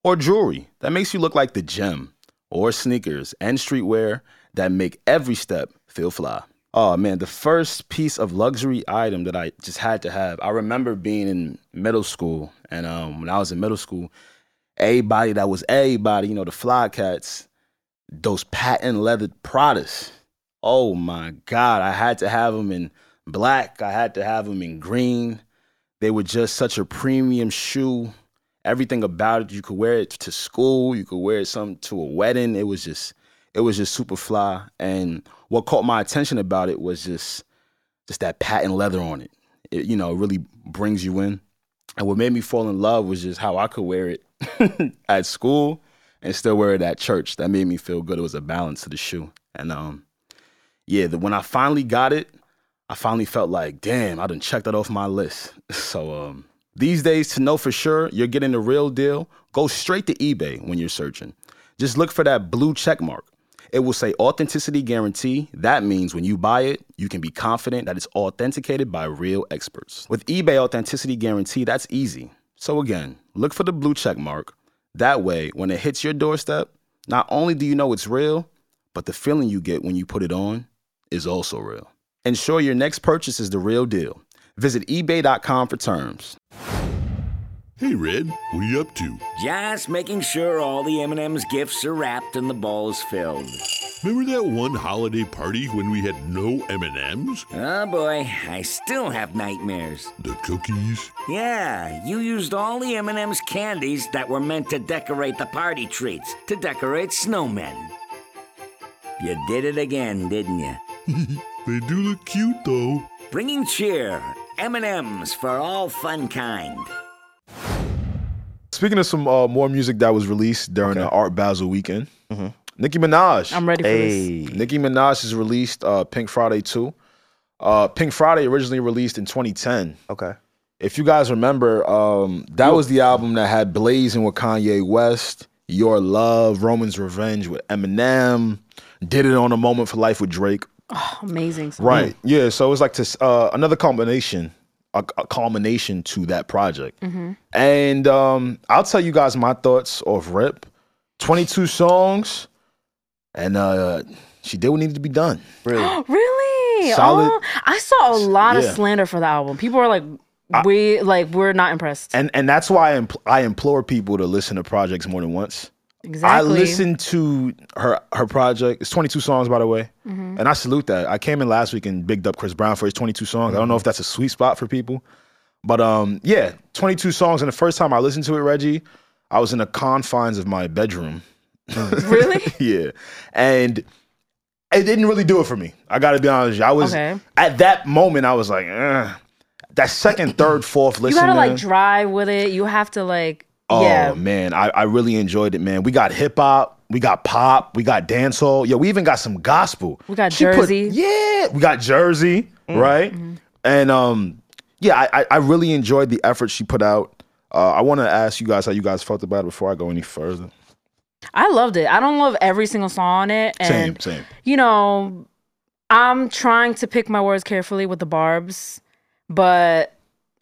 Speaker 2: or jewelry that makes you look like the gym, or sneakers and streetwear that make every step feel fly. Oh man, the first piece of luxury item that I just had to have. I remember being in middle school, and um, when I was in middle school, everybody that was everybody, you know, the fly cats, those patent leather Pradas. Oh my God, I had to have them in black. I had to have them in green. They were just such a premium shoe. Everything about it, you could wear it to school, you could wear it some to a wedding. It was just, it was just super fly. And what caught my attention about it was just, just that patent leather on it. It, you know, really brings you in. And what made me fall in love was just how I could wear it (laughs) at school and still wear it at church. That made me feel good. It was a balance to the shoe. And um, yeah, the, when I finally got it, I finally felt like, damn, I done checked that off my list. (laughs) So um, these days, to know for sure you're getting the real deal, go straight to eBay when you're searching. Just look for that blue check mark. It will say authenticity guarantee. That means when you buy it, you can be confident that it's authenticated by real experts. With eBay authenticity guarantee, that's easy. So again, look for the blue check mark. That way, when it hits your doorstep, not only do you know it's real, but the feeling you get when you put it on is also real. Ensure your next purchase is the real deal. Visit ebay.com for terms.
Speaker 9: Hey, Red, what are you up to?
Speaker 10: Just making sure all the M&M's gifts are wrapped and the bowl's filled.
Speaker 9: Remember that one holiday party when we had no M&Ms?
Speaker 10: Oh boy, I still have nightmares.
Speaker 9: The cookies?
Speaker 10: Yeah, you used all the M&M's candies that were meant to decorate the party treats to decorate snowmen. You did it again, didn't you?
Speaker 9: they do look cute, though.
Speaker 10: Bringing cheer, M&M's for all fun kind.
Speaker 3: Speaking of some uh, more music that was released during the Art Basel weekend, Nicki Minaj.
Speaker 4: I'm ready for this.
Speaker 3: Nicki Minaj has released uh, Pink Friday 2. Uh, Pink Friday originally released in 2010.
Speaker 1: Okay.
Speaker 3: If you guys remember, um, that was the album that had Blazing with Kanye West, Your Love, Roman's Revenge with Eminem, Did It on a Moment for Life with Drake.
Speaker 4: Amazing. song.
Speaker 3: Right. Yeah. So it was like this uh, another combination, a, a culmination to that project. And um, I'll tell you guys my thoughts of Rip. Twenty two songs, and uh, she did what needed to be done.
Speaker 1: Really?
Speaker 4: Really?
Speaker 3: Solid-
Speaker 4: Oh, I saw a lot
Speaker 3: Yeah.
Speaker 4: of slander for the album. People are like, we like we're not impressed.
Speaker 3: And and that's why I, impl- I implore people to listen to projects more than once.
Speaker 4: Exactly.
Speaker 3: I listened to her her project. It's 22 songs, by the way,
Speaker 4: Mm-hmm.
Speaker 3: and I salute that. I came in last week and bigged up Chris Brown for his 22 songs. I don't know if that's a sweet spot for people, but um, yeah, 22 songs. And the first time I listened to it, Reggie, I was in the confines of my bedroom.
Speaker 4: Really?
Speaker 3: (laughs) yeah, and it didn't really do it for me. I got to be honest. With you. I was
Speaker 4: Okay.
Speaker 3: at that moment. I was like, eh. that second, third, fourth
Speaker 4: You
Speaker 3: listen.
Speaker 4: gotta like drive with it. You have to like.
Speaker 3: Oh
Speaker 4: yeah.
Speaker 1: Um,
Speaker 3: man, I, I really enjoyed it, man. We got hip hop, we got pop, we got dancehall. Yo, we even got some gospel.
Speaker 4: We got
Speaker 3: She put-
Speaker 4: Jersey. Mm-hmm.
Speaker 3: yeah, we got Jersey, right? And um, yeah, I, I I really enjoyed the effort she put out. Uh, I want to ask you guys how you guys felt about it before I go any further.
Speaker 4: I loved it. I don't love every single song on it. And,
Speaker 3: Same, same.
Speaker 4: You know, I'm trying to pick my words carefully with the barbs, but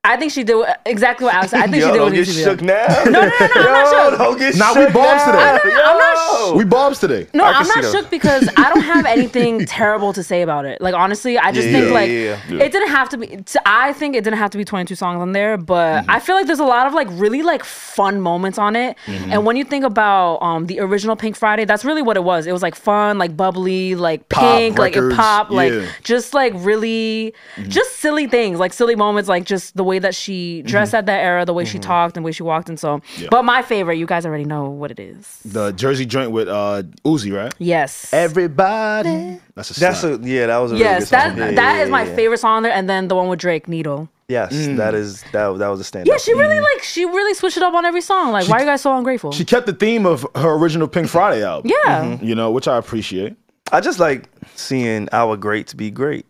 Speaker 4: I think she did what- exactly what I said. I think
Speaker 1: Yo,
Speaker 4: she did
Speaker 1: don't
Speaker 4: what
Speaker 1: get
Speaker 4: she
Speaker 1: shook
Speaker 4: did.
Speaker 1: now. No, no, no,
Speaker 4: I'm not shook.
Speaker 1: Don't get
Speaker 3: Nah, we
Speaker 1: shook
Speaker 3: bobs
Speaker 1: now.
Speaker 3: today. No,
Speaker 4: no, no, I'm not
Speaker 1: Yo.
Speaker 3: We bobs today.
Speaker 4: No,
Speaker 1: I can
Speaker 4: I'm
Speaker 1: see
Speaker 4: not
Speaker 1: those.
Speaker 4: shook because I don't have anything terrible to say about it. Like honestly, I just
Speaker 1: Yeah,
Speaker 4: think
Speaker 1: yeah,
Speaker 4: like
Speaker 1: yeah,
Speaker 4: it didn't have to be. t- I think it didn't have to be 22 songs on there, but I feel like there's a lot of like really like fun moments on it. And when you think about um the original Pink Friday, that's really what it was. It was like fun, like bubbly, like
Speaker 3: Pop
Speaker 4: pink, like it
Speaker 3: records,
Speaker 4: pop, like
Speaker 3: yeah.
Speaker 4: just like really just silly things, like silly moments, like just the way way that she dressed at that era, the way she talked, and the way she walked, and so.
Speaker 3: Yeah.
Speaker 4: But my favorite, you guys already know what it is.
Speaker 3: The Jersey joint with uh, Uzi, right?
Speaker 4: Yes. Eh.
Speaker 3: Everybody. That's a
Speaker 1: That's
Speaker 3: slap.
Speaker 1: a yeah. That was a
Speaker 4: yes,
Speaker 1: really
Speaker 4: that
Speaker 1: good song. Yeah,
Speaker 4: that
Speaker 1: yeah,
Speaker 4: is my
Speaker 1: yeah.
Speaker 4: favorite song on there, and then the one with Drake, Needle.
Speaker 1: Yes, that is that. That was a stand.
Speaker 4: Yeah, she really like she really switched it up on every song. Like, why are you guys so ungrateful?
Speaker 3: She kept the theme of her original Pink Friday album.
Speaker 4: Yeah.
Speaker 1: Mm-hmm.
Speaker 4: Mhm.
Speaker 3: You know, which I appreciate.
Speaker 1: I just like seeing our greats be great,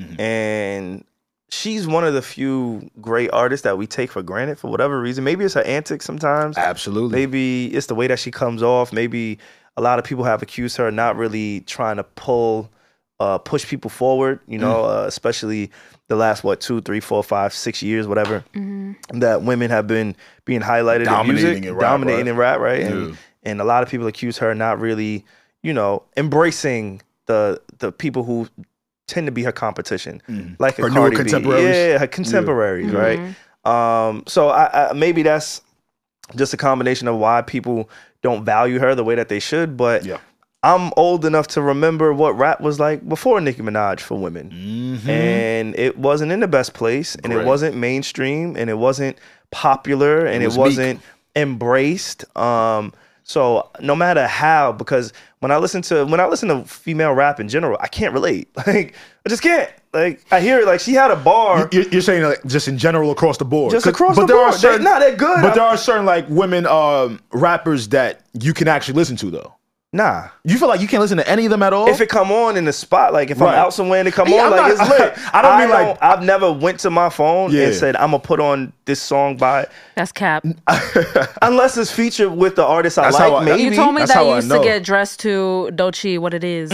Speaker 3: Mm-hmm.
Speaker 1: and she's one of the few great artists that we take for granted for whatever reason. Maybe it's her antics sometimes.
Speaker 3: Absolutely.
Speaker 1: Maybe it's the way that she comes off. Maybe a lot of people have accused her of not really trying to pull, uh, push people forward. You know,
Speaker 3: Mm.
Speaker 1: uh, especially the last what two, three, four, five, six years, whatever. That women have been being highlighted
Speaker 3: Mm-hmm. Dominating
Speaker 1: in music,
Speaker 3: in rap,
Speaker 1: dominating
Speaker 3: right?
Speaker 1: in rap, right?
Speaker 3: Yeah.
Speaker 1: And and a lot of people accuse her of not really, you know, embracing the the people who tend to be her competition, like
Speaker 3: Mm. Her
Speaker 1: a
Speaker 3: newer
Speaker 1: Cardi B.
Speaker 3: contemporaries. Mm-hmm.
Speaker 1: Yeah, her contemporaries, right? Um, so I, I maybe that's just a combination of why people don't value her the way that they should. But
Speaker 3: Yeah.
Speaker 1: I'm old enough to remember what rap was like before Nicki Minaj for women, and it wasn't in the best place, and
Speaker 3: Mm-hmm. Right.
Speaker 1: it wasn't mainstream, and it wasn't popular, and it,
Speaker 3: was meek.
Speaker 1: wasn't embraced. Um, so no matter how, because when I listen to when I listen to female rap in general, I can't relate. (laughs) Like I just can't. Like I hear it. Like she had a bar.
Speaker 3: You're, you're saying like just in general across the board.
Speaker 1: Just
Speaker 3: 'Cause-
Speaker 1: across the board. They- nah, they're good.
Speaker 3: But there are certain like women um, rappers that you can actually listen to though.
Speaker 1: Nah.
Speaker 3: You feel like you can't listen to any of them at all?
Speaker 1: If it come on in the spot, like if
Speaker 3: Right.
Speaker 1: I'm out somewhere and it come
Speaker 3: Yeah,
Speaker 1: on,
Speaker 3: I'm
Speaker 1: like
Speaker 3: not-
Speaker 1: it's lit.
Speaker 3: (laughs) I don't mean like-
Speaker 1: I've never went to my phone
Speaker 3: Yeah.
Speaker 1: and said I'm gonna put on this song by
Speaker 4: That's cap.
Speaker 1: unless it's featured with the artist I
Speaker 3: That's
Speaker 1: like.
Speaker 3: how I-
Speaker 1: maybe
Speaker 4: you told me
Speaker 3: That's
Speaker 4: that
Speaker 3: how
Speaker 4: you
Speaker 3: I
Speaker 4: used
Speaker 3: know.
Speaker 4: to get dressed to Dochi. What it is?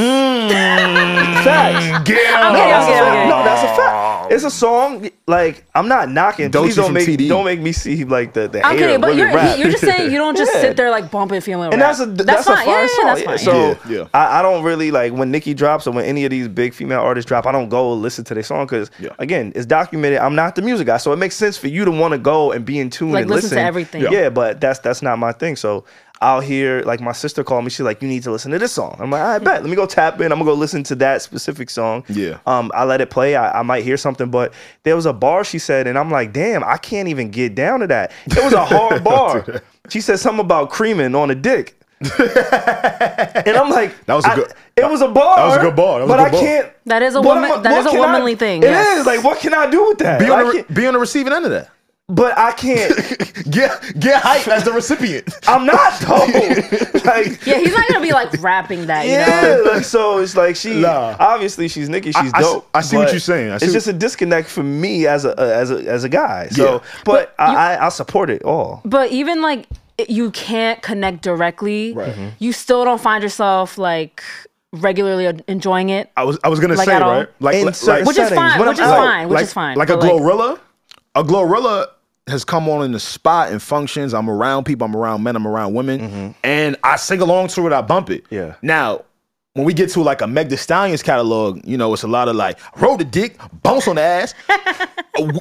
Speaker 4: Mm.
Speaker 1: facts.
Speaker 3: get
Speaker 4: I'm kidding, I'm kidding, I'm kidding.
Speaker 1: Mm. No, that's a fact. It's a song. Like I'm not knocking.
Speaker 3: Dolce
Speaker 1: Please don't
Speaker 3: from
Speaker 1: make
Speaker 3: TD.
Speaker 1: don't make me see like the the
Speaker 4: I'm
Speaker 1: hair
Speaker 4: kidding, but
Speaker 1: really
Speaker 4: you're,
Speaker 1: rap.
Speaker 4: you're just saying you don't just
Speaker 1: Yeah.
Speaker 4: sit there like bumping, feeling.
Speaker 1: and
Speaker 4: rap.
Speaker 1: that's a that's, a
Speaker 4: fine.
Speaker 1: fine
Speaker 4: yeah, yeah,
Speaker 1: song.
Speaker 4: that's
Speaker 1: Yeah,
Speaker 4: fine.
Speaker 1: So
Speaker 3: Yeah, yeah.
Speaker 1: I, I don't really like when Nicki drops or when any of these big female artists drop. I don't go listen to their song because
Speaker 3: Yeah.
Speaker 1: again, it's documented. I'm not the music guy, so it makes sense for you to want to go and be in tune
Speaker 4: Like,
Speaker 1: and
Speaker 4: listen to everything.
Speaker 1: Yeah.
Speaker 4: Yeah.
Speaker 1: but that's that's not my thing. So I'll hear like my sister called me. She's like, "You need to listen to this song." I'm like, "I bet." Let me go tap in. I'm gonna go listen to that specific song.
Speaker 3: Yeah.
Speaker 1: Um, I let it play. I, I might hear something, but there was a bar she said, and I'm like, "Damn, I can't even get down to that." It
Speaker 3: (laughs)
Speaker 1: was a hard bar. She said something about creaming on a
Speaker 3: (laughs)
Speaker 1: dick. And I'm like,
Speaker 3: That was a
Speaker 1: I-
Speaker 3: good-
Speaker 1: it was a bar.
Speaker 3: that was a good bar. That was
Speaker 1: but
Speaker 3: a good bar.
Speaker 1: I can't.
Speaker 4: That is a
Speaker 1: what
Speaker 4: woman-
Speaker 1: am I-
Speaker 4: that
Speaker 1: what
Speaker 4: is a
Speaker 1: can I-
Speaker 4: womanly thing,
Speaker 1: It is
Speaker 4: yes.
Speaker 1: like, what can I do with that?
Speaker 3: Be on,
Speaker 1: I
Speaker 3: the, re-
Speaker 1: can't-
Speaker 3: be on the receiving end of that.
Speaker 1: but I
Speaker 3: (laughs)
Speaker 1: can't.
Speaker 3: Get get hype as (laughs) the recipient.
Speaker 1: I'm not though.
Speaker 3: (laughs)
Speaker 1: like.
Speaker 4: yeah, he's not gonna be like rapping that. You know?
Speaker 1: Yeah, like so it's like she
Speaker 3: Nah.
Speaker 1: obviously she's Nikki, she's
Speaker 3: I- I see-
Speaker 1: dope.
Speaker 3: I see what
Speaker 1: but
Speaker 3: you're saying. I see
Speaker 1: it's
Speaker 3: what-
Speaker 1: just a disconnect for me as a uh, as a as a guy. So,
Speaker 3: Yeah.
Speaker 1: but, I, I I support it all.
Speaker 4: But even like it- you can't connect directly,
Speaker 1: Mm-hmm.
Speaker 4: you still don't find yourself like regularly enjoying it,
Speaker 3: I was I was gonna
Speaker 4: Like
Speaker 3: say
Speaker 4: at all?
Speaker 3: right, like
Speaker 1: In
Speaker 3: like,
Speaker 1: certain
Speaker 4: which is
Speaker 1: settings,
Speaker 4: fine.
Speaker 1: when
Speaker 4: Which is
Speaker 1: I'm out,
Speaker 4: fine. Which
Speaker 3: like,
Speaker 4: is fine.
Speaker 3: like a
Speaker 4: but,
Speaker 3: Glorilla, a Glorilla has come on in the spot and functions. I'm around people. I'm around men. I'm around women, and I sing along to it. I bump it.
Speaker 1: Mm-hmm. Yeah.
Speaker 3: Now. When we get to like a Meg Thee Stallion's catalog, you know, it's a lot of like roll the dick, bounce on the
Speaker 4: (laughs)
Speaker 3: ass. Uh,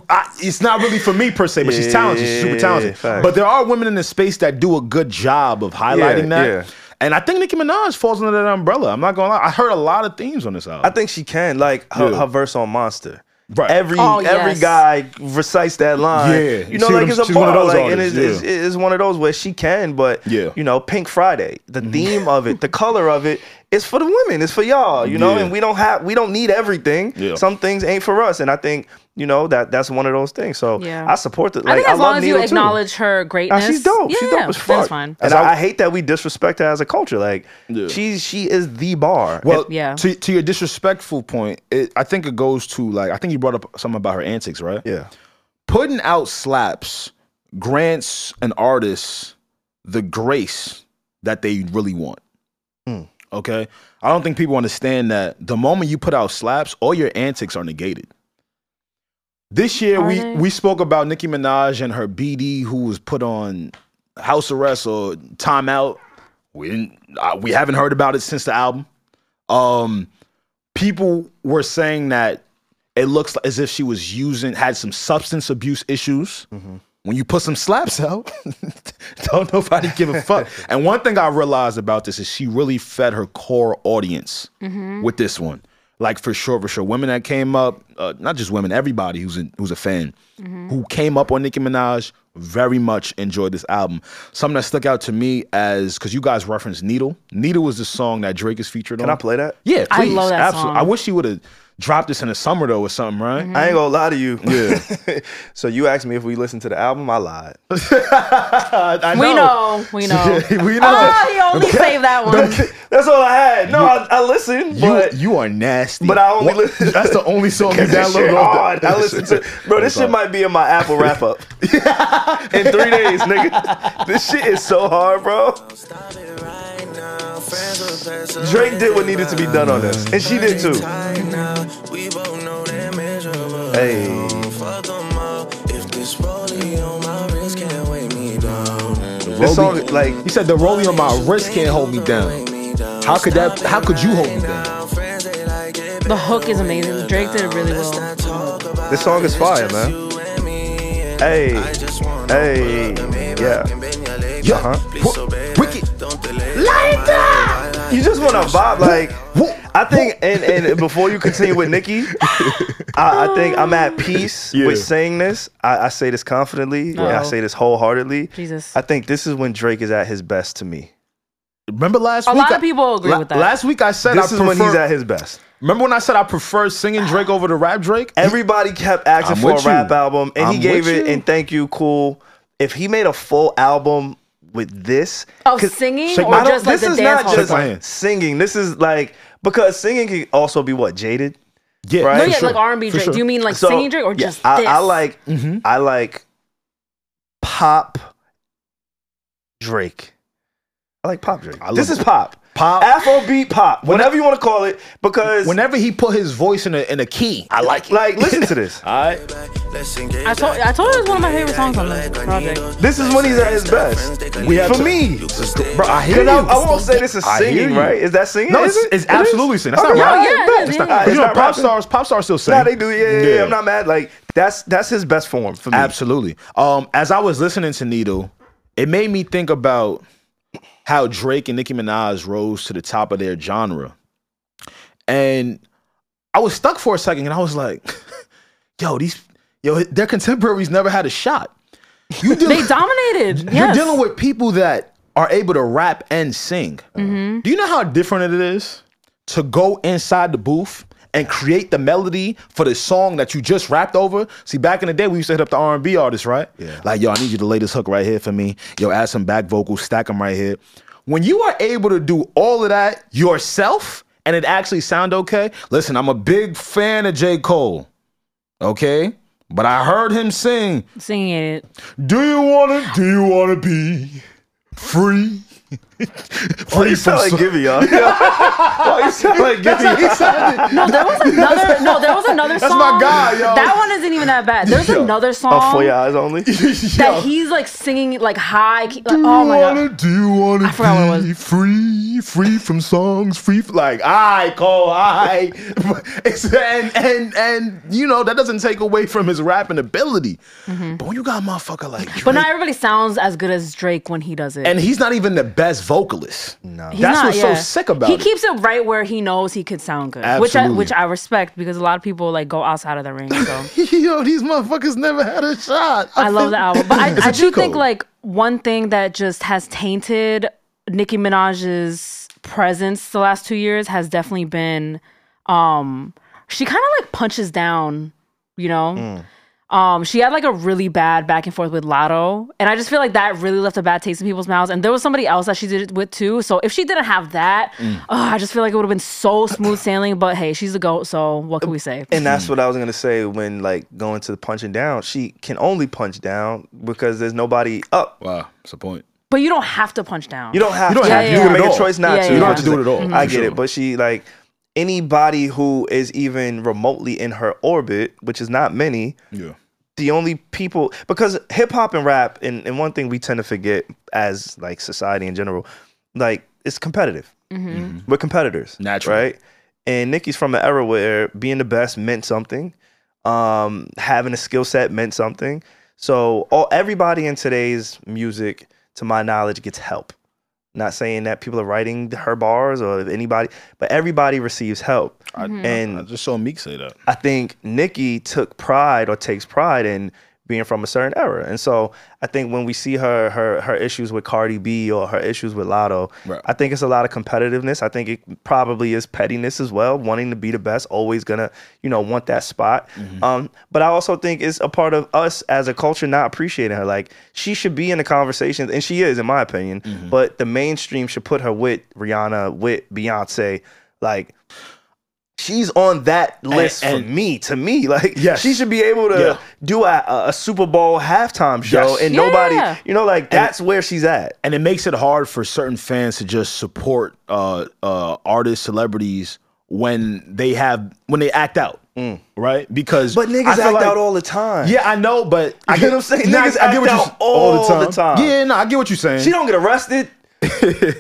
Speaker 3: I- it's not really for me per se, but she's talented. She's super talented.
Speaker 1: facts.
Speaker 3: But there are women in the space that do a good job of highlighting
Speaker 1: Yeah,
Speaker 3: that.
Speaker 1: yeah.
Speaker 3: And I think Nicki Minaj falls under that umbrella. I'm not gonna lie. I heard a lot of themes on this album.
Speaker 1: I think she can. Like her,
Speaker 3: Yeah.
Speaker 1: her verse on Monster.
Speaker 3: Right.
Speaker 1: Every
Speaker 4: Oh,
Speaker 1: every
Speaker 4: yes.
Speaker 1: guy recites that line.
Speaker 3: Yeah.
Speaker 1: You
Speaker 3: You
Speaker 1: know,
Speaker 3: see what
Speaker 1: like
Speaker 3: I'm-
Speaker 1: it's a
Speaker 3: she's
Speaker 1: bar,
Speaker 3: one of those
Speaker 1: like, and it's,
Speaker 3: artists,
Speaker 1: it's, it's one of those where she can, but
Speaker 3: Yeah. Mm-hmm.
Speaker 1: you know, Pink Friday, the theme of it, the color of it, it's for the women, it's for y'all, you know,
Speaker 3: Yeah.
Speaker 1: and we don't have we don't need everything.
Speaker 3: Yeah.
Speaker 1: Some things ain't for us. And I think, you know, that that's one of those things. So
Speaker 4: Yeah.
Speaker 1: I support that.
Speaker 4: I
Speaker 1: Like,
Speaker 4: think as
Speaker 1: love
Speaker 4: long as you
Speaker 1: Neo, too.
Speaker 4: acknowledge her greatness,
Speaker 1: Nah, she's dope.
Speaker 4: Yeah,
Speaker 1: she's dope as fuck.
Speaker 4: That's fine.
Speaker 1: And
Speaker 3: As I-
Speaker 1: I, I hate that we disrespect her as a culture. Like
Speaker 3: Yeah.
Speaker 1: she's she is the bar.
Speaker 3: Well,
Speaker 4: Yeah.
Speaker 3: To, to your disrespectful point, it, I think it goes to like I think you brought up something about her antics, right?
Speaker 1: yeah.
Speaker 3: Putting out slaps grants an artist the grace that they really want. Okay, I don't think people understand that the moment you put out slaps, all your antics are negated. This year,
Speaker 4: Are
Speaker 3: we
Speaker 4: they?
Speaker 3: we spoke about Nicki Minaj and her BD, who was put on house arrest or timeout. We didn't, uh, we haven't heard about it since the album. Um, people were saying that it looks as if she was using had some substance abuse issues. When you put some slaps out, (laughs) don't nobody give
Speaker 1: (laughs)
Speaker 3: a fuck. and
Speaker 1: Mm-hmm.
Speaker 3: one thing I realized about this is she really fed her core audience with this one. like for sure, for sure, women that came up, uh, not just women, everybody who's in, who's a fan,
Speaker 1: Mm-hmm.
Speaker 3: who came up on Nicki Minaj, very much enjoyed this album. Something that stuck out to me as because you guys referenced Needle. Needle was the song that Drake is featured
Speaker 1: Can
Speaker 3: on.
Speaker 1: I play that?
Speaker 3: Yeah,
Speaker 1: I
Speaker 3: please.
Speaker 1: love that
Speaker 3: Absolutely.
Speaker 1: song.
Speaker 3: I wish he would have dropped this in the summer though, or something, right?
Speaker 4: Mm-hmm.
Speaker 1: I ain't gonna lie to you.
Speaker 3: Yeah.
Speaker 1: (laughs) so you asked me if we listened to the album. I
Speaker 3: (laughs)
Speaker 1: lied.
Speaker 3: I
Speaker 4: We know, we know.
Speaker 3: we know.
Speaker 4: Oh, he only saved that one.
Speaker 1: That's all I had. No, I, I listened,
Speaker 3: You,
Speaker 1: but
Speaker 3: you are nasty.
Speaker 1: but I only
Speaker 3: What-
Speaker 1: listen.
Speaker 3: That's the only song you
Speaker 1: (laughs) Cause this shit
Speaker 3: downloaded off
Speaker 1: hard.
Speaker 3: the- (laughs)
Speaker 1: I listen to bro. This
Speaker 3: That's
Speaker 1: shit
Speaker 3: (laughs) all.
Speaker 1: might be in my Apple wrap
Speaker 3: (laughs)
Speaker 1: up in three days, nigga. This shit is so hard, bro. Drake did what needed to be done on this, and she did too. Hey, this song like
Speaker 3: He said the rolling on my wrist can't hold me down. How could that? How could you hold me down?
Speaker 4: The hook is amazing. Drake did it really well.
Speaker 1: This song is fire, man. Hey, hey, yeah.
Speaker 3: Yeah,
Speaker 1: Uh-huh.
Speaker 3: Wh- wicked.
Speaker 1: You just want to vibe, like I think. And and before you continue with
Speaker 3: (laughs)
Speaker 1: Nikki, I, I think I'm at peace
Speaker 3: Yeah.
Speaker 1: with saying this. I, I say this confidently. And I
Speaker 4: Uh-oh.
Speaker 1: say this wholeheartedly.
Speaker 4: Jesus.
Speaker 1: I think this is when Drake is at his best to me.
Speaker 3: Remember last
Speaker 4: A
Speaker 3: week?
Speaker 4: lot
Speaker 3: I-
Speaker 4: of people agree
Speaker 3: la-
Speaker 4: with that.
Speaker 3: Last week I said
Speaker 1: This
Speaker 3: I
Speaker 1: is
Speaker 3: prefer,
Speaker 1: when he's at his best.
Speaker 3: Remember when I said I prefer singing
Speaker 4: Uh-huh.
Speaker 3: Drake over the rap Drake?
Speaker 1: Everybody kept asking
Speaker 3: I'm
Speaker 1: for a
Speaker 3: with you.
Speaker 1: rap album, and he
Speaker 3: I'm
Speaker 1: gave
Speaker 3: with
Speaker 1: it.
Speaker 3: you.
Speaker 1: And thank you, cool. If he made a full album with this,
Speaker 4: Of
Speaker 1: 'cause-
Speaker 4: singing
Speaker 3: Shake
Speaker 4: or
Speaker 3: my- I don't-
Speaker 4: just like
Speaker 1: this
Speaker 4: the
Speaker 1: is
Speaker 4: dance
Speaker 1: not
Speaker 4: hall?
Speaker 1: just
Speaker 3: Shake my hand.
Speaker 1: singing. This is like because singing can also be what jaded.
Speaker 3: Yeah,
Speaker 1: Right.
Speaker 4: no,
Speaker 1: for
Speaker 4: yeah,
Speaker 1: sure.
Speaker 4: like R and B
Speaker 3: For
Speaker 4: Drake.
Speaker 3: sure.
Speaker 4: Do you mean like
Speaker 1: So,
Speaker 4: singing Drake or
Speaker 1: yeah,
Speaker 4: just
Speaker 1: I,
Speaker 4: this?
Speaker 1: I like
Speaker 3: Mm-hmm.
Speaker 1: I like pop Drake. I like pop Drake.
Speaker 3: love
Speaker 1: This is
Speaker 3: it.
Speaker 1: pop.
Speaker 3: Pop.
Speaker 1: Afrobeat pop. Whatever you want to call it. Because
Speaker 3: Whenever he put his voice in a in a key, I like it.
Speaker 1: like listen to
Speaker 3: (laughs)
Speaker 1: this.
Speaker 3: All right.
Speaker 4: I told I told you it was one of my favorite songs on this project.
Speaker 1: This is when he's at his best.
Speaker 3: We have
Speaker 1: For
Speaker 3: to-
Speaker 1: me.
Speaker 3: Bro, I hear
Speaker 1: Because
Speaker 3: you.
Speaker 1: I, I won't say this is
Speaker 3: I hear
Speaker 1: singing,
Speaker 3: you.
Speaker 1: right? Is that singing?
Speaker 3: No,
Speaker 1: Is
Speaker 3: it's,
Speaker 1: it?
Speaker 3: it's
Speaker 1: It is?
Speaker 3: absolutely singing. That's
Speaker 1: Okay,
Speaker 3: not
Speaker 1: yeah,
Speaker 3: rap.
Speaker 1: yeah, it
Speaker 4: is,
Speaker 3: That's
Speaker 4: it
Speaker 3: not,
Speaker 4: is.
Speaker 3: Because you
Speaker 1: It's
Speaker 3: know,
Speaker 1: not
Speaker 3: pop
Speaker 1: rapping.
Speaker 3: stars, pop stars still sing.
Speaker 1: Nah, they do. Yeah, yeah, yeah, I'm not mad. Like that's that's his best form for me. (laughs)
Speaker 3: Absolutely. Um, as I was listening to Needle, it made me think about how Drake and Nicki Minaj rose to the top of their genre. And I was stuck for a second and I was like, (laughs) yo, these yo, their contemporaries never had a shot. You deal-
Speaker 4: They dominated. Yes.
Speaker 3: You're dealing with people that are able to rap and sing. Do you know how different it is to go inside the booth and create the melody for the song that you just rapped over? See, back in the day, we used to hit up the R&B artists, right? Yeah. Like, yo, I need you to lay this hook right here for me. Yo, add some back vocals, stack them right here. When you are able to do all of that yourself and it actually sound okay, listen, I'm a big fan of J. Cole, okay? But I heard him sing
Speaker 4: singing it.
Speaker 3: do you wanna? Do you wanna be free?
Speaker 1: Why
Speaker 3: free
Speaker 1: you sound like Gibby, y'all? (laughs) Why you sound like Gibby?
Speaker 4: No, there was
Speaker 3: (laughs)
Speaker 4: another. no, there was another
Speaker 3: That's
Speaker 4: song.
Speaker 3: my guy, yo.
Speaker 4: That one isn't even that bad. There's
Speaker 3: Yo.
Speaker 4: another
Speaker 1: Oh, for your
Speaker 4: song
Speaker 1: eyes only.
Speaker 3: (laughs)
Speaker 4: that he's like singing like high. key- Like,
Speaker 3: Do
Speaker 4: oh
Speaker 3: you
Speaker 4: my
Speaker 3: wanna?
Speaker 4: god.
Speaker 3: Do you wanna
Speaker 4: I forgot what it
Speaker 3: be free? Free from songs, free from, like I call I. (laughs) It's and and and you know that doesn't take away from his rapping ability. But when you got a motherfucker like Drake,
Speaker 4: Mm-hmm. But not everybody sounds as good as Drake when he does it.
Speaker 3: and he's not even the best vocalist. No, that's what's so sick about
Speaker 4: He
Speaker 3: it.
Speaker 4: keeps it right where he knows he could sound good,
Speaker 3: Absolutely.
Speaker 4: which I which I respect because a lot of people like go outside of the ring. So
Speaker 3: (laughs) Yo, these motherfuckers never had a shot.
Speaker 4: I love the album,
Speaker 3: (laughs)
Speaker 4: but
Speaker 3: It's a
Speaker 4: I, I do
Speaker 3: cheat
Speaker 4: think
Speaker 3: code.
Speaker 4: like one thing that just has tainted Nicki Minaj's presence the last two years has definitely been um she kind of like punches down, you know. Um, she had like a really bad back and forth with Lotto, and I just feel like that really left a bad taste in people's mouths. And there was somebody else that she did it with too. So if she didn't have that, oh, I just feel like it would have been so smooth sailing. But hey, she's a goat, so what can we say?
Speaker 1: And that's
Speaker 3: Hmm.
Speaker 1: what I was gonna say when like going to the punching down. She can only punch down because there's nobody up.
Speaker 2: Wow, that's a point.
Speaker 4: But you don't have to punch down.
Speaker 1: You don't have
Speaker 3: don't
Speaker 1: to.
Speaker 4: have to
Speaker 1: you
Speaker 4: do
Speaker 1: can
Speaker 4: it
Speaker 1: make
Speaker 3: at
Speaker 1: a
Speaker 3: all.
Speaker 1: choice not
Speaker 4: Yeah,
Speaker 1: to.
Speaker 4: yeah, You don't
Speaker 1: is
Speaker 4: have
Speaker 3: to
Speaker 1: what
Speaker 3: do it at all,
Speaker 1: I'm saying. I
Speaker 3: for
Speaker 1: get
Speaker 3: sure.
Speaker 1: it, but she like anybody who is even remotely in her orbit, which is not many.
Speaker 3: Yeah.
Speaker 1: The only people because hip hop and rap and, and one thing we tend to forget as like society in general, like it's competitive.
Speaker 4: Mm-hmm.
Speaker 1: We're competitors.
Speaker 3: Mm-hmm. Naturally.
Speaker 1: Right? And Nikki's from an era where being the best meant something. Um, having a skill set meant something. So all everybody in today's music, to my knowledge, gets help. Not saying that people are writing her bars or anybody, but everybody receives help.
Speaker 3: Mhm.
Speaker 1: And
Speaker 3: I just saw Meek say that.
Speaker 1: I think Nikki took pride or takes pride in being from a certain era. And so I think when we see her her her issues with Cardi B or her issues with Lotto,
Speaker 3: Right.
Speaker 1: I think it's a lot of competitiveness. I think it probably is pettiness as well, wanting to be the best, always gonna, you know, want that spot. Um, but I also think it's a part of us as a culture not appreciating her. Like she should be in the conversations, and she is, in my opinion, but the mainstream should put her with Rihanna, with Beyonce, like she's on that list for
Speaker 3: and-
Speaker 1: me. To me, (laughs) like
Speaker 3: Yes.
Speaker 1: she should be able to
Speaker 3: Yeah.
Speaker 1: do a, a Super Bowl halftime show,
Speaker 3: Yes.
Speaker 1: and
Speaker 4: Yeah.
Speaker 1: nobody, you know, like that's where she's at.
Speaker 3: and it makes it hard for certain fans to just support uh, uh, artists, celebrities when they have when they act out, right? Because
Speaker 1: But niggas
Speaker 3: I feel
Speaker 1: act
Speaker 3: like-
Speaker 1: out all the time.
Speaker 3: Yeah, I know, but I
Speaker 1: get what I'm saying? Niggas act
Speaker 3: you-
Speaker 1: out all the time.
Speaker 3: Yeah, no, I get what you're saying.
Speaker 1: she don't get
Speaker 3: (laughs)
Speaker 1: arrested.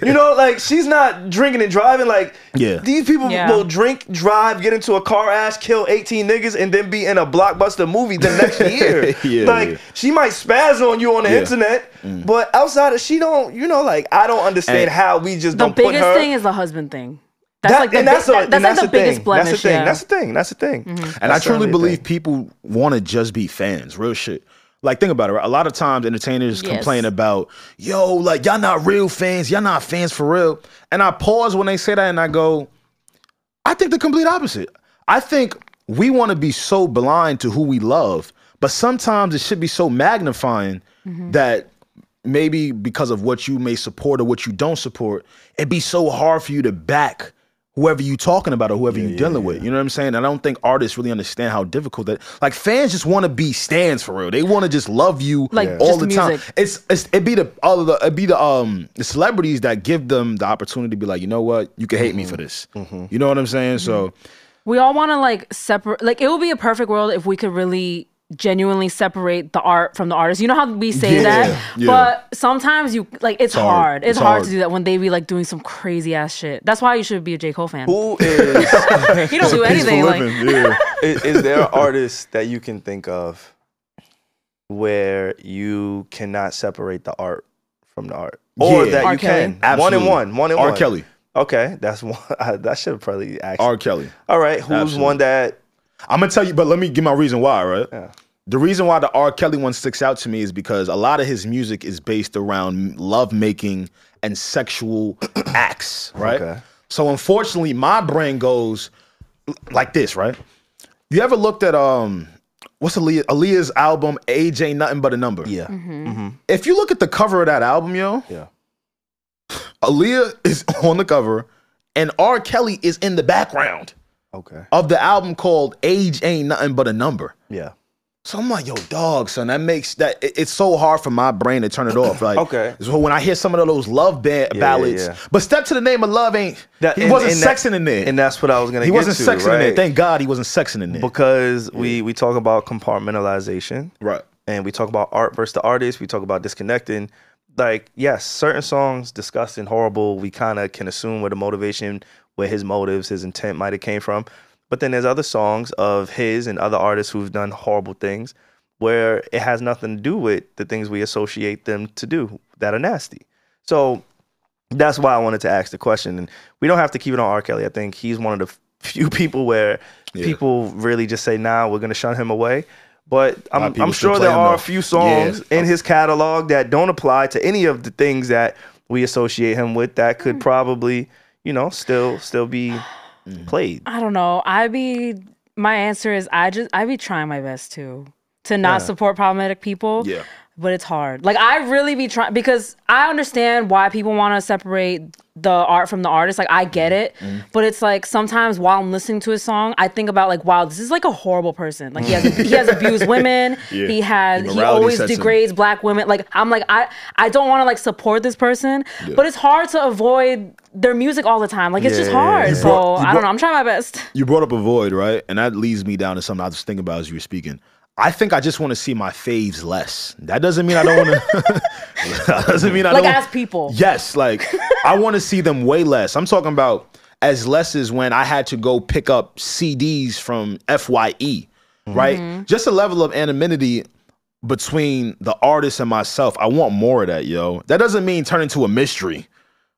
Speaker 1: you know, like she's not drinking and driving. Like
Speaker 3: Yeah.
Speaker 1: these people
Speaker 4: Yeah.
Speaker 1: will drink, drive, get into a car ass, kill 18 niggas, and then be in a blockbuster movie the
Speaker 3: (laughs)
Speaker 1: next year.
Speaker 3: Yeah,
Speaker 1: like
Speaker 3: yeah.
Speaker 1: she might spaz on you on the
Speaker 3: Yeah. Mm.
Speaker 1: internet, but outside of she don't, you know, like I don't understand
Speaker 3: And
Speaker 1: how we just
Speaker 4: The
Speaker 1: don't put
Speaker 4: biggest
Speaker 1: her.
Speaker 4: thing is the husband thing. That's
Speaker 1: That-
Speaker 4: like the
Speaker 1: and that's,
Speaker 4: big-
Speaker 1: a,
Speaker 4: that- that's
Speaker 1: and
Speaker 4: like
Speaker 1: that's
Speaker 4: the
Speaker 1: a thing.
Speaker 4: biggest blemish.
Speaker 1: That's the thing.
Speaker 4: yeah.
Speaker 1: That's the thing. That's the thing.
Speaker 3: And
Speaker 1: That's
Speaker 3: I truly
Speaker 1: certainly a
Speaker 3: believe
Speaker 1: thing.
Speaker 3: people want to just be fans, real shit. Like think about it. Right? A lot of times entertainers
Speaker 4: Yes.
Speaker 3: complain about, yo, like y'all not real fans, y'all not fans for real. And I pause when they say that and I go, I think the complete opposite. I think we want to be so blind to who we love, but sometimes it should be so magnifying that maybe because of what you may support or what you don't support, it'd be so hard for you to back whoever you talking about or whoever you dealing with. You know what I'm saying? And I don't think artists really understand how difficult that like fans just want to be stands for real. They want to just love you
Speaker 4: Like, Yeah.
Speaker 3: all
Speaker 4: just
Speaker 3: the
Speaker 4: music.
Speaker 3: time. It's it's it'd be the all of the it'd be the um the celebrities that give them the opportunity to be like, you know what, you can hate
Speaker 1: Mm-hmm.
Speaker 3: me for this. You know what I'm saying? So
Speaker 4: we all want to like separate like it would be a perfect world if we could really genuinely separate the art from the artist you know how we say
Speaker 3: Yeah,
Speaker 4: that
Speaker 3: yeah.
Speaker 4: but sometimes you like it's, hard.
Speaker 3: hard.
Speaker 4: it's,
Speaker 3: It's
Speaker 4: hard,
Speaker 3: hard.
Speaker 4: to do that when they be like doing some crazy ass shit that's why you should be a j cole fan
Speaker 1: Who is?
Speaker 4: (laughs) he don't do anything
Speaker 1: (laughs)
Speaker 4: like
Speaker 3: yeah.
Speaker 1: is, is there
Speaker 4: (laughs)
Speaker 1: an artist that you can think of where you cannot separate the art from the art, or
Speaker 3: Yeah.
Speaker 1: that
Speaker 4: R.
Speaker 1: you
Speaker 4: Kelly.
Speaker 1: can? One and
Speaker 3: Absolutely.
Speaker 1: one, one and
Speaker 3: R.
Speaker 1: one.
Speaker 3: Kelly.
Speaker 1: Okay, that's one. (laughs) I, that should have probably asked.
Speaker 3: R. Kelly.
Speaker 1: All right, who's
Speaker 3: Absolutely.
Speaker 1: one that?
Speaker 3: I'm gonna tell you, but let me give my reason why, right?
Speaker 1: Yeah.
Speaker 3: The reason why the R. Kelly one sticks out to me is because a lot of his music is based around love making and sexual (clears throat) acts, right?
Speaker 1: Okay.
Speaker 3: So unfortunately, my brain goes l- like this, right? You ever looked at um what's Aaliyah, Aaliyah's album "Age Ain't Nothing But a Number"?
Speaker 1: Yeah.
Speaker 4: Mm-hmm.
Speaker 3: If you look at the cover of that album, yo,
Speaker 1: Yeah.
Speaker 3: Aaliyah is (laughs) on the cover, and R. Kelly is in the background
Speaker 1: Okay.
Speaker 3: of the album called "Age Ain't Nothing But a Number."
Speaker 1: Yeah.
Speaker 3: So I'm like, yo, dog, son, that makes that it- it's so hard for my brain to turn it off. Like,
Speaker 1: Okay.
Speaker 3: So when I hear some of those love ba-
Speaker 1: yeah,
Speaker 3: ballads,
Speaker 1: yeah.
Speaker 3: but "Step to the Name of Love" ain't
Speaker 1: That-
Speaker 3: he
Speaker 1: and-
Speaker 3: wasn't
Speaker 1: and that-
Speaker 3: sexing in there.
Speaker 1: And that's what I was gonna.
Speaker 3: he
Speaker 1: get
Speaker 3: wasn't
Speaker 1: to,
Speaker 3: sexing
Speaker 1: right?
Speaker 3: in there. Thank God he wasn't sexing in there.
Speaker 1: because we we talk about compartmentalization.
Speaker 3: right.
Speaker 1: and we talk about art versus the artist. We talk about disconnecting. Like, yes, certain songs disgusting, horrible. We kind of can assume where the motivation, where his motives, his intent might have came from. But then there's other songs of his and other artists who've done horrible things, where it has nothing to do with the things we associate them to do that are nasty. So that's why I wanted to ask the question. And we don't have to keep it on R. Kelly. I think he's one of the (laughs) few people where people really just say, nah, we're going to shun him away. But
Speaker 3: lot of
Speaker 1: I'm,
Speaker 3: people
Speaker 1: I'm
Speaker 3: still
Speaker 1: sure there
Speaker 3: play him,
Speaker 1: are
Speaker 3: though.
Speaker 1: a few songs in his catalog that don't apply to any of the things that we associate him with that could probably, you know, still still be
Speaker 3: Mm-hmm.
Speaker 1: played.
Speaker 4: i don't know i be my answer is i just i be trying my best to to not support problematic people
Speaker 3: Yeah.
Speaker 4: but it's hard. Like I really be trying because I understand why people want to separate the art from the artist. Like I get it,
Speaker 3: Mm-hmm.
Speaker 4: but it's like sometimes while I'm listening to a song, I think about like, wow, this is like a horrible person. Like he
Speaker 3: (laughs)
Speaker 4: has he has abused women. He has he
Speaker 3: Immorality
Speaker 4: always
Speaker 3: sets in.
Speaker 4: degrades black women. Like I'm like I I don't want to like support this person, but it's hard to avoid their music all the time. Like it's just
Speaker 1: Yeah, yeah,
Speaker 4: hard.
Speaker 1: yeah.
Speaker 4: So
Speaker 3: brought- you
Speaker 4: I don't
Speaker 3: brought-
Speaker 4: know. I'm trying my best.
Speaker 3: You brought up a void, right? And that leads me down to something I was thinking about as you were speaking. I think I just want to see my faves less. That doesn't mean I don't want to. (laughs) that doesn't mean I
Speaker 4: Like
Speaker 3: don't.
Speaker 4: as people.
Speaker 3: Yes,
Speaker 4: (laughs)
Speaker 3: like I want to see them way less. I'm talking about as less as when I had to go pick up CDs from Fye,
Speaker 4: Mm-hmm.
Speaker 3: right? Just a level of anonymity between the artist and myself. I want more of that, yo. That doesn't mean turn into a mystery.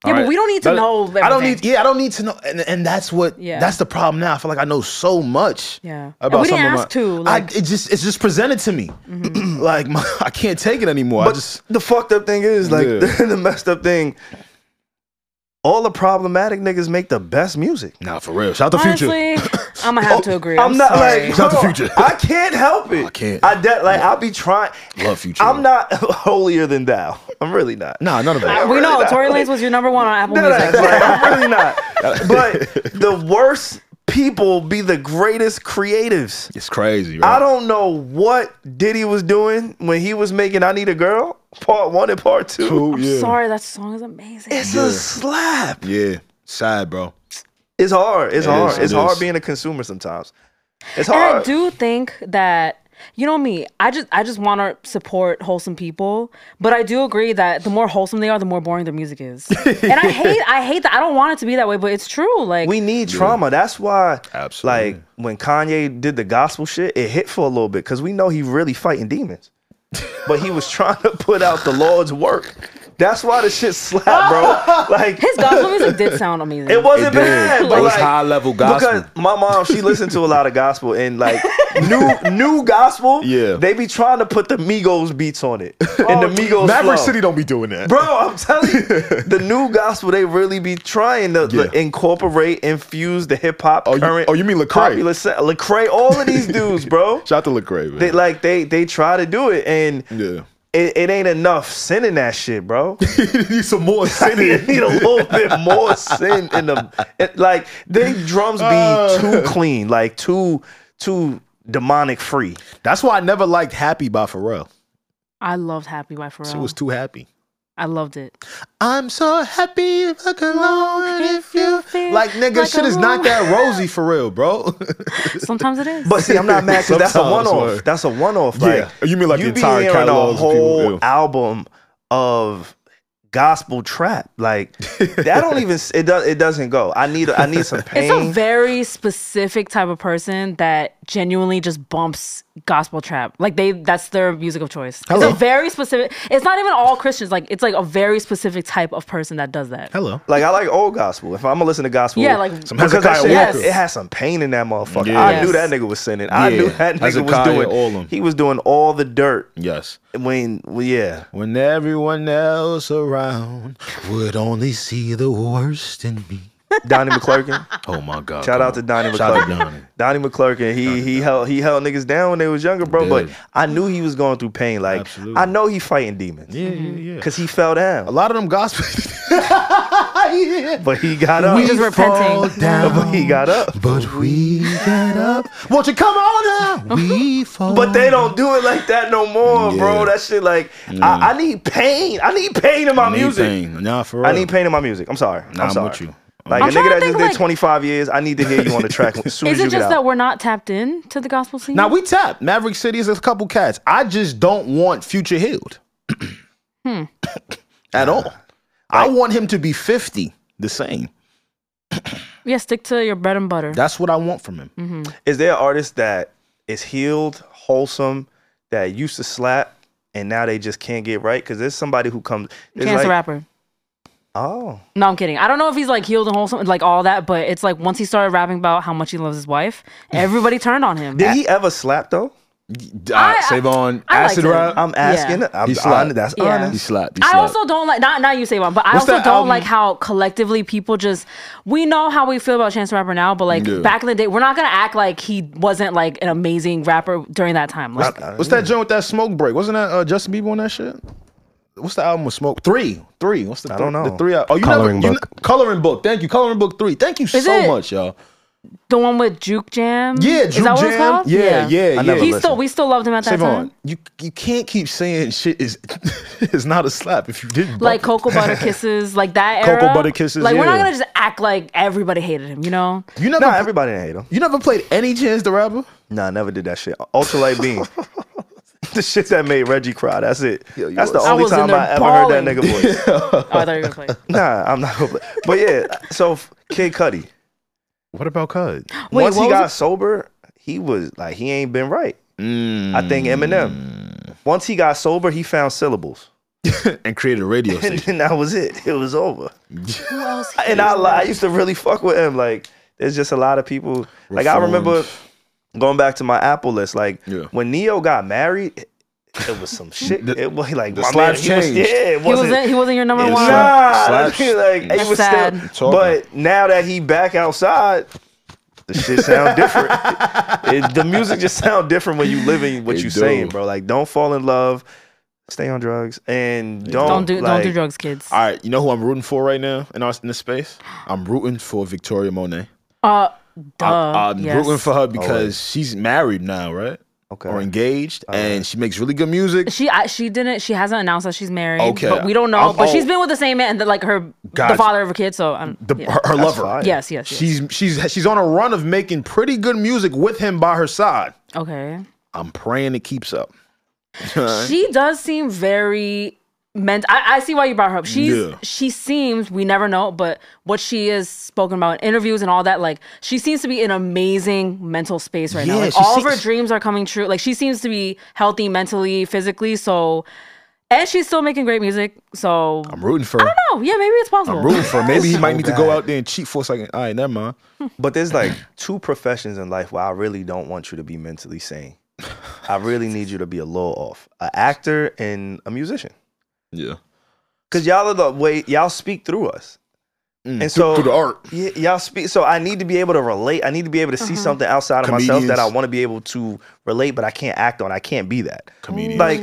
Speaker 4: Yeah, but we don't need to
Speaker 3: That-
Speaker 4: know
Speaker 3: I don't
Speaker 4: everything.
Speaker 3: need. Yeah, I don't need to know. And, and that's what.
Speaker 4: Yeah.
Speaker 3: That's the problem now. I feel like I know so much.
Speaker 4: Yeah. And
Speaker 3: About
Speaker 4: we didn't
Speaker 3: some of my-
Speaker 4: ask to, Mm-hmm.
Speaker 3: I, it just it's just presented to me. (clears throat) like my, I can't take it anymore. I
Speaker 1: But
Speaker 3: just
Speaker 1: the fucked up thing is, like,
Speaker 3: Yeah.
Speaker 1: (laughs) the messed up thing. All the problematic niggas make the best music.
Speaker 3: nah for real. Shout out to Future. Oh,
Speaker 4: Honestly,
Speaker 3: (coughs)
Speaker 4: I'm gonna have to agree. I'm,
Speaker 1: I'm, not
Speaker 4: sorry.
Speaker 1: like
Speaker 3: Shout out to
Speaker 1: hold on,
Speaker 3: Future.
Speaker 1: I can't help it. I
Speaker 3: can't.
Speaker 1: I de- like I'll be trying.
Speaker 3: Love Future.
Speaker 1: I'm not (laughs) holier than thou. I'm really not.
Speaker 3: Nah, none of that.
Speaker 4: we know
Speaker 1: really not.
Speaker 4: Tory Lanez was your number one on Apple
Speaker 1: No, no,
Speaker 4: Music.
Speaker 1: that's right. I'm
Speaker 3: (laughs)
Speaker 1: really not. But the worst people be the greatest creatives.
Speaker 3: It's crazy. Right?
Speaker 1: I don't know what Diddy was doing when he was making "I Need a Girl" part one and part two.
Speaker 3: Ooh, yeah.
Speaker 4: Sorry, that song is amazing.
Speaker 1: It's a slap.
Speaker 3: Yeah. Sad, bro.
Speaker 1: It's hard. It's
Speaker 3: It
Speaker 1: hard.
Speaker 3: is,
Speaker 1: it's
Speaker 3: it
Speaker 1: hard
Speaker 3: is.
Speaker 1: being a consumer sometimes. It's
Speaker 4: and
Speaker 1: hard.
Speaker 4: I do think that you know me. I just I just want to support wholesome people, but I do agree that the more wholesome they are, the more boring their
Speaker 1: (laughs)
Speaker 4: music is. and I hate I hate that. I don't want it to be that way, but it's true. Like
Speaker 1: we need trauma. That's why,
Speaker 3: Absolutely.
Speaker 1: like when Kanye did the gospel shit, it hit for a little bit because we know he really fighting demons, but he
Speaker 3: (laughs)
Speaker 1: was trying to put out the Lord's work. That's why the shit slapped,
Speaker 3: (laughs)
Speaker 1: bro. Like
Speaker 4: his gospel music did sound amazing.
Speaker 1: It wasn't
Speaker 3: It did.
Speaker 1: bad.
Speaker 3: It
Speaker 1: But
Speaker 3: was
Speaker 1: like,
Speaker 3: high-level gospel.
Speaker 1: Because my mom, she listened to a lot of gospel and
Speaker 3: (laughs)
Speaker 1: like new new gospel.
Speaker 3: Yeah. Oh,
Speaker 1: they be trying to put the Migos beats on it and the Migos
Speaker 3: Maverick
Speaker 1: flow.
Speaker 3: City don't be doing that.
Speaker 1: Bro, I'm telling
Speaker 3: (laughs)
Speaker 1: you, the new gospel they really be trying to
Speaker 3: Yeah.
Speaker 1: like, incorporate, infuse the hip hop
Speaker 3: Oh, you-
Speaker 1: current.
Speaker 3: oh, you mean Lecrae.
Speaker 1: Popular, se- Lecrae, all of
Speaker 3: (laughs)
Speaker 1: these dudes, bro.
Speaker 3: Shout out to Lecrae, man.
Speaker 1: they like they they try to do it, and
Speaker 3: yeah.
Speaker 1: it, it ain't enough sin in that shit,
Speaker 3: (laughs)
Speaker 1: bro.
Speaker 3: need some more
Speaker 1: (laughs)
Speaker 3: sin
Speaker 1: You
Speaker 3: in.
Speaker 1: need a little bit more sin in
Speaker 3: (laughs)
Speaker 1: them. It- like they drums
Speaker 3: Uh.
Speaker 1: be too clean, like too too demonic free.
Speaker 3: That's why I never liked Happy by Pharrell.
Speaker 4: I loved Happy by Pharrell.
Speaker 3: She was too happy.
Speaker 4: I loved it.
Speaker 3: I'm so happy if I could alone if you
Speaker 4: feel
Speaker 3: like nigga
Speaker 4: like
Speaker 3: shit
Speaker 4: a
Speaker 3: is not that rosy for real, bro.
Speaker 4: Sometimes it is.
Speaker 1: But see, I'm not mad because that's a one
Speaker 3: (laughs) Sometimes,
Speaker 1: off.
Speaker 3: right.
Speaker 1: That's a one off.
Speaker 3: Yeah.
Speaker 1: Like
Speaker 3: You mean like the
Speaker 1: be
Speaker 3: entire
Speaker 1: hearing
Speaker 3: catalogs
Speaker 1: a
Speaker 3: of
Speaker 1: whole
Speaker 3: people, yeah.
Speaker 1: album of gospel trap. Like that don't even it does it doesn't go. I need I need some pain.
Speaker 4: (laughs) it's a very specific type of person that genuinely just bumps gospel trap. Like they that's their music of choice.
Speaker 3: Hello.
Speaker 4: It's a very specific it's not even all Christians, like it's like a very specific type of person that does that.
Speaker 3: (laughs) Hello.
Speaker 1: like I like old gospel. If I'm gonna listen to gospel,
Speaker 4: Yeah, like- Some
Speaker 1: because that
Speaker 3: Hezekiah
Speaker 1: shit,
Speaker 4: Walker.
Speaker 1: it has some pain in that motherfucker.
Speaker 3: Yeah.
Speaker 1: I
Speaker 4: Yes.
Speaker 1: knew that nigga was sinning. I
Speaker 3: Yeah.
Speaker 1: knew that nigga was
Speaker 3: Hezekiah,
Speaker 1: doing.
Speaker 3: all of 'em.
Speaker 1: He was doing all the dirt
Speaker 3: Yes.
Speaker 1: when well, yeah
Speaker 3: When everyone else around would only see the worst in me.
Speaker 1: Donnie McClurkin.
Speaker 3: Oh my god.
Speaker 1: Shout out to Donnie
Speaker 3: Shout out to
Speaker 1: McClurkin. Donnie McClurkin. He he held he held niggas down when they was younger, bro. But
Speaker 3: Dude.
Speaker 1: I knew he was going through pain. Like
Speaker 3: Absolutely.
Speaker 1: I know he fighting demons.
Speaker 3: (laughs) Yeah, yeah, yeah.
Speaker 1: Cause he fell
Speaker 3: A
Speaker 1: down,
Speaker 3: lot of them
Speaker 4: (laughs)
Speaker 3: gospel. (laughs)
Speaker 1: but he got up.
Speaker 4: We just repenting.
Speaker 1: but he got up.
Speaker 3: (laughs) But we get up. Won't you come on
Speaker 4: (laughs)
Speaker 3: now? We fall.
Speaker 1: But they don't do it like that no more, bro.
Speaker 3: Yeah.
Speaker 1: That shit like I, I need pain. I need pain in my
Speaker 3: I need
Speaker 1: music.
Speaker 3: pain. Nah, for real.
Speaker 1: I need pain in my music. I'm sorry.
Speaker 3: Nah, I'm
Speaker 1: I'm sorry.
Speaker 3: with you.
Speaker 1: Like
Speaker 4: I'm
Speaker 1: a
Speaker 4: trying
Speaker 1: nigga
Speaker 4: to
Speaker 1: that just
Speaker 4: think,
Speaker 1: did
Speaker 4: like-
Speaker 1: 25 years, I need to hear you on the
Speaker 3: (laughs)
Speaker 1: track as soon
Speaker 4: Is
Speaker 1: as you
Speaker 4: it
Speaker 1: get
Speaker 4: just
Speaker 1: out.
Speaker 4: that we're not tapped in to the gospel scene?
Speaker 3: Now we tapped. Maverick City is a couple cats. I just don't want Future healed. At all. I want him to be 50 the same.
Speaker 4: yeah, stick to your bread and butter.
Speaker 3: That's what I want from him.
Speaker 1: Is there an artist that is healed, wholesome, that used to slap, and now they just can't get right? Because there's somebody who comes. it's
Speaker 4: Chance the
Speaker 1: like,
Speaker 4: rapper.
Speaker 1: Oh,
Speaker 4: No, I'm kidding. I don't know if he's like healed and wholesome, like all that, but it's like once he started rapping about how much he loves his wife, everybody turned on him.
Speaker 1: did he ever slap though?
Speaker 4: I- I-
Speaker 3: Savon,
Speaker 4: I liked
Speaker 3: Acid
Speaker 4: him.
Speaker 3: Rap.
Speaker 1: I'm asking. I'm,
Speaker 3: He slapped.
Speaker 1: hon- that's
Speaker 4: Yeah.
Speaker 3: He
Speaker 1: honest.
Speaker 3: slapped. He
Speaker 4: I
Speaker 3: slapped.
Speaker 4: also don't like not not you say one, but I
Speaker 3: What's
Speaker 4: also
Speaker 3: that
Speaker 4: don't
Speaker 3: album?
Speaker 4: like how collectively people just we know how we feel about Chance the Rapper now, but like
Speaker 3: Yeah.
Speaker 4: back in the day, we're not gonna act like he wasn't like an amazing rapper during that time. Like
Speaker 3: What's that joint with that smoke break? Wasn't that uh, Justin Bieber on that shit? What's the album with smoke? Three, three. What's the?
Speaker 1: I don't
Speaker 3: th-
Speaker 1: know.
Speaker 3: The three. al- Oh, you
Speaker 1: Coloring
Speaker 3: never, you
Speaker 1: Book.
Speaker 3: ne- coloring book. Thank you. Coloring book three. Thank you so
Speaker 4: it-
Speaker 3: much, y'all.
Speaker 4: the one with Juke Jam.
Speaker 3: Yeah,
Speaker 4: Is
Speaker 3: Juke
Speaker 4: that what it's
Speaker 3: Jam.
Speaker 4: called?
Speaker 3: Yeah, yeah,
Speaker 1: I
Speaker 3: yeah.
Speaker 1: never
Speaker 4: He
Speaker 1: listened.
Speaker 4: still we still loved him at that time.
Speaker 3: Savon, you you can't keep saying shit is (laughs) is not a slap if you didn't bump
Speaker 4: Like
Speaker 3: it.
Speaker 4: Cocoa Butter Kisses, like that
Speaker 3: (laughs)
Speaker 4: era.
Speaker 3: Cocoa Butter Kisses,
Speaker 4: Like we're not
Speaker 3: yeah.
Speaker 4: gonna just act like everybody hated him,
Speaker 3: (laughs)
Speaker 4: you know?
Speaker 3: You never
Speaker 1: Nah, everybody didn't hate him.
Speaker 3: you never played any Chance the Rapper.
Speaker 1: Nah, never did that shit. Ultralight (laughs) Beam. the shit that made Reggie cry. That's it.
Speaker 3: Yo, you
Speaker 1: that's the
Speaker 3: was-
Speaker 4: I
Speaker 1: only
Speaker 4: was in
Speaker 1: time
Speaker 4: there
Speaker 1: I ever heard that
Speaker 4: bawling.
Speaker 1: nigga voice.
Speaker 4: Oh, I thought you were gonna play.
Speaker 1: Nah, I'm not. Gonna play. But yeah, so Kid Cudi.
Speaker 3: What about Cud?
Speaker 4: Wait,
Speaker 1: Once
Speaker 4: what
Speaker 1: he
Speaker 4: was
Speaker 1: got
Speaker 4: it?
Speaker 1: sober, he was like he
Speaker 3: Mm.
Speaker 1: ain't been right. I think Eminem. Once he got sober, he found syllables.
Speaker 3: (gasps) and created a
Speaker 1: (laughs)
Speaker 3: radio
Speaker 1: and then
Speaker 3: station.
Speaker 1: that was it. It was over.
Speaker 3: (laughs)
Speaker 4: Who else?
Speaker 1: and I, li- I used to really fuck with him. Like, there's just a lot of people. Like, I remember
Speaker 3: Reformed.
Speaker 1: going back to my Apple list. Like,
Speaker 3: Yeah.
Speaker 1: when Neo got married, it, it was some shit.
Speaker 3: The-
Speaker 1: it was like
Speaker 3: the
Speaker 1: my
Speaker 3: slabs
Speaker 1: man, he was-
Speaker 3: changed.
Speaker 1: yeah, it
Speaker 4: He wasn't.
Speaker 1: wasn't.
Speaker 4: He wasn't your number
Speaker 3: It's
Speaker 4: one.
Speaker 3: not-
Speaker 1: Nah,
Speaker 3: Slaps.
Speaker 1: like he
Speaker 4: That's
Speaker 1: was
Speaker 4: sad.
Speaker 1: still.
Speaker 3: Talking.
Speaker 1: But now that he back outside, the shit sound
Speaker 3: (laughs)
Speaker 1: different. It- the music just sound different when you living what
Speaker 3: It
Speaker 1: you
Speaker 3: do.
Speaker 1: saying, bro. Like, don't fall in love, stay on drugs, and don't
Speaker 4: Don't do.
Speaker 1: like,
Speaker 4: don't do drugs, kids.
Speaker 3: All right, you know who I'm rooting for right now in, our, in this space? I'm rooting for Victoria Monet.
Speaker 4: Uh, duh.
Speaker 3: I, am
Speaker 4: Uh, yes.
Speaker 3: rooting for her because
Speaker 1: Always.
Speaker 3: she's married now, right?
Speaker 1: Okay.
Speaker 3: Or engaged, and she makes really good music.
Speaker 4: (laughs) She I, she didn't. She hasn't announced that she's married.
Speaker 3: Okay.
Speaker 4: but we don't know.
Speaker 3: I'm-
Speaker 4: but
Speaker 3: oh.
Speaker 4: she's been with the same man, the, like her,
Speaker 3: Gotcha.
Speaker 4: the father of her kid. So I'm.
Speaker 3: The, her,
Speaker 4: yeah.
Speaker 3: her
Speaker 1: That's
Speaker 3: lover.
Speaker 1: fire.
Speaker 4: yes, yes, yes.
Speaker 3: She's she's she's on a run of making pretty good music with him by her side.
Speaker 4: okay.
Speaker 3: I'm praying it keeps up.
Speaker 4: She does seem very meant. I, I see why you brought her up. She's
Speaker 3: Yeah.
Speaker 4: she seems we never know, but what she is spoken about in interviews and all that, like she seems to be in amazing mental space right now.
Speaker 3: Yeah,
Speaker 4: Like
Speaker 3: she
Speaker 4: all of her
Speaker 3: seems-
Speaker 4: dreams are coming true. Like she seems to be healthy mentally, physically. So, and she's still making great music. So
Speaker 3: I'm rooting for. her.
Speaker 4: oh yeah, maybe it's possible.
Speaker 3: I'm rooting for. her. Maybe he might
Speaker 1: So
Speaker 3: need to go
Speaker 1: bad.
Speaker 3: out there and cheat for a second. All right, never mind.
Speaker 1: But there's like two professions in life where I really don't want you to be mentally sane. I really need you to be a little off. An actor and a musician.
Speaker 3: Yeah.
Speaker 1: Cause y'all are the way y'all speak through us. and so
Speaker 3: Mm. through the art.
Speaker 1: Yeah, y'all speak so I need to be able to relate. I need to be able to see something outside of myself that I
Speaker 3: Comedians.
Speaker 1: want to be able to relate, but I can't act on. I can't be that.
Speaker 3: Comedian.
Speaker 1: Like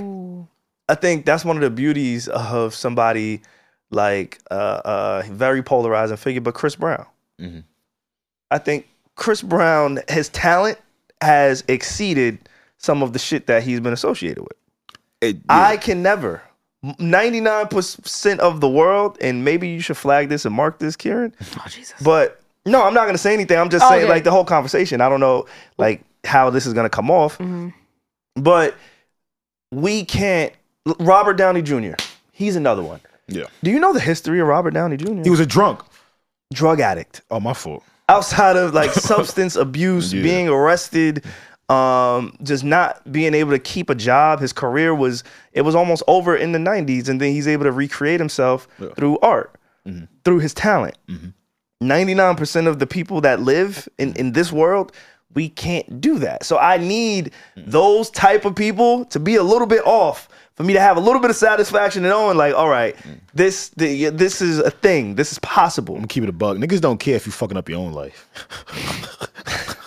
Speaker 1: I think that's one of the beauties of somebody like a uh, uh, very polarizing figure, but Chris Brown.
Speaker 3: Mhm.
Speaker 1: I think Chris Brown, his talent has exceeded some of the shit that he's been associated with.
Speaker 3: It-
Speaker 1: I can never. 99% of the world, and maybe you should flag this and mark this, Kieran.
Speaker 4: Oh Jesus.
Speaker 1: But no, I'm not gonna say anything. I'm just saying
Speaker 4: Okay.
Speaker 1: like the whole conversation. I don't know like how this is gonna come off.
Speaker 4: Mhm.
Speaker 1: But we can't Robert Downey Jr. He's another one.
Speaker 3: yeah.
Speaker 1: Do you know the history of Robert Downey Jr.?
Speaker 3: He was a drunk.
Speaker 1: drug addict.
Speaker 3: Oh, my fault.
Speaker 1: Outside of
Speaker 3: (laughs)
Speaker 1: like substance abuse,
Speaker 3: Yeah.
Speaker 1: being arrested, um, just not being able to keep a job. His career was it was almost over in the nineties, and then he's able to recreate himself through art,
Speaker 3: Mm-hmm.
Speaker 1: through his talent. 99% of the people that live in,
Speaker 3: Mm-hmm.
Speaker 1: in this world we can't do that so i need
Speaker 3: Mm-hmm.
Speaker 1: those type of people to be a little bit off for me to have a little bit of satisfaction and knowing like all right this the, this is a thing this is possible
Speaker 3: Mm. I'm gonna keep it a bug. Niggas don't care if you fucking up your own life.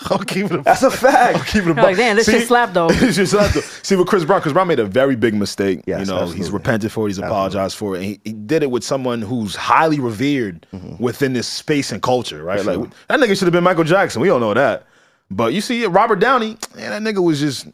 Speaker 3: (laughs) I'll keep it
Speaker 1: (laughs)
Speaker 3: a (laughs)
Speaker 1: that's a fact
Speaker 3: keep it a
Speaker 4: You're like, damn, this
Speaker 3: See-
Speaker 4: shit slapped, though.
Speaker 3: (laughs) This shit slapped, though. See, with Chris Brown, Chris Brown made a very big mistake.
Speaker 1: Yes,
Speaker 3: you know, he's
Speaker 1: absolutely.
Speaker 3: repented for it, he's apologized for it. And he, he did it with someone who's highly revered
Speaker 1: Mm-hmm.
Speaker 3: within this space and culture, right? Like, that nigga should have been Michael Jackson. We all know that. But you see, Robert Downey, man, that nigga was just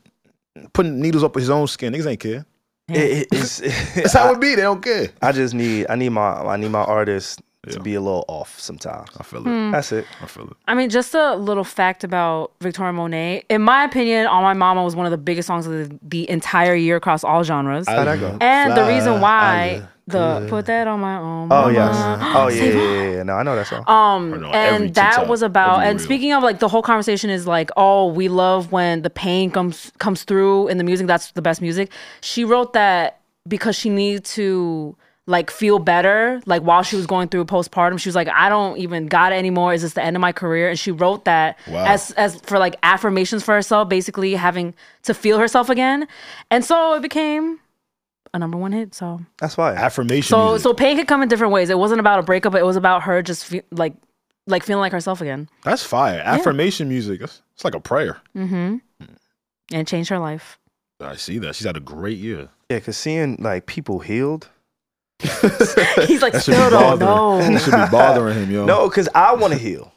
Speaker 3: putting needles up his own skin. Niggas ain't care.
Speaker 1: It- it- it's- (laughs)
Speaker 3: That's how it be. They don't care.
Speaker 1: i just need i need my i need my artist to be a little off sometimes
Speaker 3: I feel it.
Speaker 4: Hmm.
Speaker 1: that's it
Speaker 3: I feel it.
Speaker 4: I mean, just a little fact about Victoria Monet. In my opinion, "On My Mama" was one of the biggest songs of the, the entire year across all genres.
Speaker 1: how'd that go
Speaker 4: and the
Speaker 3: Fly,
Speaker 4: reason why the put that on my own.
Speaker 1: oh
Speaker 4: mama.
Speaker 1: yes oh yeah, yeah, yeah, yeah. no i know that song
Speaker 4: Uh-huh. Um,
Speaker 3: know every
Speaker 4: and that
Speaker 3: TikTok,
Speaker 4: was about.
Speaker 3: every
Speaker 4: And
Speaker 3: reel.
Speaker 4: speaking of like the whole conversation is like, oh, we love when the pain comes comes through in the music. That's the best music. She wrote that because she needed to like feel better. Like while she was going through postpartum, she was like, I don't even got it anymore. Is this the end of my career? And she wrote that as as for like affirmations for herself, basically having to feel herself again. And so it became a number one hit. So
Speaker 1: that's why
Speaker 3: Affirmation.
Speaker 4: so
Speaker 3: music.
Speaker 4: so pain could come in different ways. It wasn't about a breakup, but it was about her just fe- like like feeling like herself again,
Speaker 3: That's fire. Affirmation music. That's, it's like a prayer.
Speaker 4: and it changed her
Speaker 1: (laughs)
Speaker 4: life.
Speaker 3: I see that. She's had a great year.
Speaker 1: yeah because seeing like people healed
Speaker 4: He's like
Speaker 3: That should
Speaker 4: still
Speaker 1: (laughs)
Speaker 3: be bothering.
Speaker 4: don't know.
Speaker 3: That should be bothering him, yo.
Speaker 1: No, because I want to heal.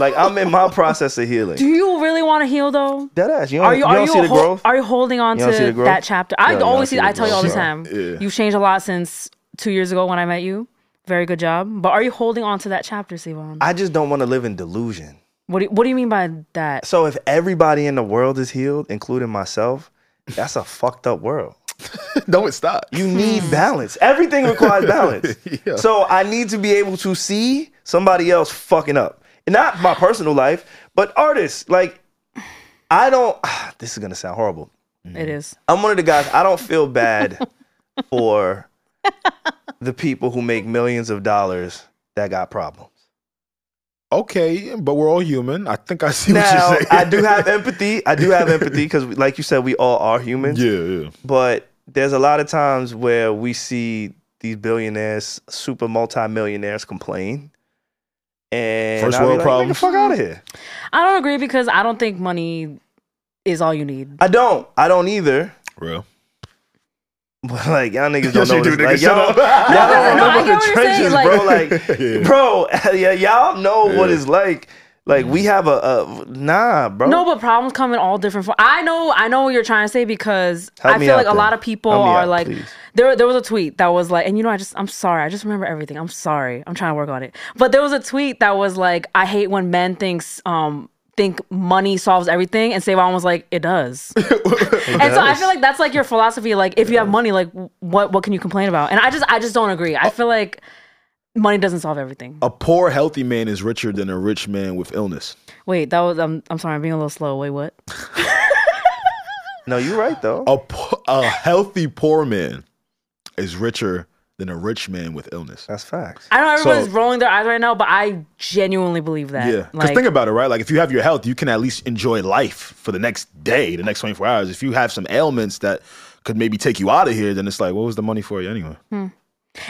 Speaker 1: Like I'm in my process of healing.
Speaker 4: Do you really want to heal though?
Speaker 1: Dead ass. You don't,
Speaker 4: Are
Speaker 1: you,
Speaker 4: you are
Speaker 1: don't
Speaker 4: you,
Speaker 1: see the
Speaker 4: hol-
Speaker 1: growth.
Speaker 4: are you holding on
Speaker 1: You don't see the
Speaker 4: to
Speaker 1: growth?
Speaker 4: that chapter? I
Speaker 1: No, you don't
Speaker 4: always
Speaker 1: see
Speaker 4: see.
Speaker 1: the
Speaker 4: I tell you all the
Speaker 1: growth.
Speaker 4: time.
Speaker 3: Yeah.
Speaker 4: You've changed a lot since two years ago when I met you. Very good job. But are you holding on to that chapter, Sivan?
Speaker 1: I just don't want to live in delusion.
Speaker 4: What do you, What do you mean by that?
Speaker 1: So if everybody in the world is healed, including myself, that's a fucked up world.
Speaker 3: Don't stop.
Speaker 1: You need balance. Everything requires balance.
Speaker 3: Hmm. (laughs) Yeah.
Speaker 1: So I need to be able to see somebody else fucking up. And not my personal life, but artists. Like I don't. (sighs) This Mm. is gonna sound horrible.
Speaker 4: It is.
Speaker 3: (laughs)
Speaker 1: I'm one of the guys. I don't feel bad for the people who make millions of dollars that got problems.
Speaker 3: Okay, but we're all human. I think I see
Speaker 1: now,
Speaker 3: what you're saying.
Speaker 1: I do have
Speaker 3: (laughs)
Speaker 1: empathy. I do have empathy because, like you said, we all are humans.
Speaker 3: Yeah, yeah.
Speaker 1: But there's a lot of times where we see these billionaires, super multimillionaires complain. And
Speaker 3: First
Speaker 1: I'll be like,
Speaker 3: world
Speaker 1: Get the
Speaker 3: problems.
Speaker 1: fuck out of here.
Speaker 4: I don't agree because I don't think money is all you need.
Speaker 1: I don't. I don't either. (laughs)
Speaker 3: Real.
Speaker 1: But like y'all niggas
Speaker 3: Yes,
Speaker 1: don't know
Speaker 3: you do,
Speaker 1: this. Like,
Speaker 3: nigga. Shut
Speaker 1: y'all, (laughs) y'all
Speaker 3: up.
Speaker 4: No,
Speaker 1: don't
Speaker 4: no, I
Speaker 1: remember the
Speaker 4: get what you're saying,
Speaker 1: trenches, bro.
Speaker 3: (laughs)
Speaker 1: Like, bro, (laughs) yeah, y'all know what it's like. Like we have a, a nah, bro.
Speaker 4: No, but problems come in all different forms. I know, I know what you're trying to say because
Speaker 1: Help
Speaker 4: I
Speaker 1: me
Speaker 4: feel
Speaker 1: out
Speaker 4: like
Speaker 1: then.
Speaker 4: a lot of people
Speaker 1: Help me
Speaker 4: are
Speaker 1: out,
Speaker 4: like,
Speaker 1: please.
Speaker 4: there, there was a tweet that was like, and you know, I just, I'm sorry, I just remember everything. I'm sorry, I'm trying to work on it. But there was a tweet that was like, I hate when men thinks, um, think money solves everything, and Savon was like,
Speaker 1: (laughs)
Speaker 4: it does. and so I feel like that's like your philosophy. Like, if you have money, like, what, what can you complain about? And I just, I just don't agree.
Speaker 1: Oh.
Speaker 4: I feel like money doesn't solve everything.
Speaker 3: A poor, healthy man is richer than a rich man with illness.
Speaker 4: Wait, that was, um, I'm sorry, I'm being a little slow. Wait, what?
Speaker 1: no, you're right though.
Speaker 3: A, po- a healthy poor man is richer than a rich man with illness.
Speaker 1: That's facts.
Speaker 4: I know
Speaker 3: So-
Speaker 4: everyone's rolling their eyes right now, but I genuinely believe that.
Speaker 3: Yeah. Because
Speaker 4: Like,
Speaker 3: think about it, right? Like, if you have your health, you can at least enjoy life for the next day, the next 24 hours. If you have some ailments that could maybe take you out of here, then it's like, what was the money for you anyway?
Speaker 4: Hmm.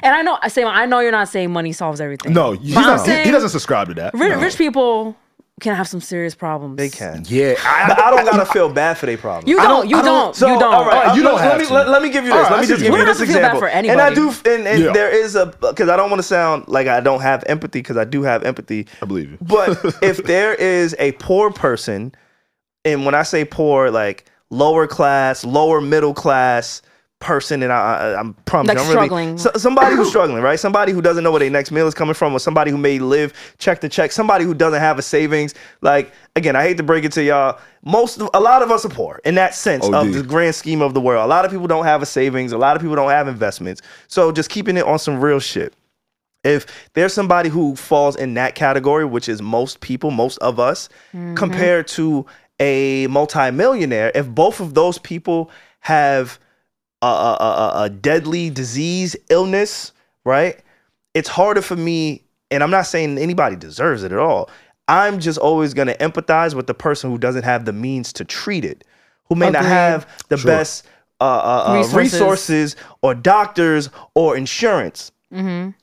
Speaker 4: and I know I say I know you're not saying money solves everything.
Speaker 3: No, he's
Speaker 4: But I'm
Speaker 3: not, he- he,
Speaker 4: saying-
Speaker 3: doesn't subscribe to that.
Speaker 4: Ri-
Speaker 3: No.
Speaker 4: Rich people can have some serious problems.
Speaker 1: They can.
Speaker 3: (laughs) Yeah. I,
Speaker 1: But I don't gotta feel bad for their problems.
Speaker 4: You
Speaker 3: I
Speaker 4: don't,
Speaker 3: don't-
Speaker 4: you
Speaker 3: I
Speaker 4: don't,
Speaker 3: don't-
Speaker 1: So,
Speaker 4: you don't.
Speaker 1: All right,
Speaker 3: You
Speaker 1: let-
Speaker 3: don't
Speaker 1: let,
Speaker 3: have
Speaker 1: me,
Speaker 3: to.
Speaker 1: Let, let me give you this.
Speaker 3: All right,
Speaker 1: let
Speaker 3: I
Speaker 1: me
Speaker 3: see
Speaker 1: just
Speaker 3: what you
Speaker 1: give
Speaker 3: mean.
Speaker 1: you
Speaker 4: We
Speaker 1: this
Speaker 4: don't have to feel
Speaker 1: example.
Speaker 4: bad for
Speaker 1: and I do, and, and
Speaker 3: Yeah.
Speaker 1: there is a because I don't want to sound like I don't have empathy because I do have empathy.
Speaker 3: I believe you. (laughs)
Speaker 1: But if there is a poor person, and when I say poor, like lower class, lower middle class person, and I, I, I'm promising,
Speaker 4: Like
Speaker 1: I'm really-
Speaker 4: struggling.
Speaker 1: so- somebody who's struggling, right? Somebody who doesn't know where their next meal is coming from, or somebody who may live check to check, somebody who doesn't have a savings. Like again, I hate to break it to y'all. Most, of, a lot of us are poor in that sense
Speaker 3: OD.
Speaker 1: of the grand scheme of the world. A lot of people don't have a savings. A lot of people don't have investments. So just keeping it on some real shit if there's somebody who falls in that category, which is most people, most of us, compared to a multimillionaire, if both of those people have a, a, a, a- a deadly disease, illness, right? It's harder for me, and I'm not saying anybody deserves it at all. I'm just always going to empathize with the person who doesn't have the means to treat it, who may not
Speaker 4: Agreed.
Speaker 1: have the
Speaker 3: Sure.
Speaker 1: best uh, uh, uh,
Speaker 4: Resources.
Speaker 1: resources or doctors or insurance.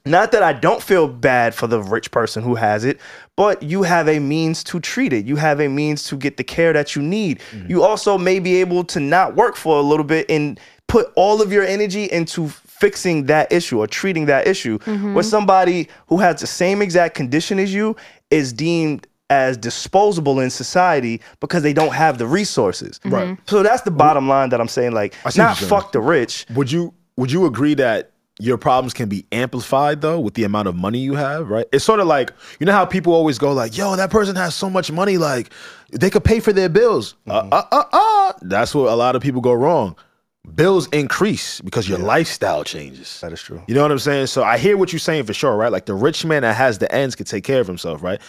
Speaker 1: Not that I don't feel bad for the rich person who has it, but you have a means to treat it. You have a means to get the care that you need.
Speaker 3: Mm-hmm.
Speaker 1: You also may be able to not work for a little bit and put all of your energy into fixing that issue or treating that issue.
Speaker 3: Mm-hmm.
Speaker 1: Where somebody who has the same exact condition as you is deemed as disposable in society because they don't have the resources. Right. So that's the bottom line that I'm saying like
Speaker 3: see what
Speaker 1: not
Speaker 3: you're saying.
Speaker 1: fuck the rich.
Speaker 3: Would you would you agree that your problems can be amplified though with the amount of money you have, right? It's sort of like you know how people always go like, "Yo, that person has so much money, like they could pay for their bills." Uh, uh, uh, uh. That's where a lot of people go wrong. Bills increase because your lifestyle changes.
Speaker 1: That is true.
Speaker 3: You know what I'm saying? So I hear what you're saying for sure, right? Like the rich man that has the ends could take care of himself, right?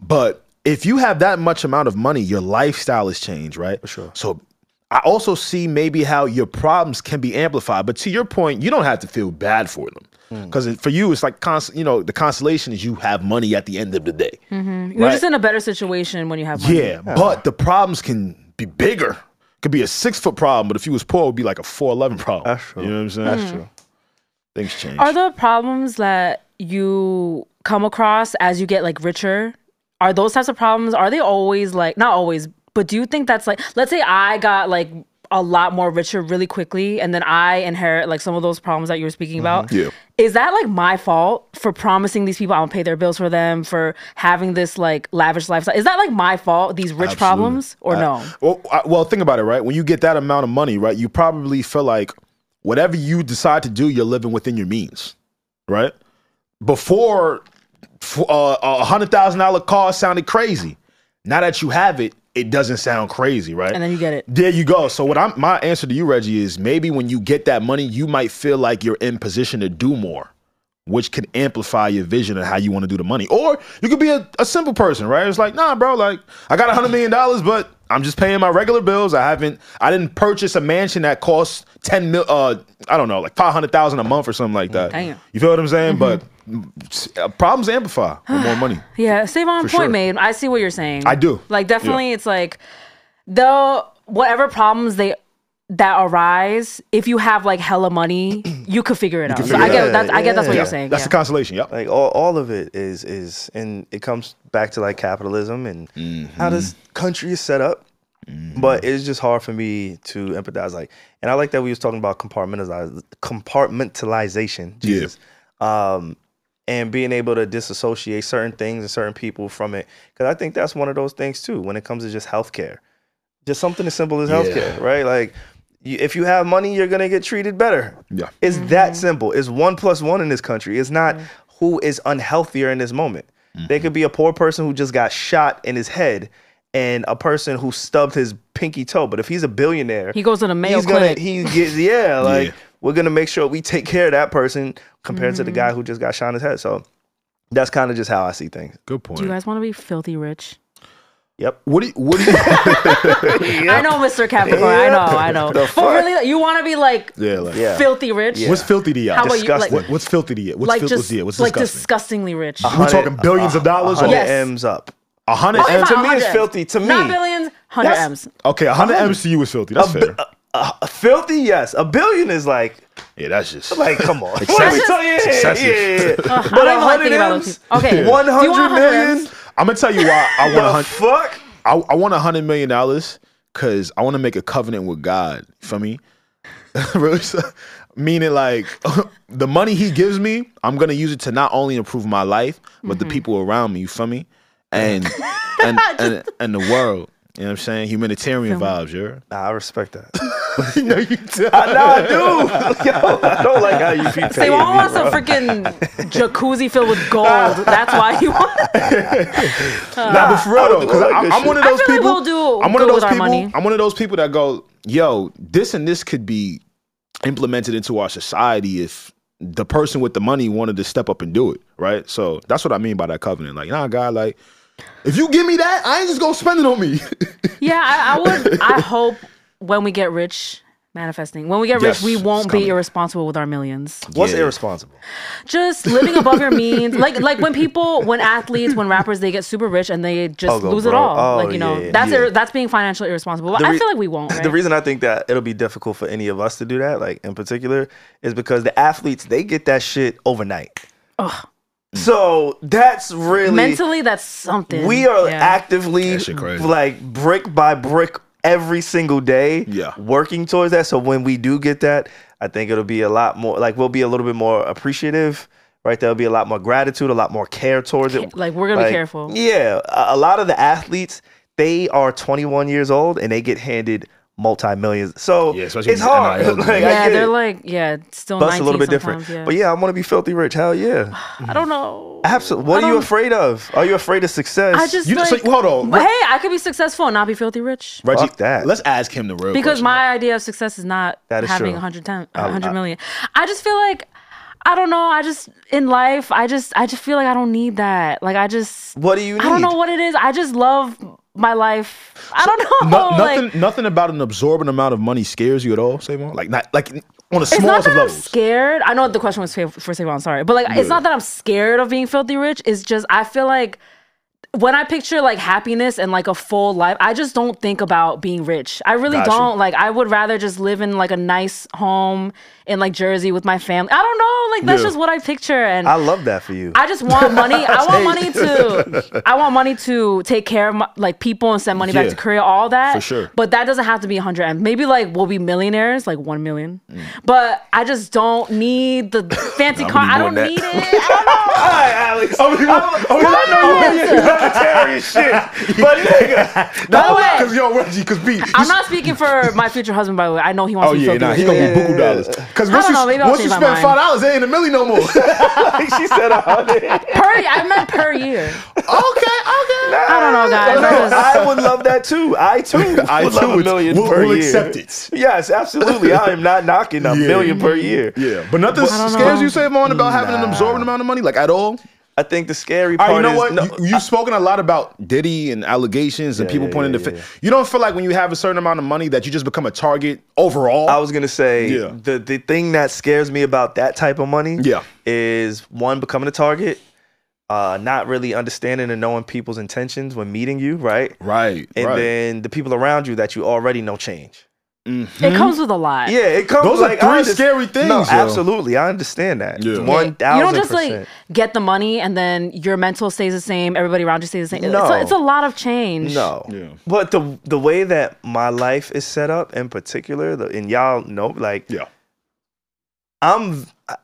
Speaker 3: But if you have that much amount of money, your lifestyle has changed, right? For
Speaker 1: sure.
Speaker 3: So I also see maybe how your problems can be amplified. But to your point, you don't have to feel bad for them.
Speaker 1: Hmm.
Speaker 3: Because for you, it's like, cons- you know, the consolation is you have money at the end of the day.
Speaker 4: you're just in a better situation when you have money.
Speaker 3: Yeah, but the problems can be bigger. Could be a six foot problem, but if you was poor, it would be like a 4'11 problem.
Speaker 1: That's true.
Speaker 3: You know what I'm saying? That's true. Things change.
Speaker 4: Hmm. Are the problems that you come across as you get like richer? Are those types of problems? Are they always like not always, but do you think that's like let's say I got like a lot more richer really quickly and then I inherit like some of those problems that you were speaking about?
Speaker 3: Yeah.
Speaker 4: Is that like my fault for promising these people I'll pay their bills for them for having this like lavish lifestyle? Is that like my fault these rich problems or no?
Speaker 3: Well, I, well, think about it, right? When you get that amount of money, right, you probably feel like whatever you decide to do, you're living within your means, right? Before f- uh, a hundred thousand dollar car sounded crazy. Now that you have it, it doesn't sound crazy, right?
Speaker 4: And then you get it.
Speaker 3: There you go. So what I'm my answer to you, Reggie, is maybe when you get that money, you might feel like you're in position to do more, which can amplify your vision of how you want to do the money. Or you could be a, a simple person, right? It's like, nah, bro, like I got a hundred million dollars, but I'm just paying my regular bills. I haven't. I didn't purchase a mansion that costs ten mil. Uh, I don't know, like five hundred thousand a month or something like that.
Speaker 4: Damn. Mm-hmm.
Speaker 3: You feel what I'm saying? But uh, problems amplify with more
Speaker 4: (sighs)
Speaker 3: money.
Speaker 4: Yeah, save on
Speaker 3: For
Speaker 4: point,
Speaker 3: sure.
Speaker 4: made. I see what you're saying.
Speaker 3: I do.
Speaker 4: Like definitely,
Speaker 3: Yeah.
Speaker 4: it's like though whatever problems they that arise, if you have like hella money, you could figure it out. So I get that's, I get that's what you're saying. yeah.
Speaker 3: consolation. Yep.
Speaker 1: Like all, all of it is is and it comes back to like capitalism and how this country is set up. But it's just hard for me to empathize. Like, and I like that we was talking about compartmentalize compartmentalization. Jesus. Um, and being able to disassociate certain things and certain people from it. Cause I think that's one of those things too when it comes to just healthcare. Just something as simple as healthcare, right? Like you, if you have money, you're gonna get treated better.
Speaker 3: Yeah.
Speaker 1: It's
Speaker 4: Mm-hmm.
Speaker 1: that simple. It's one plus one in this country. It's not who is unhealthier in this moment. There
Speaker 3: Mm-hmm.
Speaker 1: could be a poor person who just got shot in his head and a person who stubbed his pinky toe. But if he's a billionaire,
Speaker 4: He goes to the Mayo
Speaker 1: he's gonna-
Speaker 4: Clinic.
Speaker 1: he
Speaker 4: (laughs)
Speaker 1: gets yeah, like we're gonna make sure we take care of that person compared to the guy
Speaker 4: Mm-hmm.
Speaker 1: who just got shot in his head. So that's kind of just how I see things.
Speaker 3: Good
Speaker 4: Do
Speaker 3: point.
Speaker 4: you guys want to be filthy rich?
Speaker 1: Yep.
Speaker 3: What do you, what
Speaker 1: (laughs)
Speaker 3: do you,
Speaker 4: I know, Mr. Capricorn. I know, I know.
Speaker 1: The
Speaker 4: But
Speaker 1: fuck?
Speaker 4: really, like, you want to be like
Speaker 3: yeah, like,
Speaker 1: Yeah.
Speaker 4: filthy rich?
Speaker 3: What's filthy to you?
Speaker 4: How about you, like-
Speaker 3: What- what's filthy to you? What's
Speaker 4: Like
Speaker 3: fil-
Speaker 4: just uh,
Speaker 3: what's, yeah, what's
Speaker 4: like
Speaker 3: disgusting?
Speaker 4: disgustingly rich.
Speaker 1: Uh-huh.
Speaker 3: We're talking billions of dollars. or-
Speaker 1: Hundred
Speaker 4: Yes.
Speaker 1: M's up.
Speaker 3: A hundred
Speaker 4: Okay,
Speaker 3: M's
Speaker 4: fine,
Speaker 1: to me, it's
Speaker 4: 100.
Speaker 1: filthy. To me,
Speaker 4: Not billions, hundred M's.
Speaker 3: Okay, a hundred M's to you is filthy. That's fair.
Speaker 4: uh,
Speaker 1: A filthy, yes. A billion is like
Speaker 3: Yeah, that's just
Speaker 1: Like, come on. What
Speaker 3: Excessive.
Speaker 1: we tell you? Yeah,
Speaker 3: Excessive.
Speaker 1: yeah, yeah.
Speaker 4: Ugh,
Speaker 1: But
Speaker 4: I don't even like
Speaker 1: 100
Speaker 4: thinking about
Speaker 1: M's?
Speaker 4: those people. Okay.
Speaker 1: One
Speaker 4: Do you want
Speaker 1: hundred
Speaker 4: 100
Speaker 1: million?
Speaker 4: M's?
Speaker 3: I'm gonna tell you why I want a
Speaker 1: The
Speaker 3: hundred.
Speaker 1: fuck?
Speaker 3: I, I want a hundred million dollars because I want to make a covenant with God. For me, (laughs) Really? So, meaning like (laughs) the money He gives me, I'm gonna use it to not only improve my life, but
Speaker 4: Mm-hmm.
Speaker 3: the people around me. You feel me?
Speaker 4: (laughs)
Speaker 3: And and, and and the world. You know what I'm saying? Humanitarian vibes. You're.
Speaker 4: (laughs)
Speaker 1: Nah, I respect that.
Speaker 3: no, (laughs) you do
Speaker 1: (laughs) I, nah, I do. (laughs) Yo, I don't like how (laughs) you keep
Speaker 4: Say,
Speaker 1: paying
Speaker 4: well, I
Speaker 1: me,
Speaker 4: want some
Speaker 1: bro. (laughs)
Speaker 4: freaking jacuzzi filled with gold. That's why you want. (laughs)
Speaker 3: Nah, but for real though, because
Speaker 1: I like that
Speaker 3: I'm one of
Speaker 4: shit. I
Speaker 3: those
Speaker 4: feel like
Speaker 3: people.
Speaker 4: we'll do
Speaker 3: I'm one
Speaker 4: good
Speaker 3: of
Speaker 4: with
Speaker 3: those
Speaker 4: our
Speaker 3: people.
Speaker 4: money.
Speaker 3: I'm one of those people that go, yo, this and this could be implemented into our society if the person with the money wanted to step up and do it, right? So that's what I mean by that covenant. Like, nah, God, like, if you give me that, I ain't just gonna spend it
Speaker 1: (laughs)
Speaker 3: on me.
Speaker 4: Yeah, I, I would. I hope when we get rich, manifesting. When we get
Speaker 3: Yes,
Speaker 4: rich, we
Speaker 3: it's
Speaker 4: won't be
Speaker 3: coming.
Speaker 4: irresponsible with our millions.
Speaker 1: What's irresponsible?
Speaker 4: Just living above your means, like like when people, when athletes, when rappers, they get super rich and they just
Speaker 1: go
Speaker 4: lose it
Speaker 1: broke.
Speaker 4: all.
Speaker 1: Oh,
Speaker 4: like you know,
Speaker 1: yeah,
Speaker 4: that's
Speaker 1: yeah.
Speaker 4: ir- that's being financially irresponsible. But
Speaker 1: The
Speaker 4: I
Speaker 1: re-
Speaker 4: feel like we won't. Right?
Speaker 1: The reason I think that it'll be difficult for any of us to do that, like in particular, is because the athletes they get that shit overnight. So that's really
Speaker 4: mentally, that's something.
Speaker 1: We are
Speaker 4: Yeah.
Speaker 1: actively
Speaker 3: shit crazy.
Speaker 1: like brick by brick every single day
Speaker 3: Yeah.
Speaker 1: working towards that. So when we do get that, I think it'll be a lot more like we'll be a little bit more appreciative, right? There'll be a lot more gratitude, a lot more care towards it.
Speaker 4: Like, we're gonna be careful.
Speaker 1: Yeah. A, a lot of the athletes, they are 21 years old and they get handed multi millions. So
Speaker 3: Yeah, especially
Speaker 1: it's
Speaker 3: these
Speaker 1: hard.
Speaker 3: NIL
Speaker 1: (laughs) Like, I
Speaker 4: Yeah,
Speaker 1: get
Speaker 4: they're
Speaker 1: it.
Speaker 4: like yeah, still
Speaker 1: But it's
Speaker 4: 19
Speaker 1: a little bit different.
Speaker 4: sometimes,
Speaker 1: But
Speaker 4: Yeah.
Speaker 1: yeah, I want to be filthy rich. Hell yeah.
Speaker 4: I don't know.
Speaker 1: Absolutely. What
Speaker 4: (sighs) I
Speaker 1: are you
Speaker 4: don't-
Speaker 1: afraid of? Are you afraid of success?
Speaker 4: I just
Speaker 3: You
Speaker 4: like,
Speaker 3: just- so- hold on.
Speaker 4: But hey, I could be successful and not be filthy rich.
Speaker 3: Reggie,
Speaker 1: Fuck that.
Speaker 3: let's ask him the real
Speaker 4: Because
Speaker 3: question.
Speaker 4: my idea of success is not
Speaker 1: That is
Speaker 4: having
Speaker 1: true.
Speaker 4: 110, 100 million. I just feel like I don't know. I just in life, I just I just feel like I don't need that. Like I just
Speaker 1: What do you
Speaker 4: I don't
Speaker 1: need?
Speaker 4: know what it is. I just love my life. I don't know. (laughs)
Speaker 3: No- nothing,
Speaker 4: like
Speaker 3: nothing about an absorbent amount of money scares you at all, Savon. Like, not like on a
Speaker 4: it's not
Speaker 3: smallest
Speaker 4: that
Speaker 3: of
Speaker 4: I'm
Speaker 3: levels.
Speaker 4: scared. I know the question was fa- for Savon, sorry. But like it's not that I'm scared of being filthy rich. It's just I feel like when I picture like happiness and like a full life, I just don't think about being rich. I really don't. Like I would rather just live in like a nice home in like Jersey with my family. I don't know. Like that's
Speaker 3: Yeah.
Speaker 4: just what I picture and
Speaker 1: I love that for you.
Speaker 4: I just want money. I want money to. I want money to take care of my, like people and send money back
Speaker 3: Yeah.
Speaker 4: to Korea. All that
Speaker 3: For sure.
Speaker 4: But that doesn't have to be 100 m. Maybe like we'll be millionaires, like one million. But I just don't need the fancy car. I don't need it. I don't know.
Speaker 1: All right, Alex. Oh, you, oh, you, I know you're vegetarian
Speaker 3: (laughs)
Speaker 1: shit, but nigga,
Speaker 4: By the way,
Speaker 3: Because yo, Reggie, because B,
Speaker 4: I'm not speaking for my future husband. By the way, I know he wants
Speaker 3: Oh
Speaker 4: to be
Speaker 3: yeah,
Speaker 4: filthy
Speaker 3: nah,
Speaker 4: rich.
Speaker 3: he's gonna be buku dollars. Because
Speaker 4: I
Speaker 3: once
Speaker 4: don't know,
Speaker 3: you
Speaker 4: maybe I'll
Speaker 3: once you
Speaker 4: change my
Speaker 3: spend
Speaker 4: mind.
Speaker 3: five dollars, it ain't a milli no more. okay, okay.
Speaker 1: (laughs) she said a hundred.
Speaker 4: per. I meant per year.
Speaker 3: I
Speaker 4: I don't know, guys. I just-
Speaker 1: I would love that too. I too would
Speaker 3: (laughs) I
Speaker 1: love
Speaker 3: too
Speaker 1: a
Speaker 3: would-
Speaker 1: 1000000
Speaker 3: we'll-
Speaker 1: per
Speaker 3: we'll
Speaker 1: year.
Speaker 3: accept it.
Speaker 1: Yes, absolutely. I am not knocking a
Speaker 3: (laughs) Yeah.
Speaker 1: million per year.
Speaker 3: Yeah, but nothing
Speaker 4: don't
Speaker 3: scares
Speaker 4: know.
Speaker 3: you, Savon, about having an absorbent amount of money, like at all.
Speaker 1: I think the scary
Speaker 3: All
Speaker 1: part
Speaker 3: right, you know
Speaker 1: is
Speaker 3: what?
Speaker 1: no,
Speaker 3: you, have spoken a lot about Diddy and allegations and
Speaker 1: Yeah,
Speaker 3: people
Speaker 1: yeah,
Speaker 3: pointing
Speaker 1: yeah,
Speaker 3: to. Fa-
Speaker 1: yeah, yeah.
Speaker 3: You don't feel like when you have a certain amount of money that you just become a target overall.
Speaker 1: I was gonna say
Speaker 3: Yeah.
Speaker 1: the the thing that scares me about that type of money
Speaker 3: Yeah.
Speaker 1: is one becoming a target, uh, not really understanding and knowing people's intentions when meeting you, right?
Speaker 3: right,
Speaker 1: And
Speaker 3: right.
Speaker 1: then the people around you that you already know change.
Speaker 4: It comes with a lot.
Speaker 1: Yeah, it comes.
Speaker 3: Those are
Speaker 1: like, I
Speaker 3: three
Speaker 1: under-
Speaker 3: scary things,
Speaker 1: No,
Speaker 3: yo.
Speaker 1: absolutely, I understand that.
Speaker 3: Yeah.
Speaker 1: One
Speaker 4: You don't
Speaker 1: thousand
Speaker 4: just like
Speaker 1: percent.
Speaker 4: get the money and then your mental stays the same. Everybody around you stays the same.
Speaker 1: No.
Speaker 4: It's, a, it's a lot of change.
Speaker 1: No. But the the way that my life is set up in particular, the, and y'all know, like,
Speaker 3: (laughs) Yeah.
Speaker 1: I'm I-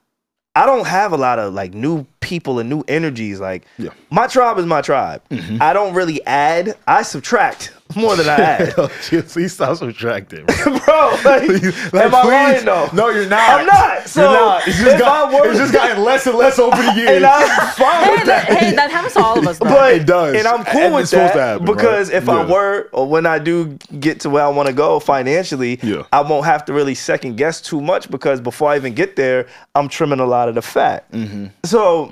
Speaker 1: I don't have a lot of like new people and new energies. Like
Speaker 3: Yeah. Mm-hmm.
Speaker 1: my tribe is my tribe. I don't really add. I subtract more than I
Speaker 3: (laughs)
Speaker 1: add.
Speaker 3: Please
Speaker 1: (laughs)
Speaker 3: stop subtracting. bro.
Speaker 1: Bro,
Speaker 3: (laughs)
Speaker 1: like,
Speaker 3: Please-
Speaker 1: am I lying
Speaker 3: please-
Speaker 1: though?
Speaker 3: No, you're not.
Speaker 1: I'm not. So
Speaker 3: you're not. It's just,
Speaker 1: if
Speaker 3: got,
Speaker 1: I were,
Speaker 3: it's just gotten less and less over the
Speaker 1: (laughs)
Speaker 3: years.
Speaker 1: and
Speaker 3: (laughs)
Speaker 1: I'm fine
Speaker 4: Hey,
Speaker 1: with that.
Speaker 4: that, hey, that happens to all of us. Though.
Speaker 1: (laughs) But
Speaker 3: It does.
Speaker 1: and I'm cool
Speaker 3: And
Speaker 1: with
Speaker 3: it's supposed
Speaker 1: that
Speaker 3: to happen,
Speaker 1: because
Speaker 3: right?
Speaker 1: if I
Speaker 3: Yeah.
Speaker 1: were or when I do get to where I want to go financially,
Speaker 3: Yeah.
Speaker 1: I won't have to really second guess too much because before I even get there, I'm trimming a lot of the fat.
Speaker 3: Mm-hmm.
Speaker 1: So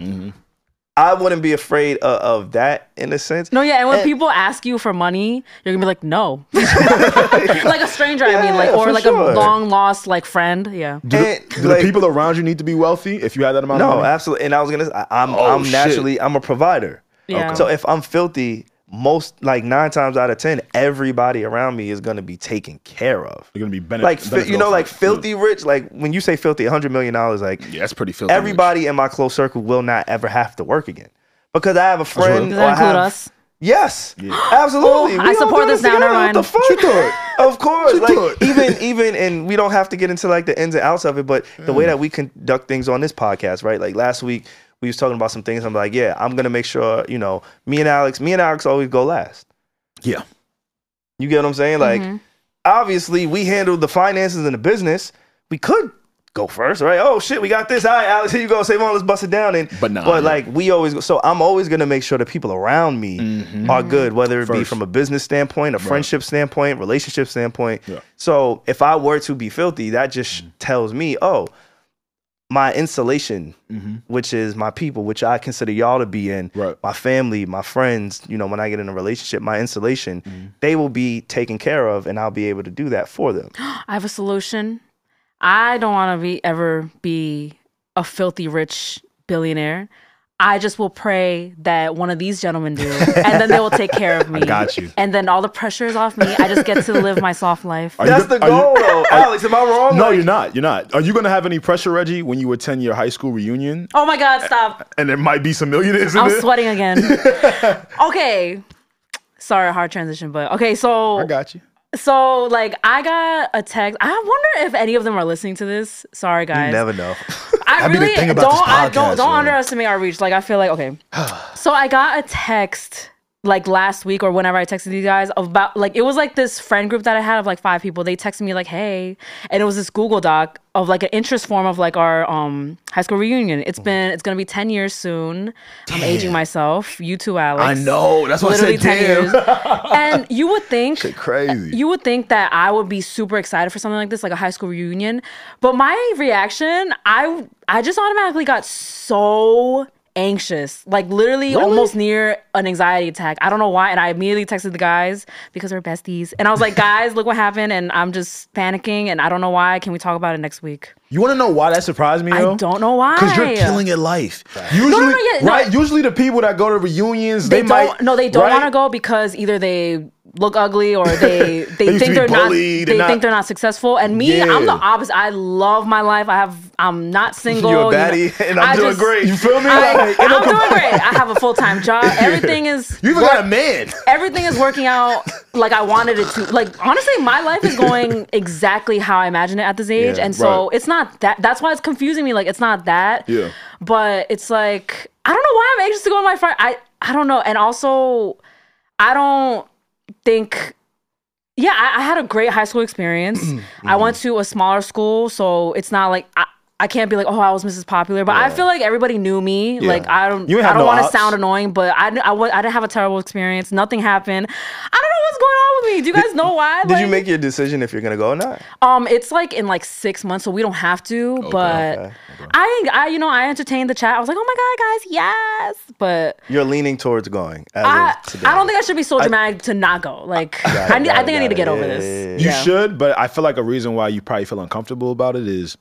Speaker 1: I wouldn't be afraid of, of that in a sense.
Speaker 4: no, yeah, and when
Speaker 1: And-
Speaker 4: people ask you for money, you're gonna be
Speaker 1: (laughs)
Speaker 4: like, no, (laughs) like a stranger. I mean, like
Speaker 1: Yeah, for
Speaker 4: or like
Speaker 1: sure.
Speaker 4: a long lost like friend. Yeah,
Speaker 3: Do, the,
Speaker 1: And,
Speaker 3: do the
Speaker 1: like-
Speaker 3: people around you need to be wealthy if you had that amount of
Speaker 1: No,
Speaker 3: money?
Speaker 1: absolutely. And I was gonna, I, I'm,
Speaker 3: Oh,
Speaker 1: I'm
Speaker 3: shit.
Speaker 1: naturally, I'm a provider.
Speaker 4: Yeah. Okay.
Speaker 1: So if I'm filthy, most like nine times out of ten, everybody around me is gonna be taken care of.
Speaker 3: You're gonna be benefit.
Speaker 1: Like fi- you know, like filthy rich. Like when you say filthy, hundred million dollars. Like
Speaker 3: Yeah, that's pretty filthy.
Speaker 1: everybody in my close circle will not ever have to work again because I have a friend.
Speaker 4: does
Speaker 1: or I
Speaker 4: that include
Speaker 1: have-
Speaker 4: us?
Speaker 1: Yes, absolutely.
Speaker 4: Oh,
Speaker 1: We
Speaker 4: I
Speaker 1: all
Speaker 4: support
Speaker 1: do
Speaker 4: this now,
Speaker 1: together.
Speaker 4: never
Speaker 1: What the
Speaker 4: mind.
Speaker 1: fuck? (laughs) Of course,
Speaker 3: She
Speaker 1: like
Speaker 3: thought.
Speaker 4: (laughs)
Speaker 1: even even and we don't have to get into like the ins and outs of it, but the way that we conduct things on this podcast, right? Like last week we was talking about some things. I'm like, yeah, I'm gonna make sure you know me and Alex. Me and Alex always go last.
Speaker 3: Yeah.
Speaker 1: You get what I'm saying? Like, obviously, we handle the finances and the business. We could go first, right? Oh shit, we got this. All right, Alex, here you go. Save on, let's bust it down. And
Speaker 3: But nah,
Speaker 1: but
Speaker 3: yeah.
Speaker 1: like we always. go So I'm always gonna make sure the people around me are good, whether it be
Speaker 3: Mm-hmm. First.
Speaker 1: from a business standpoint, a friendship standpoint, relationship standpoint.
Speaker 3: Yeah. Mm.
Speaker 1: So if I were to be filthy, that just tells me, oh, my insulation, which is my people, which I consider y'all to be in,
Speaker 3: Right.
Speaker 1: my family, my friends, you know, when I get in a relationship, my insulation,
Speaker 3: Mm-hmm.
Speaker 1: they will be taken care of and I'll be able to do that for them.
Speaker 4: I have a solution. I don't want to be ever be a filthy rich billionaire. I just will pray that one of these gentlemen do, and then they will take
Speaker 1: (laughs)
Speaker 4: care of me.
Speaker 3: got you.
Speaker 4: And then all the pressure is off me. I just get to live my soft life.
Speaker 3: Are you
Speaker 1: That's the
Speaker 3: gonna- are you-
Speaker 1: goal, though.
Speaker 3: (laughs)
Speaker 1: Alex, am I wrong?
Speaker 3: No,
Speaker 1: Like,
Speaker 3: you're not. You're not. Are you gonna have any pressure, Reggie, when you attend your high school reunion?
Speaker 4: Oh my God!
Speaker 1: (laughs)
Speaker 4: Stop!
Speaker 3: And there might be some millionaires in
Speaker 4: I'm
Speaker 3: there.
Speaker 4: sweating again. Okay. Sorry, hard transition, but okay. So
Speaker 3: I got you.
Speaker 4: so like I got a text. I wonder if any of them are listening to this. Sorry, guys.
Speaker 1: You never know. (laughs)
Speaker 4: I
Speaker 3: That'd be the
Speaker 4: really
Speaker 3: thing
Speaker 4: don't.
Speaker 3: about this
Speaker 4: I don't.
Speaker 3: podcast,
Speaker 4: Don't
Speaker 3: yo.
Speaker 4: underestimate our reach. Like I feel
Speaker 3: (sighs)
Speaker 4: like okay. so I got a text like last week or whenever I texted these guys about like it was like this friend group that I had of like five people. They texted me like hey, and it was this Google Doc of like an interest form of like our um high school reunion.
Speaker 3: Oh.
Speaker 4: It's been it's gonna be ten years soon. I'm aging myself. You too, Alex.
Speaker 3: I know. (laughs) That's why I
Speaker 4: Literally
Speaker 3: said damn. (laughs)
Speaker 4: ten years. and you would think
Speaker 3: Crazy.
Speaker 4: you would think that I would be super excited for something like this, like a high school reunion. But my reaction, I I just automatically got so anxious, like literally almost near an anxiety attack. I don't know why, and I immediately texted the guys because we're besties, and I was like, guys, look what happened, and I'm just panicking, and I don't know why. Can we talk about it next week?
Speaker 3: You want to know why that surprised me?
Speaker 4: I
Speaker 3: though?
Speaker 4: don't know why.
Speaker 3: Because you're killing your life. Usually,
Speaker 4: no, yeah, no.
Speaker 3: right? Usually, the people that go to reunions,
Speaker 4: They,
Speaker 3: they,
Speaker 4: don't.
Speaker 3: might
Speaker 4: no, they don't
Speaker 3: right?
Speaker 4: want to go because either they look ugly
Speaker 3: (laughs)
Speaker 4: or they they,
Speaker 3: used to
Speaker 4: think
Speaker 3: be
Speaker 4: they're
Speaker 3: bullied,
Speaker 4: not they
Speaker 3: they're
Speaker 4: think
Speaker 3: not-
Speaker 4: they're not successful. And me, I'm the
Speaker 3: Yeah.
Speaker 4: opposite. I love my life. I have
Speaker 3: (laughs)
Speaker 4: I'm not single.
Speaker 1: You're a
Speaker 4: you know.
Speaker 1: baddie, and I'm
Speaker 4: I
Speaker 1: doing
Speaker 4: just-
Speaker 1: great.
Speaker 3: You feel me?
Speaker 4: I,
Speaker 3: Like, it
Speaker 4: am
Speaker 3: don't
Speaker 4: doing
Speaker 3: come-
Speaker 4: great. I have a
Speaker 3: (laughs)
Speaker 4: full time job. Everything is
Speaker 3: You even got a man.
Speaker 4: everything is working out like I wanted it to. Like honestly, my life is going
Speaker 3: (laughs)
Speaker 4: exactly how I imagined it at this age,
Speaker 3: Yeah,
Speaker 4: and so
Speaker 3: right.
Speaker 4: it's not that. That's why it's confusing me. Like it's not that.
Speaker 3: Yeah.
Speaker 4: But it's like I don't know why I'm anxious to go on my friend. I I don't know, and also I don't think.
Speaker 1: Mm-hmm.
Speaker 4: Yeah, I, I had a great high school experience. I went to a smaller school, so it's not like I, I can't be like, oh, I was Mrs. Popular, but I feel like everybody knew me.
Speaker 1: Yeah.
Speaker 4: Like I don't,
Speaker 1: You ain't
Speaker 4: I
Speaker 1: have
Speaker 4: don't
Speaker 1: no
Speaker 4: want to
Speaker 1: ops.
Speaker 4: sound annoying, but I, didn't- I, wa- I didn't have a terrible experience. Nothing happened. I don't know what's going on with me. Do you guys know why?
Speaker 1: Did you
Speaker 4: Like,
Speaker 1: make your decision if you're gonna go or not?
Speaker 4: Um, it's like in like six months, so we don't have to. but
Speaker 1: okay,
Speaker 4: I, I, you know, I entertained the chat. I was like, oh my god, guys, yes. But
Speaker 1: You're leaning towards going. As
Speaker 4: I,
Speaker 1: of today.
Speaker 4: I don't think I should be so dramatic to not go. Like,
Speaker 1: Got it,
Speaker 4: I need,
Speaker 1: got
Speaker 4: I
Speaker 1: it,
Speaker 4: think I
Speaker 1: got
Speaker 4: need to
Speaker 1: it.
Speaker 4: get over
Speaker 1: Yeah,
Speaker 4: this.
Speaker 1: yeah,
Speaker 3: You
Speaker 4: Yeah.
Speaker 3: should, but I feel like a reason why you probably feel uncomfortable about it is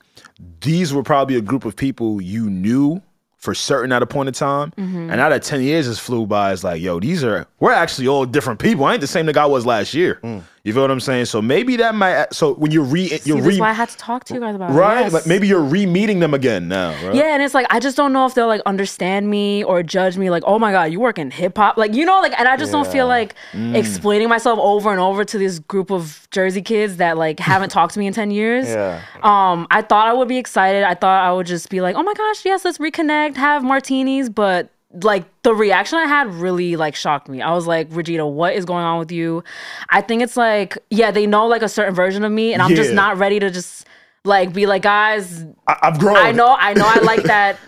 Speaker 3: these were probably a group of people you knew for certain at a point in time. And now that 10 years has flew by, it's like, yo, these are, we're actually all different people. I ain't the same nigga I was last year.
Speaker 1: Mm.
Speaker 3: You feel what I'm saying? So maybe that might, so when you're re,
Speaker 4: See,
Speaker 3: you're
Speaker 4: that's
Speaker 3: re,
Speaker 4: why I had to talk to you guys about it.
Speaker 3: right?
Speaker 4: Yes.
Speaker 3: Like maybe you're re meeting them again now, right?
Speaker 4: Yeah, and it's like I just don't know if they'll like understand me or judge me. Like, oh my god, you work in hip hop, like you know, like, and I just don't feel like
Speaker 1: Mm.
Speaker 4: explaining myself over and over to this group of Jersey kids that
Speaker 1: (laughs)
Speaker 4: like haven't talked to me in ten years.
Speaker 1: Yeah.
Speaker 4: Um, I thought I would be excited. I thought I would just be like, oh my gosh, yes, let's reconnect, have martinis, but. Like the reaction I had really like shocked me. I was like, Regina, what is going on with you? I think it's like, yeah, they know like a certain version of me, and I'm just
Speaker 3: Yeah.
Speaker 4: not ready to just like be like, guys,
Speaker 3: I, I've grown. (laughs)
Speaker 4: I know, I know, I like that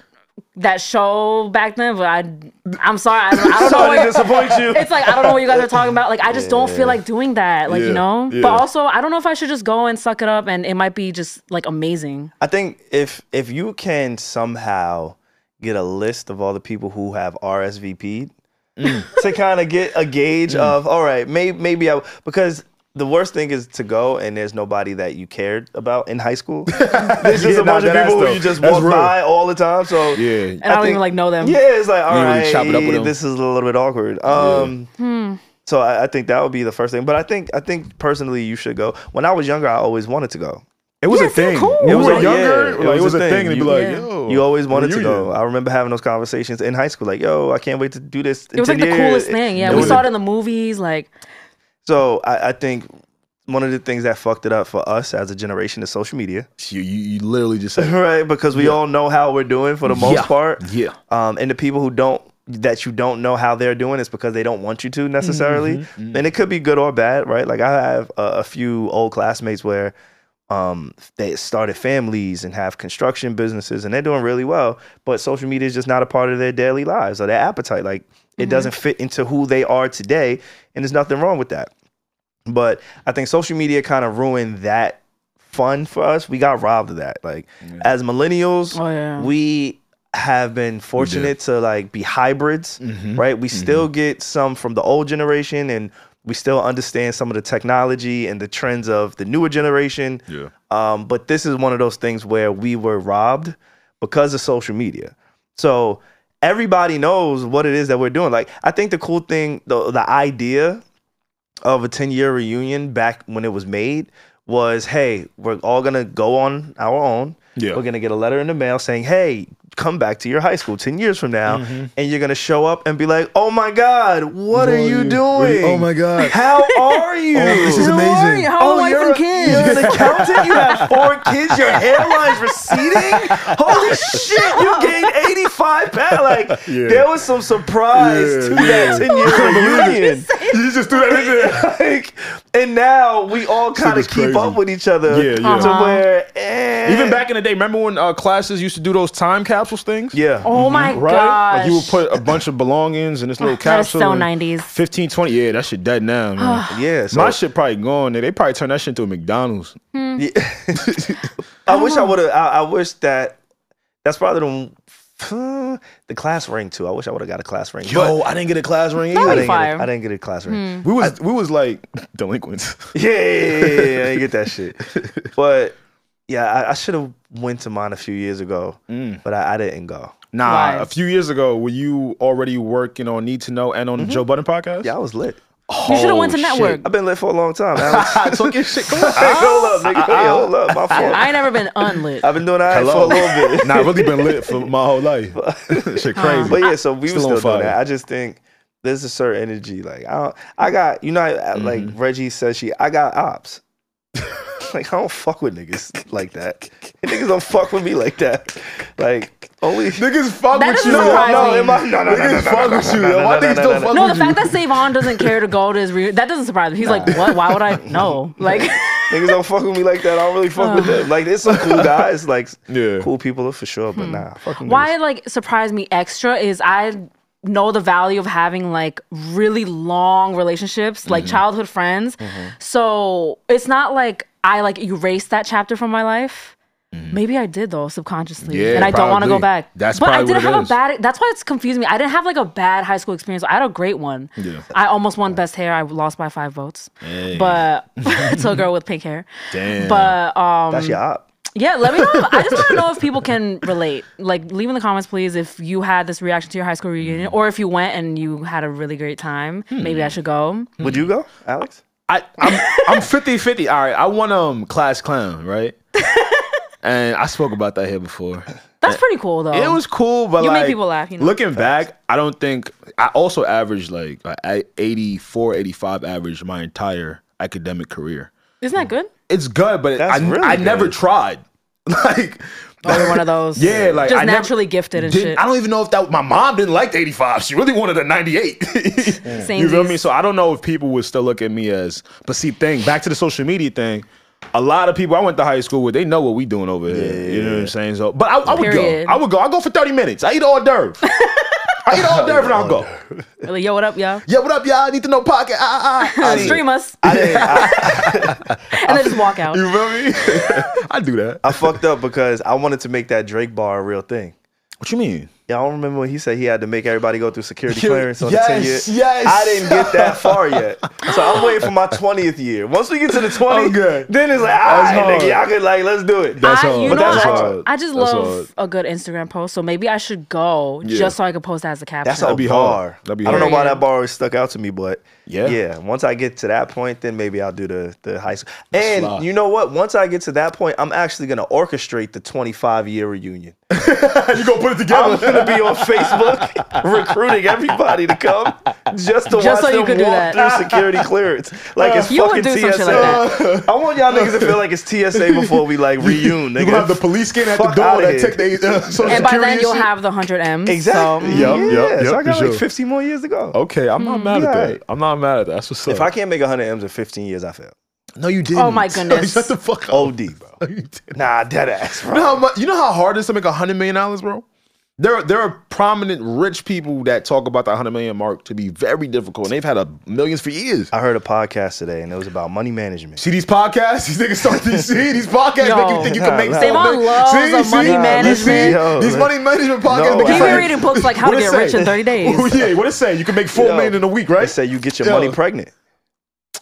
Speaker 4: that show back then, but I, I'm sorry, I don't, I don't know.
Speaker 1: Sorry
Speaker 4: What,
Speaker 1: to disappoint you.
Speaker 4: (laughs) it's like I don't know what you guys are talking about. Like I just don't feel like doing that. Like
Speaker 3: Yeah,
Speaker 4: you know,
Speaker 3: yeah.
Speaker 4: but also I don't know if I should just go and suck it up, and it might be just like amazing.
Speaker 1: I think if if you can somehow get a list of all the people who have RSVP'd to kind of get a gauge of all right, may, maybe I because the worst thing is to go and there's nobody that you cared about in high school. (laughs) There's just (laughs)
Speaker 3: Yeah,
Speaker 1: a bunch
Speaker 3: nah,
Speaker 1: of
Speaker 3: that
Speaker 1: people
Speaker 3: ass
Speaker 1: who
Speaker 3: though.
Speaker 1: you just
Speaker 3: That's
Speaker 1: walk
Speaker 3: real.
Speaker 1: by all the time. So
Speaker 3: Yeah.
Speaker 4: And I, don't even like know them.
Speaker 1: Yeah, it's like all
Speaker 3: You
Speaker 1: right,
Speaker 3: don't really chop it up with them.
Speaker 1: this is a little bit awkward. Um,
Speaker 4: Hmm.
Speaker 1: So I, I think that would be the first thing. But I think I think personally you should go. When I was younger, I always wanted to go.
Speaker 3: It was
Speaker 4: Yeah,
Speaker 3: a
Speaker 4: it seemed
Speaker 3: thing.
Speaker 4: cool.
Speaker 3: When
Speaker 1: It
Speaker 3: we
Speaker 1: was
Speaker 3: were
Speaker 1: a-
Speaker 3: younger,
Speaker 1: yeah,
Speaker 3: like, it was a thing. They'd be
Speaker 1: You-
Speaker 3: like,
Speaker 4: yeah.
Speaker 3: yo.
Speaker 1: You always wanted to
Speaker 3: Oh, reunion.
Speaker 1: go. I remember having those conversations in high school, like, "Yo, I can't wait to do this." in
Speaker 4: It was like
Speaker 1: 10
Speaker 4: the
Speaker 1: years."
Speaker 4: coolest thing. Yeah, we
Speaker 1: was
Speaker 4: saw
Speaker 1: a-
Speaker 4: it in the movies. Like
Speaker 1: So I, I think one of the things that fucked it up for us as a generation is social media,
Speaker 3: You, you, you literally just said,
Speaker 1: (laughs) right? Because we all know how we're doing for the most
Speaker 3: (laughs) Yeah.
Speaker 1: part.
Speaker 3: Yeah.
Speaker 1: Um, and the people who don't that you don't know how they're doing is because they don't want you to
Speaker 4: Mm-hmm.
Speaker 1: necessarily. And it could be good or bad, right? Like I have a, a few old classmates where um, they started families and have construction businesses and they're doing really well, but social media is just not a part of their daily lives or their appetite. Like it
Speaker 4: Mm-hmm.
Speaker 1: doesn't fit into who they are today, and there's nothing wrong with that. But I think social media kind of ruined that fun for us. We got robbed of that. Like as millennials,
Speaker 4: Oh, yeah.
Speaker 1: we have been fortunate to like be hybrids, right? We still get some from the old generation and we still understand some of the technology and the trends of the newer generation.
Speaker 3: Yeah.
Speaker 1: Um, but this is one of those things where we were robbed because of social media. So everybody knows what it is that we're doing. Like I think the cool thing, the the idea of a 10 year reunion back when it was made was hey, we're all gonna go on our own.
Speaker 3: Yeah.
Speaker 1: We're gonna get a letter in the mail saying, hey, come back to your high school 10 years from now.
Speaker 3: Mm-hmm.
Speaker 1: And you're gonna show up and be like, oh my God, what are you doing?
Speaker 3: Oh my God. (laughs)
Speaker 1: How
Speaker 3: Oh,
Speaker 1: are you?
Speaker 3: this is amazing. Oh,
Speaker 4: How are you? How am I
Speaker 1: Oh, you're,
Speaker 4: from
Speaker 1: a-
Speaker 4: kids?
Speaker 1: you're an accountant. You have four kids. Your hairline's receding. Holy shit! You gained eighty-five pounds. Like
Speaker 3: Yeah.
Speaker 1: there was some surprise
Speaker 3: Yeah,
Speaker 1: to that
Speaker 3: (laughs)
Speaker 1: ten-year reunion.
Speaker 3: You just threw that in there.
Speaker 1: (laughs) like, and now we all kind of
Speaker 3: Shit is
Speaker 1: keep
Speaker 3: crazy.
Speaker 1: up with each other
Speaker 3: Yeah,
Speaker 1: to
Speaker 3: yeah. Uh-huh.
Speaker 1: where eh.
Speaker 3: Even back in the day, remember when uh, classes used to do those time capsules things?
Speaker 1: Yeah.
Speaker 3: (laughs)
Speaker 4: oh my
Speaker 3: Right?
Speaker 4: gosh,
Speaker 3: Like you would put a bunch of belongings in this little
Speaker 4: (laughs) That is so Ah.
Speaker 3: capsule. and
Speaker 4: 90s.
Speaker 3: 15, 20. Yeah, that shit dead now, man.
Speaker 1: Yeah, so-
Speaker 3: My shit probably gone. They probably turned that shit into a McDonald's.
Speaker 1: I wish I would have. I, I wish that. That's probably the. The (sighs) class ring too. I wish I would have got a class ring.
Speaker 3: Yo, I didn't get a class ring
Speaker 1: but I
Speaker 3: either.
Speaker 1: didn't, get
Speaker 4: fire.
Speaker 1: a, I didn't get a class ring.
Speaker 3: We was we was like (laughs) delinquents.
Speaker 1: Yeah, yeah, yeah, yeah, yeah, I get that (laughs) shit. But yeah, I, I should have went to mine a few years ago, but I, I didn't go.
Speaker 3: Nah,
Speaker 4: Why?
Speaker 3: a few years ago, were you already working on Need to Know and on
Speaker 4: Mm-hmm.
Speaker 3: the Joe Budden podcast?
Speaker 1: Yeah, I was lit.
Speaker 4: you should have went to
Speaker 3: shit.
Speaker 4: network.
Speaker 1: I've been lit for a long time. (laughs) Alex.
Speaker 3: I took your shit. Come on.
Speaker 1: hey, hold up, nigga. Hey, hold up. My fault.
Speaker 4: I ain't never been
Speaker 3: (laughs)
Speaker 4: unlit.
Speaker 1: I've been doing that for a little bit.
Speaker 3: nah, I really been lit for my whole life. (laughs) shit crazy.
Speaker 1: But yeah, (laughs) so we
Speaker 3: Still
Speaker 1: were
Speaker 3: on
Speaker 1: still doing
Speaker 3: fire.
Speaker 1: that. I just think there's a certain energy. Like I, don't, I got you know, I, I- like Reggie says, she I got ops. (laughs) like I don't fuck with niggas like (laughs) that. niggas don't fuck with me like that. Like only
Speaker 3: Niggas fuck
Speaker 4: That
Speaker 3: with
Speaker 4: doesn't
Speaker 3: you. yo.
Speaker 4: surprise
Speaker 1: no,
Speaker 4: me.
Speaker 1: am I, no, no, no, no, no,
Speaker 3: Niggas
Speaker 1: no,
Speaker 3: fuck
Speaker 1: no,
Speaker 3: with
Speaker 1: no,
Speaker 3: you.
Speaker 1: no,
Speaker 3: yo.
Speaker 1: no,
Speaker 3: Why
Speaker 1: no,
Speaker 3: niggas
Speaker 1: no,
Speaker 3: still
Speaker 1: no,
Speaker 3: fuck
Speaker 4: No, the
Speaker 3: with
Speaker 4: fact
Speaker 3: you? (laughs)
Speaker 4: that Savon doesn't care to go to his re- that doesn't surprise me. He's like, what? Why would I? No, like
Speaker 1: Niggas don't fuck with me like that. I don't really fuck with them. Like, there's some (laughs) cool guys, like cool people for sure, but nah, fucking
Speaker 4: Hmm. Why it like surprised me extra is I know the value of having like really long relationships, like
Speaker 3: Mm-hmm.
Speaker 4: childhood friends. So it's not like I like erased that chapter from my life. Maybe I did though subconsciously,
Speaker 3: Mm-hmm. Yeah,
Speaker 4: and I don't want to go
Speaker 3: probably.
Speaker 4: back.
Speaker 3: That's
Speaker 4: but I
Speaker 3: probably
Speaker 4: didn't
Speaker 3: what it
Speaker 4: have
Speaker 3: is.
Speaker 4: a bad. That's why it's confusing me. I didn't have like a bad high school experience. I had a great one.
Speaker 3: Yeah.
Speaker 4: I almost won best hair. I lost by five votes,
Speaker 3: Hey. (laughs)
Speaker 4: but (laughs) to a girl with pink hair.
Speaker 3: Damn.
Speaker 4: But um,
Speaker 1: That's your op.
Speaker 4: yeah, let me know. I just want to know if people can relate. Like, leave in the comments, please, if you had this reaction to your high school reunion, or if you went and you had a really great time.
Speaker 3: Hmm.
Speaker 4: Maybe I should go.
Speaker 1: Would you go, Alex?
Speaker 3: I, I'm I'm 50 50. All right. I won um class clown, right? and I spoke about that here before.
Speaker 4: That's pretty cool, though.
Speaker 3: It was cool, but
Speaker 4: Oh. You make
Speaker 3: like,
Speaker 4: people laugh, you know.
Speaker 3: Looking back, I don't think I also averaged like a 84, 85 average my entire academic career.
Speaker 4: Isn't that good?
Speaker 3: It's good, but
Speaker 1: That's
Speaker 3: I,
Speaker 1: really
Speaker 3: I never
Speaker 1: good.
Speaker 3: tried. (laughs) Like,
Speaker 4: Or one of those.
Speaker 3: (laughs) yeah, like
Speaker 4: just
Speaker 3: I never-
Speaker 4: naturally gifted and
Speaker 3: didn't-
Speaker 4: shit.
Speaker 3: I don't even know if that my mom didn't like the 85. She really wanted a 98.
Speaker 4: Same.
Speaker 3: (laughs) You feel me? So I don't know if people would still look at me as. But see, thing back to the social media thing. A lot of people I went to high school with, they know what we doing over here. you know what I'm saying? So, but I, I would
Speaker 4: Period.
Speaker 3: go. I would go. I go for 30 minutes. I eat hors
Speaker 4: (laughs)
Speaker 3: d'oeuvre. I eat hors d'oeuvre and I'll (laughs) go.
Speaker 4: Like, yo, what up, yo?
Speaker 3: Yeah, what up, y'all? I need to know pocket. Ah, ah, ah.
Speaker 4: (laughs) Stream us,
Speaker 1: I didn't. I,
Speaker 4: (laughs)
Speaker 3: (laughs)
Speaker 4: and then just walk out.
Speaker 3: You feel me? (laughs) I do that.
Speaker 1: I fucked up because I wanted to make that Drake bar a real thing.
Speaker 3: What you mean?
Speaker 1: Yeah, I don't remember when he said he had to make everybody go through
Speaker 3: (laughs)
Speaker 1: security
Speaker 3: Yeah,
Speaker 1: clearance on
Speaker 3: yes,
Speaker 1: the 10 year.
Speaker 3: yes.
Speaker 1: I didn't get that
Speaker 3: (laughs)
Speaker 1: far yet. So I'm waiting for my 20th year. Once we get to the 20,
Speaker 3: I'm good.
Speaker 1: then it's like, all
Speaker 3: That's
Speaker 1: right, nigga,
Speaker 3: hard.
Speaker 1: y'all could like, let's do it.
Speaker 3: That's
Speaker 4: I,
Speaker 3: hard.
Speaker 4: you
Speaker 1: But
Speaker 4: know,
Speaker 1: that's
Speaker 4: I,
Speaker 1: hard.
Speaker 4: I just
Speaker 3: That's
Speaker 4: love a good Instagram post, so maybe I should go just so I could post that as a caption.
Speaker 1: That's a
Speaker 3: be hard.
Speaker 1: bar.
Speaker 3: That'd be
Speaker 1: I don't know
Speaker 3: hard.
Speaker 1: why that bar always stuck out to me, but
Speaker 3: Yeah.
Speaker 1: yeah. Once I get to that point, then maybe I'll do the the high school. And
Speaker 3: fly.
Speaker 1: you know what? Once I get to that point, I'm actually gonna orchestrate the 25 year reunion.
Speaker 3: You gonna put it
Speaker 1: I'm
Speaker 3: together?
Speaker 1: gonna be on Facebook (laughs) recruiting everybody to come just to watch
Speaker 4: Just so you
Speaker 1: them
Speaker 4: could do
Speaker 1: walk
Speaker 4: that.
Speaker 1: through security clearance. Like it's
Speaker 4: You
Speaker 1: fucking
Speaker 4: would do some
Speaker 1: TSA.
Speaker 4: shit like
Speaker 1: I want y'all niggas to feel like it's TSA before we like reune. Nigga.
Speaker 3: (laughs) You gonna have the police scanning at the
Speaker 1: Fuck
Speaker 3: door
Speaker 1: outta
Speaker 3: that
Speaker 1: here.
Speaker 3: check the uh, social
Speaker 4: and by
Speaker 3: security
Speaker 4: then you'll
Speaker 3: shit?
Speaker 4: have the hundred M's.
Speaker 1: Exactly.
Speaker 4: So.
Speaker 1: Yeah,
Speaker 3: Yup, yup,
Speaker 1: so I
Speaker 3: yup,
Speaker 1: got
Speaker 3: for
Speaker 1: like
Speaker 3: sure. Oh,
Speaker 1: 15 more years to go.
Speaker 3: Okay, I'm not mad at
Speaker 1: Yeah.
Speaker 3: that. I'm not mad at that. That's what's up.
Speaker 1: If I can't make 100 M's in 15 years, I fail.
Speaker 3: no, you didn't.
Speaker 4: Oh my
Speaker 3: (laughs)
Speaker 4: goodness.
Speaker 3: Shut the fuck up.
Speaker 1: OD, bro.
Speaker 3: No, (laughs) you didn't.
Speaker 1: Nah, dead ass, bro.
Speaker 3: You know how much, you know how hard it is to make a hundred million dollars, bro. There, are, there are prominent rich people that talk about the hundred million mark to be very difficult, and they've had a millions for years.
Speaker 1: I heard a podcast today, and it was about money management.
Speaker 3: See these podcasts? (laughs) These niggas start these see these podcasts
Speaker 4: Yo.
Speaker 3: make you think you can make
Speaker 1: Nah,
Speaker 3: seven
Speaker 4: nah.
Speaker 3: million.
Speaker 4: Savon
Speaker 3: See,
Speaker 4: loves
Speaker 3: see,
Speaker 4: the money
Speaker 3: You see?
Speaker 4: management.
Speaker 1: Yo,
Speaker 3: these
Speaker 1: man.
Speaker 3: money management podcasts.
Speaker 1: No,
Speaker 3: make
Speaker 1: I-
Speaker 3: you
Speaker 4: He
Speaker 3: think-
Speaker 4: been reading books like How to
Speaker 3: What it
Speaker 4: Get
Speaker 3: say?
Speaker 4: Rich
Speaker 3: (laughs)
Speaker 4: in 30 Days.
Speaker 3: yeah, what it say? You can make four
Speaker 1: Yo,
Speaker 3: million in a week, right?
Speaker 1: They say you get your
Speaker 3: Yo.
Speaker 1: money pregnant.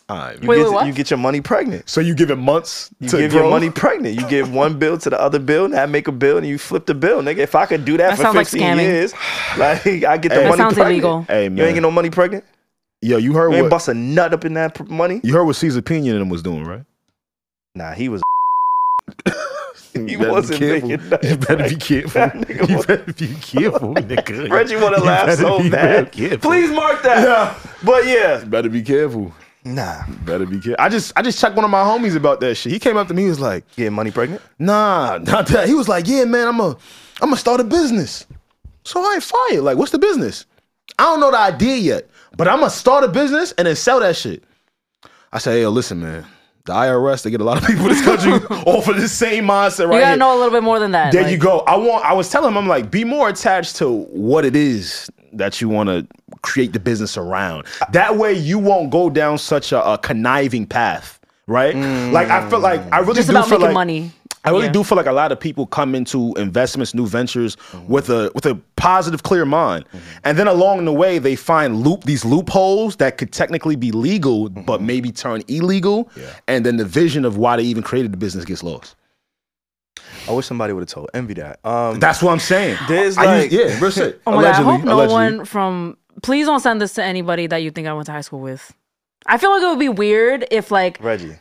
Speaker 3: All right,
Speaker 1: You
Speaker 4: Wait,
Speaker 1: get,
Speaker 4: wait, what?
Speaker 1: You get your money pregnant.
Speaker 3: so you give it months
Speaker 1: You
Speaker 3: to
Speaker 1: give
Speaker 3: grow?
Speaker 1: your money pregnant. You give one bill to the other bill, and I make a bill, and you flip the bill, nigga. If I could do
Speaker 4: That
Speaker 1: that, for
Speaker 4: sounds like
Speaker 1: 15
Speaker 4: scamming.
Speaker 1: years, like I get the
Speaker 3: That
Speaker 1: money
Speaker 4: sounds
Speaker 1: pregnant.
Speaker 4: illegal.
Speaker 3: Hey
Speaker 1: You ain't
Speaker 3: man,
Speaker 1: get no money pregnant.
Speaker 3: yo, you heard
Speaker 1: You ain't
Speaker 3: what
Speaker 1: bust a nut up in that pr- money.
Speaker 3: you heard what Caesar Pinion and them was doing, right?
Speaker 1: Nah, he was.
Speaker 3: You
Speaker 1: He
Speaker 3: better be
Speaker 1: wasn't
Speaker 3: careful.
Speaker 1: making nothing
Speaker 3: You better be
Speaker 1: right.
Speaker 3: careful.
Speaker 1: That nigga
Speaker 3: You
Speaker 1: was-
Speaker 3: better be careful, nigga.
Speaker 1: (laughs) Reggie
Speaker 3: (laughs)
Speaker 1: want to
Speaker 3: You
Speaker 1: laugh
Speaker 3: better
Speaker 1: so
Speaker 3: be
Speaker 1: bad.
Speaker 3: real careful.
Speaker 1: Please mark that. But yeah,
Speaker 3: Better be careful.
Speaker 1: nah,
Speaker 3: Better be careful. I just I just checked one of my homies about that shit. He came up to me, he was like,
Speaker 1: getting money pregnant.
Speaker 3: nah, not that. He was like, yeah, man, I'm a I'm gonna start a business. So I ain't fired. Like, what's the business? I don't know the idea yet, but I'm gonna start a business and then sell that shit. I said, hey, yo, listen, man. The IRS, they get a lot of people in this country off of this same mindset right
Speaker 4: You
Speaker 3: here.
Speaker 4: gotta know a little bit more than that.
Speaker 3: There
Speaker 4: like-
Speaker 3: you go. I want. I was telling him, I'm like, be more attached to what it is that you want to create the business around. That way, you won't go down such a, a conniving path, right? Like I feel like I really
Speaker 4: Just
Speaker 3: do
Speaker 4: about
Speaker 3: feel
Speaker 4: making
Speaker 3: like
Speaker 4: money.
Speaker 3: I really
Speaker 4: Yeah.
Speaker 3: do feel like a lot of people come into investments, new ventures with a with a positive, clear mind, and then along the way they find loop these loopholes that could technically be legal, but maybe turn illegal, and then the vision of why they even created the business gets lost.
Speaker 1: I wish somebody would have told Envy that. Um,
Speaker 3: That's what I'm saying.
Speaker 1: There's
Speaker 3: I
Speaker 1: like-
Speaker 3: use- yeah, real shit.
Speaker 4: Oh my
Speaker 3: allegedly,
Speaker 4: god! I hope no
Speaker 3: allegedly.
Speaker 4: one from. Please don't send this to anybody that you think I went to high school with. I feel like it would be weird if like.
Speaker 1: Reggie,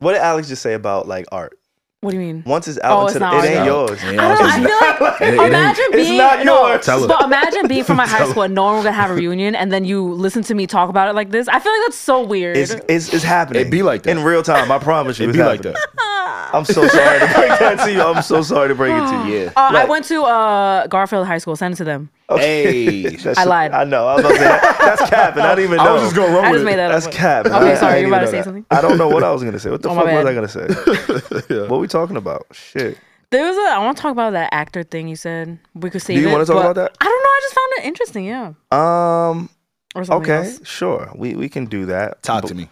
Speaker 1: what did Alex just say about like art?
Speaker 4: What do you mean?
Speaker 1: Once it's out
Speaker 4: Oh,
Speaker 1: into
Speaker 4: it's
Speaker 1: the,
Speaker 4: not
Speaker 1: it ain't
Speaker 4: out.
Speaker 1: yours.
Speaker 4: I don't know. I feel
Speaker 1: (laughs)
Speaker 4: like
Speaker 3: it ain't-
Speaker 4: imagine
Speaker 1: it's
Speaker 4: being
Speaker 1: not
Speaker 4: no,
Speaker 1: yours. Tell
Speaker 3: her.
Speaker 4: but imagine
Speaker 1: (laughs)
Speaker 4: being from my high school and knowing we're gonna have a reunion, and then you listen to me talk about it like this. I feel like that's so weird.
Speaker 1: It's, it's, it's happening.
Speaker 3: It be like that.
Speaker 1: In real time, I promise you.
Speaker 3: It'd
Speaker 1: it's
Speaker 3: be like
Speaker 1: (laughs) happening.
Speaker 3: that.
Speaker 4: Ah.
Speaker 1: I'm so sorry
Speaker 4: (sighs)
Speaker 1: to break that to you. I'm so sorry to break it to you.
Speaker 4: Uh, I went to uh, Garfield High School. Send it to them.
Speaker 1: Okay.
Speaker 8: Hey.
Speaker 1: That's-
Speaker 4: I lied.
Speaker 1: I know. I was about to say, that- that's cap, and I didn't even know.
Speaker 3: (laughs) I was just gonna run
Speaker 4: I
Speaker 3: with
Speaker 4: just made that
Speaker 1: That's
Speaker 4: up.
Speaker 1: cap. man.
Speaker 4: Okay,
Speaker 1: I- I
Speaker 4: sorry.
Speaker 1: didn't
Speaker 4: You're about
Speaker 1: even
Speaker 4: to
Speaker 1: know
Speaker 4: say
Speaker 1: that.
Speaker 4: something.
Speaker 1: I don't know what I was gonna say. What the
Speaker 4: Oh, my
Speaker 1: fuck was
Speaker 4: bad.
Speaker 1: I gonna say?
Speaker 3: (laughs)
Speaker 1: What we talking about? Shit.
Speaker 4: There was a. I want to talk about that actor thing you said. We could save
Speaker 1: you
Speaker 4: it,
Speaker 1: wanna talk
Speaker 4: but-
Speaker 1: about that?
Speaker 4: I don't know. I just found it interesting. Yeah.
Speaker 1: Um.
Speaker 4: Or something
Speaker 1: Okay.
Speaker 4: else.
Speaker 1: Sure. We we can do that.
Speaker 3: Talk
Speaker 1: But-
Speaker 3: to me.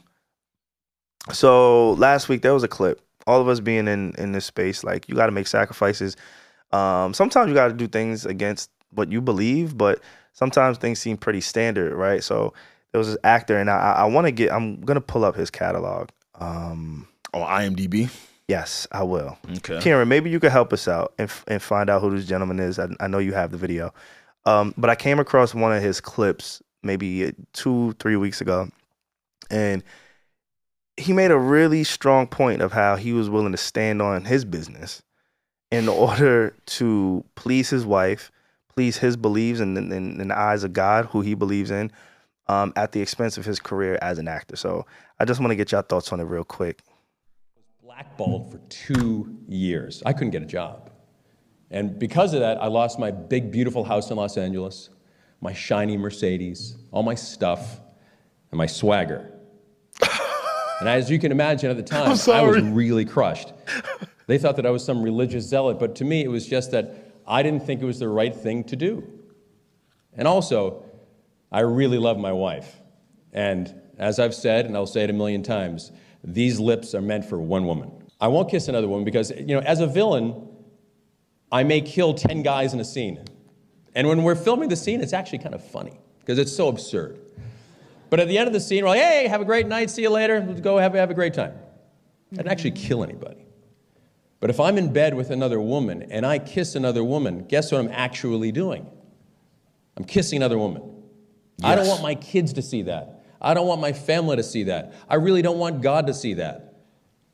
Speaker 1: So last week there was a clip. All of us being in in this space, like you got to make sacrifices. Um, sometimes you got to do things against what you believe, but sometimes things seem pretty standard, right? So there was this actor, and I I- I want to get. I'm gonna pull up his catalog. Um,
Speaker 3: On IMDb.
Speaker 1: yes, I will.
Speaker 3: Okay.
Speaker 1: Kieran, maybe you could help us out and, f- and find out who this gentleman is. I, I know you have the video, um, but I came across one of his clips maybe uh, two, three weeks ago, and he made a really strong point of how he was willing to stand on his business in order to please his wife, please his beliefs, and in, in, in the eyes of God, who he believes in, um, at the expense of his career as an actor. So I just want to get your thoughts on it real quick.
Speaker 11: blackballed for two years. I couldn't get a job. And because of that, I lost my big, beautiful house in Los Angeles, my shiny Mercedes, all my stuff, and my swagger. and as you can imagine at the time, I was really crushed. They thought that I was some religious zealot, but to me, it was just that I didn't think it was the right thing to do. And also, I really love my wife. And as I've said, and I'll say it a million times, these lips are meant for one woman. I won't kiss another woman because, you know, as a villain, I may kill 10 guys in a scene. And when we're filming the scene, it's actually kind of funny because it's so absurd. But at the end of the scene, we're like, hey, have a great night, see you later, let's go have, have a great time. I didn't actually kill anybody. But if I'm in bed with another woman and I kiss another woman, guess what I'm actually doing? I'm kissing another woman. I don't want my kids to see that. I don't want my family to see that. I really don't want God to see that.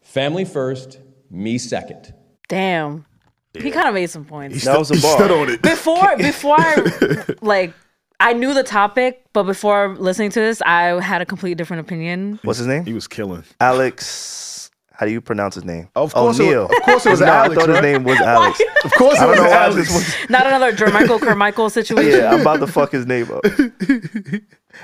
Speaker 11: Family first, me second.
Speaker 4: Damn. He kind of made some points.
Speaker 1: That (laughs) was a bar.
Speaker 4: before before I, like I knew the topic, but before listening to this, I had a completely different opinion.
Speaker 1: What's his name?
Speaker 3: He was killing.
Speaker 1: Alex. How do you pronounce his name?
Speaker 3: Of course it was-
Speaker 1: O'Neal.
Speaker 3: of course
Speaker 1: (laughs)
Speaker 3: it was
Speaker 1: No, I
Speaker 3: Alex,
Speaker 1: thought his
Speaker 3: right?
Speaker 1: name
Speaker 4: (laughs)
Speaker 1: was Alex.
Speaker 3: Of course,
Speaker 1: I
Speaker 3: it
Speaker 1: don't
Speaker 3: was
Speaker 1: know why I
Speaker 3: Alex.
Speaker 1: just was-
Speaker 4: Not another Jermichael Carmichael situation.
Speaker 1: Yeah, I'm about to fuck his name
Speaker 4: (laughs)
Speaker 1: up.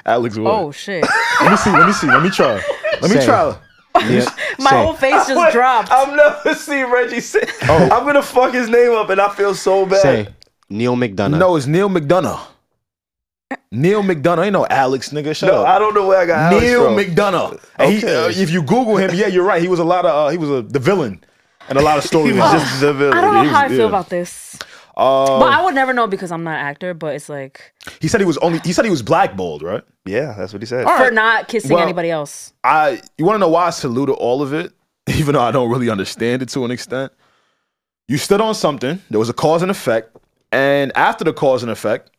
Speaker 3: Alex what?
Speaker 4: Oh shit!
Speaker 3: Let me see. Let me see. Let me try. Let me
Speaker 1: Same.
Speaker 3: try.
Speaker 4: My
Speaker 3: Same.
Speaker 4: whole face
Speaker 1: (laughs)
Speaker 4: just dropped.
Speaker 1: I've never seen Reggie say. (laughs) I'm gonna fuck his name up, and I feel so bad.
Speaker 12: Say Neil McDonough.
Speaker 3: No, it's Neil McDonough. Neil McDonough ain't no Alex nigga. Shut
Speaker 1: No,
Speaker 3: up.
Speaker 1: I don't know where I got Alex
Speaker 3: Neil
Speaker 1: from.
Speaker 3: McDonough. And he,
Speaker 1: Okay.
Speaker 3: uh, if you Google him, yeah, you're right. He was a lot of. Uh, he was a, the villain, and a lot
Speaker 1: (laughs)
Speaker 3: of
Speaker 1: He
Speaker 3: stories.
Speaker 1: was just the villain.
Speaker 4: I don't know
Speaker 3: he
Speaker 4: how I
Speaker 3: was-
Speaker 4: feel
Speaker 3: yeah.
Speaker 4: about this,
Speaker 3: Uh,
Speaker 4: but I would never know because I'm not an actor. But it's like
Speaker 3: he said he was only. He said he was blackballed, right?
Speaker 1: Yeah, that's what he said.
Speaker 4: for not kissing
Speaker 3: Well-
Speaker 4: anybody else.
Speaker 3: I. You want to know why I saluted all of it, (laughs) even though I don't really understand it to an extent. You stood on something. There was a cause and effect, and after the cause and effect,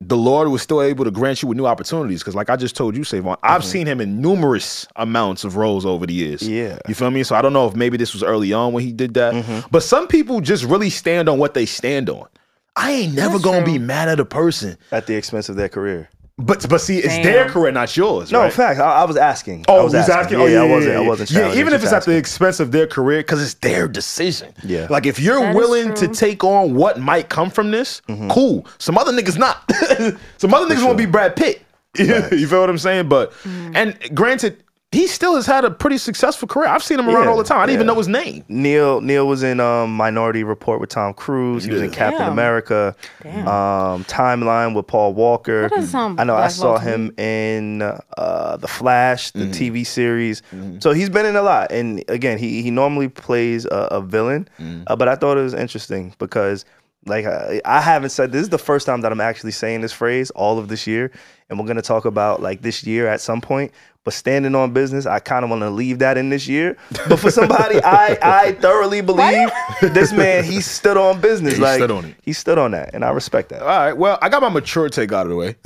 Speaker 3: the Lord was still able to grant you with new opportunities. Because, like I just told you, Savon,
Speaker 1: Mm-hmm.
Speaker 3: I've seen him in numerous amounts of roles over the years.
Speaker 1: Yeah. Mm-hmm.
Speaker 3: You feel me? So I don't know if maybe this was early on when he did that. But some people just really stand on what they stand on. I ain't never gonna be mad at a person.
Speaker 1: At the expense of their career.
Speaker 3: But but see, it's their
Speaker 4: Damn.
Speaker 3: career, not yours.
Speaker 1: No,
Speaker 3: right?
Speaker 1: fact. I, I was asking.
Speaker 3: Oh,
Speaker 1: I was
Speaker 3: you was
Speaker 1: asking.
Speaker 3: asking.
Speaker 1: Yeah,
Speaker 3: oh,
Speaker 1: I wasn't. I wasn't.
Speaker 3: Yeah,
Speaker 1: challenging,
Speaker 3: even if
Speaker 1: just
Speaker 3: it's at the
Speaker 1: asking.
Speaker 3: expense of their career, because it's their decision.
Speaker 1: Yeah.
Speaker 3: Like if you're
Speaker 4: That is
Speaker 3: willing to
Speaker 4: true.
Speaker 3: take on what might come from this,
Speaker 1: Mm-hmm.
Speaker 3: cool. Some other niggas not. (laughs) Some other niggas won't be Brad Pitt. (laughs) you feel what I'm saying? But
Speaker 4: Mm-hmm.
Speaker 3: and granted, he still has had a pretty successful career. I've seen him around
Speaker 1: Yeah,
Speaker 3: all the time. I didn't even
Speaker 1: yeah.
Speaker 3: know his name.
Speaker 1: Neil Neil was in um, Minority Report with Tom Cruise. He was in Captain
Speaker 4: Damn.
Speaker 1: America. Um, Timeline with Paul Walker.
Speaker 4: That doesn't sound
Speaker 1: I know. I
Speaker 4: black
Speaker 1: saw
Speaker 4: ball to
Speaker 1: him in uh, The Flash, the TV series. So he's been in a lot. And again, he he normally plays a, a villain, uh, but I thought it was interesting because. Like I, I haven't said this is the first time that I'm actually saying this phrase all of this year, and we're gonna talk about like this year at some point. But standing on business, I kind of want to leave that in this year. But for somebody, I I thoroughly believe this man he stood on business.
Speaker 3: Yeah, he
Speaker 1: like
Speaker 3: stood on it.
Speaker 1: he stood on that, and I respect that.
Speaker 3: (laughs) All right. Well, I got my mature take out of the way.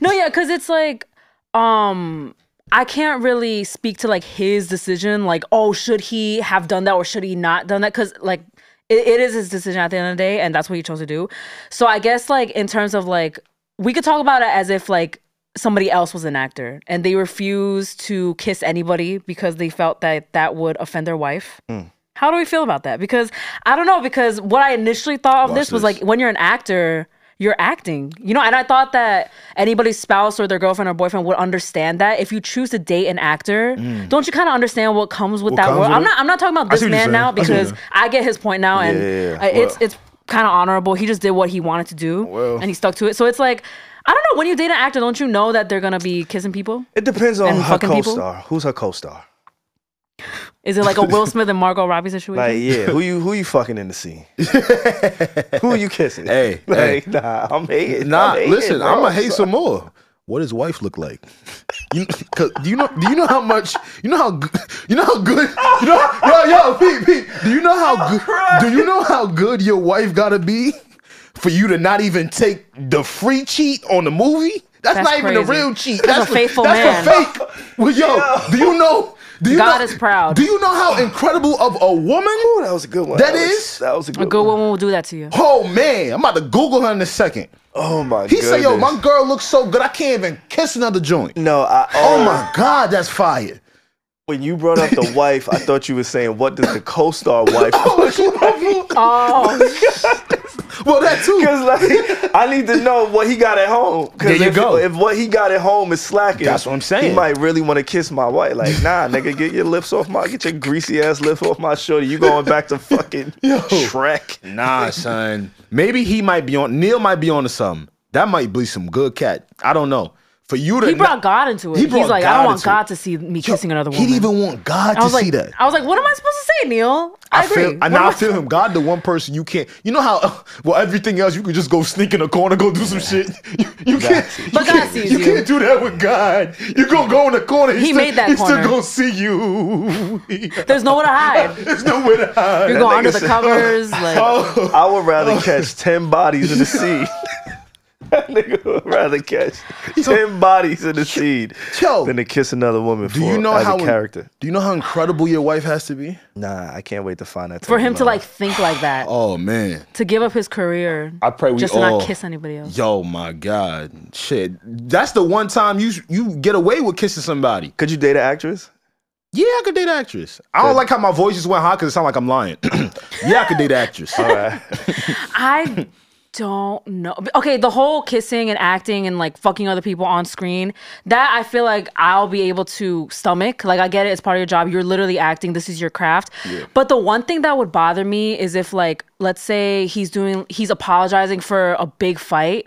Speaker 4: No, yeah, because it's like, um, I can't really speak to like his decision, like, oh, should he have done that or should he not done that? Because like, it, it is his decision at the end of the day, and that's what he chose to do. So I guess like in terms of like, we could talk about it as if like somebody else was an actor and they refused to kiss anybody because they felt that that would offend their wife.
Speaker 12: Hmm.
Speaker 4: How do we feel about that? Because I don't know. Because what I initially thought of
Speaker 3: Watch
Speaker 4: this was
Speaker 3: this.
Speaker 4: like when you're an actor, you're acting. You know, and I thought that anybody's spouse or their girlfriend or boyfriend would understand that if you choose to date an actor,
Speaker 12: Mm.
Speaker 4: don't you kind of understand what comes with
Speaker 12: What
Speaker 4: that
Speaker 12: comes
Speaker 4: world?
Speaker 12: with
Speaker 4: I'm
Speaker 12: it?
Speaker 4: not I'm not talking about
Speaker 12: I see what you're
Speaker 4: this man
Speaker 12: saying. I see
Speaker 4: now
Speaker 12: what
Speaker 4: because
Speaker 12: you're
Speaker 4: I get his point now and
Speaker 12: Yeah, yeah, yeah.
Speaker 4: uh, it's
Speaker 12: Well-
Speaker 4: it's kind of honorable. He just did what he wanted to do and he stuck to it. So it's like I don't know. When you date an actor, don't you know that they're gonna be kissing people?
Speaker 1: It depends on
Speaker 4: And
Speaker 1: her
Speaker 4: fucking people?
Speaker 1: co-star. Who's her co-star?
Speaker 4: Is it like a Will Smith and Margot Robbie situation?
Speaker 1: Like, yeah, who you who you fucking in the
Speaker 3: (laughs)
Speaker 1: scene? who you kissing? Hey,
Speaker 3: hey.
Speaker 1: (laughs) like, nah, I'm hating.
Speaker 3: Nah,
Speaker 1: I'm hating,
Speaker 3: listen,
Speaker 1: bro.
Speaker 3: I'm gonna hate some more. What does wife look like? (laughs) You, 'cause do you know? Do you know how much? You know how? g- You know how good? You know? Yo, yo, Pete, Pete. Do you know how good? Do you know how good your wife gotta be for you to not even take the free cheat on the movie? That's,
Speaker 12: That's
Speaker 3: not even
Speaker 12: crazy.
Speaker 3: a real cheat.
Speaker 12: That's a
Speaker 3: for-
Speaker 12: faithful
Speaker 3: that's
Speaker 12: man.
Speaker 3: for fake. Well, yo, do you know? Do you
Speaker 4: God
Speaker 3: know,
Speaker 4: is proud.
Speaker 3: Do you know how incredible of a woman? Ooh,
Speaker 1: that was a good one.
Speaker 3: That
Speaker 1: Alex.
Speaker 3: is.
Speaker 1: That was a
Speaker 4: a good woman will do that to you.
Speaker 3: Oh man, I'm about to Google her in a second.
Speaker 1: Oh my
Speaker 3: He said, "Yo,
Speaker 1: goodness.
Speaker 3: my girl looks so good, I can't even kiss another joint."
Speaker 1: No, I.
Speaker 3: Oh, my God, that's
Speaker 1: (laughs)
Speaker 3: fire.
Speaker 1: When you brought up the wife, I thought you were saying, "What does the co-star wife?"
Speaker 3: (laughs)
Speaker 4: oh,
Speaker 3: well, that too.
Speaker 1: Because
Speaker 3: (laughs)
Speaker 1: like, I need to know what he got at home. 'Cause
Speaker 3: There you
Speaker 1: if,
Speaker 3: go.
Speaker 1: If what he got at home is slacking,
Speaker 3: That's what I'm saying.
Speaker 1: He might really want to kiss my wife. Like, nah, nigga, get your lips off my, get your greasy ass lips off my shoulder. You going back to
Speaker 3: (laughs)
Speaker 1: fucking Shrek?
Speaker 3: Nah, son. Maybe he might be on. Neil might be on to something. That might be some good cat. I don't know. For you to
Speaker 4: He
Speaker 3: not-
Speaker 4: brought God into it.
Speaker 3: He
Speaker 4: He's
Speaker 3: brought
Speaker 4: like, I
Speaker 3: God
Speaker 4: don't want
Speaker 3: into
Speaker 4: God to see me kissing another woman.
Speaker 3: He'd even want God
Speaker 4: I
Speaker 3: to
Speaker 4: was like,
Speaker 3: see that.
Speaker 4: I was like, what am I supposed to say, Neil? I, agree.
Speaker 3: feel, and
Speaker 4: What
Speaker 3: now
Speaker 4: am
Speaker 3: I feel him. God, the one person you can't. You know how? (laughs) Well, everything else you could just go sneak in a corner, go do some shit. (laughs) You, you can't. you
Speaker 4: But God
Speaker 3: can't,
Speaker 4: sees
Speaker 3: you.
Speaker 4: you.
Speaker 3: can't do that with God. You gonna go in the corner.
Speaker 4: He
Speaker 3: still,
Speaker 4: made that
Speaker 3: He's
Speaker 4: corner.
Speaker 3: still gonna see you.
Speaker 4: (laughs)
Speaker 3: (laughs)
Speaker 4: There's nowhere to hide.
Speaker 3: There's nowhere to hide.
Speaker 1: That
Speaker 4: You're going
Speaker 1: nigga
Speaker 4: under the
Speaker 1: said- Oh,
Speaker 4: covers. Like,
Speaker 1: I would rather
Speaker 3: Oh.
Speaker 1: catch ten bodies
Speaker 3: (laughs)
Speaker 1: in the sea. That (laughs) nigga would rather catch ten bodies in the seed than to kiss another woman.
Speaker 3: Do
Speaker 1: for,
Speaker 3: you know
Speaker 1: as
Speaker 3: how
Speaker 1: a character?
Speaker 3: Do you know how incredible your wife has to be?
Speaker 1: Nah, I can't wait to find that.
Speaker 4: for him to like think like that,
Speaker 3: Oh man.
Speaker 4: to give up his career,
Speaker 3: I pray we
Speaker 4: just to
Speaker 3: all
Speaker 4: not kiss anybody else.
Speaker 3: Yo, my God, shit. That's the one time you you get away with kissing somebody.
Speaker 1: Could you date an actress?
Speaker 3: Yeah, I could date an actress. I don't like how my voice just went high because it sounded like I'm lying. (clears throat) yeah, I could date an actress. All
Speaker 1: right.
Speaker 4: I don't know. Okay, the whole kissing and acting and like fucking other people on screen, that I feel like I'll be able to stomach. Like, I get it, it's part of your job. You're literally acting, this is your craft. But the one thing that would bother me is if, like, let's say he's doing, he's apologizing for a big fight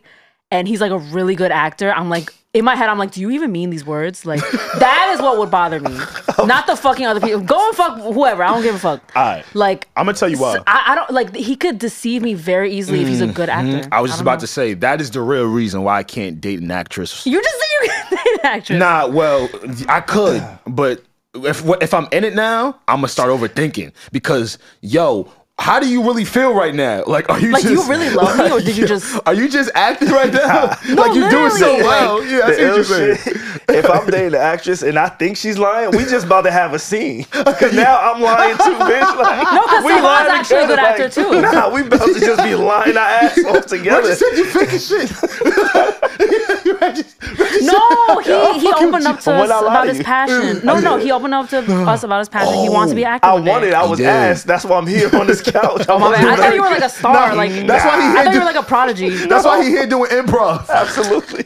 Speaker 4: and he's like a really good actor. I'm like, in my head, I'm like, do you even mean these
Speaker 3: (laughs)
Speaker 4: words? Like, that is what would bother me. Not the fucking other people. Go and fuck whoever. I don't give a fuck. All
Speaker 3: Oh. right.
Speaker 4: Like,
Speaker 3: I'm gonna tell you why.
Speaker 4: so I, I don't like he could deceive me very easily if he's a good
Speaker 1: Mm-hmm.
Speaker 4: actor.
Speaker 3: I was just
Speaker 4: don't
Speaker 3: about
Speaker 4: know.
Speaker 3: to say that is the real reason why I can't date an actress.
Speaker 4: You just said you could date an
Speaker 3: (laughs)
Speaker 4: actress.
Speaker 3: Nah, well, I could, but if if I'm in it now, I'm gonna start overthinking because yo. How do you really feel right now? Like, are you
Speaker 4: Like,
Speaker 3: just,
Speaker 4: you really love me, or
Speaker 3: (laughs)
Speaker 4: did you just-
Speaker 3: Are you just acting right (laughs) now? like you're doing so
Speaker 1: literally.
Speaker 3: well.
Speaker 1: Like,
Speaker 3: Yeah, I
Speaker 1: the
Speaker 3: see what
Speaker 1: ill
Speaker 3: you're saying.
Speaker 1: shit,
Speaker 3: (laughs)
Speaker 1: if I'm dating an actress and I think she's lying, we just about to have a scene. 'Cause now I'm lying too, bitch. Like,
Speaker 4: No, 'cause
Speaker 1: we
Speaker 4: Sahan's
Speaker 1: lying
Speaker 4: actually a
Speaker 1: together,
Speaker 4: good actor, too.
Speaker 1: Nah, we about to just be lying our ass off together.
Speaker 3: Reggie said you fake
Speaker 1: (laughs)
Speaker 3: as shit.
Speaker 1: (laughs)
Speaker 4: No, he, he
Speaker 1: Fuck you,
Speaker 4: opened up
Speaker 1: G.
Speaker 4: to
Speaker 1: When
Speaker 4: us
Speaker 1: I lie
Speaker 4: about
Speaker 1: to
Speaker 4: his
Speaker 1: you.
Speaker 4: passion. No, no, he opened
Speaker 1: (sighs)
Speaker 4: up to us about his passion. he wants to be an actor.
Speaker 1: I
Speaker 4: one day.
Speaker 1: wanted. I was asked. That's why I'm here on this couch. I,
Speaker 4: Oh, my bad. I thought you were like a star.
Speaker 1: Nah,
Speaker 4: like
Speaker 1: that's why he
Speaker 4: I
Speaker 1: had
Speaker 4: thought
Speaker 1: to-
Speaker 4: you were like a prodigy.
Speaker 3: That's why he here doing
Speaker 1: (laughs)
Speaker 3: improv.
Speaker 1: Absolutely.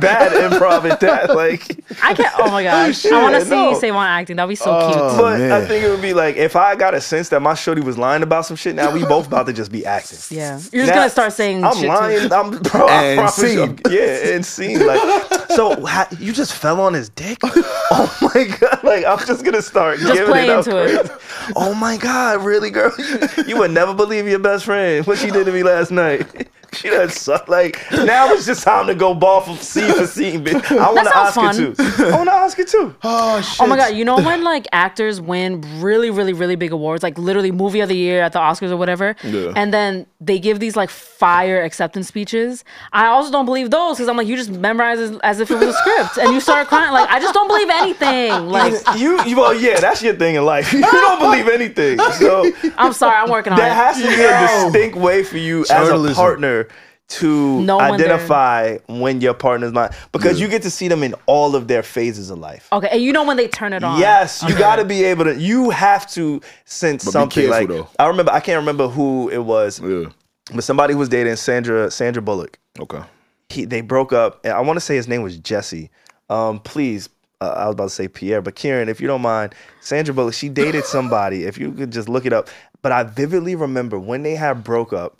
Speaker 1: Bad improv at that. Like,
Speaker 4: I can't.
Speaker 1: (laughs)
Speaker 4: Oh my gosh!
Speaker 1: Shit,
Speaker 4: I want to see
Speaker 1: no. Uh,
Speaker 4: you say one acting. That'd be so cute.
Speaker 1: but I think it would be like if I got a sense that my shorty was lying about some shit. Now we both about to just be acting.
Speaker 4: yeah, you're just
Speaker 1: Now,
Speaker 4: gonna start saying.
Speaker 1: I'm
Speaker 4: shit to-
Speaker 1: lying. I'm (laughs) bro. I
Speaker 3: And
Speaker 1: promise you,
Speaker 3: seen.
Speaker 1: I'm- yeah, and seen. Like, so ha- you just fell on his dick? Oh my god! Like, I'm just gonna start
Speaker 4: Just
Speaker 1: giving
Speaker 4: play
Speaker 1: it up.
Speaker 4: into it.
Speaker 1: crazy. (laughs) Oh my god! Really, girl? You, you would never believe your best friend what she did to me last night. (laughs) She done suck. Like now it's just time to go ball from scene for scene, bitch. I want an
Speaker 4: sounds
Speaker 1: Oscar
Speaker 4: fun.
Speaker 1: too. I want an Oscar too.
Speaker 3: Oh shit!
Speaker 4: Oh my god, you know when like actors win really, really, really big awards, like literally movie of the year at the Oscars or whatever,
Speaker 12: Yeah.
Speaker 4: and then they give these like fire acceptance speeches. I also don't believe those because I'm like, you just memorize as, as if it was a script and you start crying. Like I just don't believe anything.
Speaker 1: (laughs)
Speaker 4: Like
Speaker 1: you, you, well, yeah, that's your thing in life. You don't believe anything. So
Speaker 4: I'm sorry, I'm working on
Speaker 1: there
Speaker 4: it.
Speaker 1: has to be a distinct way for you as a
Speaker 3: Journalism.
Speaker 1: partner to
Speaker 4: Know when
Speaker 1: identify when your partner's not because you get to see them in all of their phases of life.
Speaker 4: Okay, and you know when they turn it on.
Speaker 1: Yes, you
Speaker 4: Oh, Okay.
Speaker 1: got to be able to. You have to sense
Speaker 3: But be
Speaker 1: something.
Speaker 3: careful,
Speaker 1: like
Speaker 3: though.
Speaker 1: I remember, I can't remember who it was. but somebody was dating Sandra Sandra Bullock.
Speaker 3: Okay.
Speaker 1: He they broke up, and I want to say his name was Jesse. Um, please, uh, I was about to say Pierre, but Kieran, if you don't mind, Sandra Bullock. She dated somebody. if you could just look it up, but I vividly remember when they had broke up.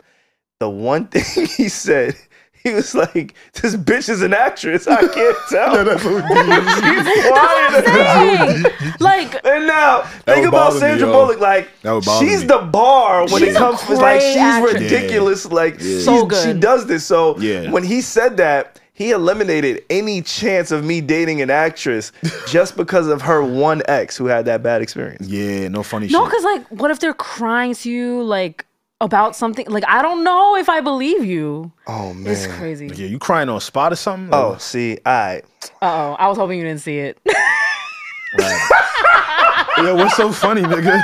Speaker 1: The one (laughs) thing he said. He was like, "This bitch is an actress. I can't tell." (laughs) She's wired
Speaker 4: (laughs) Dang! like
Speaker 1: and now
Speaker 3: That
Speaker 1: think
Speaker 3: would
Speaker 1: about
Speaker 3: bother me,
Speaker 1: Sandra
Speaker 3: yo.
Speaker 1: Bullock. Like
Speaker 3: That would bother
Speaker 1: she's
Speaker 3: me.
Speaker 1: the bar when
Speaker 4: She's
Speaker 1: it
Speaker 4: a
Speaker 1: comes. It's like
Speaker 4: great
Speaker 1: she's
Speaker 4: actress.
Speaker 1: ridiculous. Like she's,
Speaker 4: So
Speaker 1: she
Speaker 4: good.
Speaker 1: does this. So
Speaker 3: Yeah.
Speaker 1: when he said that, he eliminated any chance of me dating an
Speaker 3: (laughs)
Speaker 1: actress just because of her one ex who had that bad experience.
Speaker 3: Yeah, no funny
Speaker 4: no,
Speaker 3: shit.
Speaker 4: because like, what if they're crying to you like about something? Like, I don't know if I believe you.
Speaker 1: Oh man.
Speaker 4: It's crazy.
Speaker 3: Yeah, you crying on spot or something?
Speaker 1: Oh, see, I
Speaker 4: Uh oh, I was hoping you didn't see it. (laughs)
Speaker 3: yeah, what's so
Speaker 1: (laughs)
Speaker 3: funny, nigga?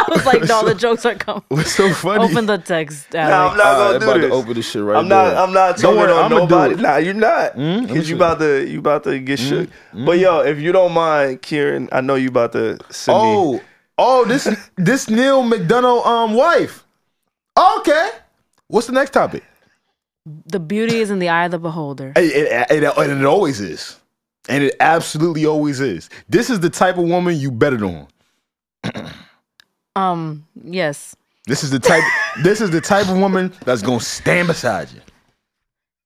Speaker 4: I was like, no, the jokes are coming.
Speaker 3: What's so funny?
Speaker 4: Open the text. Alec.
Speaker 1: no, I'm not
Speaker 3: Alright,
Speaker 1: gonna
Speaker 3: I'm
Speaker 1: do
Speaker 3: about
Speaker 1: this.
Speaker 3: to open this shit right
Speaker 1: I'm not.
Speaker 3: there.
Speaker 1: I'm not
Speaker 3: Don't
Speaker 1: turning
Speaker 3: worry,
Speaker 1: on
Speaker 3: I'ma do
Speaker 1: nobody.
Speaker 3: it.
Speaker 1: Nah, you're not.
Speaker 3: Mm, I'ma
Speaker 1: Cause you
Speaker 3: do it.
Speaker 1: about to you about to get
Speaker 3: Hmm?
Speaker 1: shook. But yo, if you don't mind, Kieran, I know you about to send me.
Speaker 3: Oh, oh, this this Neil McDonough um wife. Okay. What's the next topic?
Speaker 4: The beauty is in the eye of the beholder.
Speaker 3: It, it, it, and it always is. And it absolutely always is. This is the type of woman you betted on.
Speaker 4: Um, yes.
Speaker 3: This is the (laughs) type this is the type of woman that's gonna stand beside you.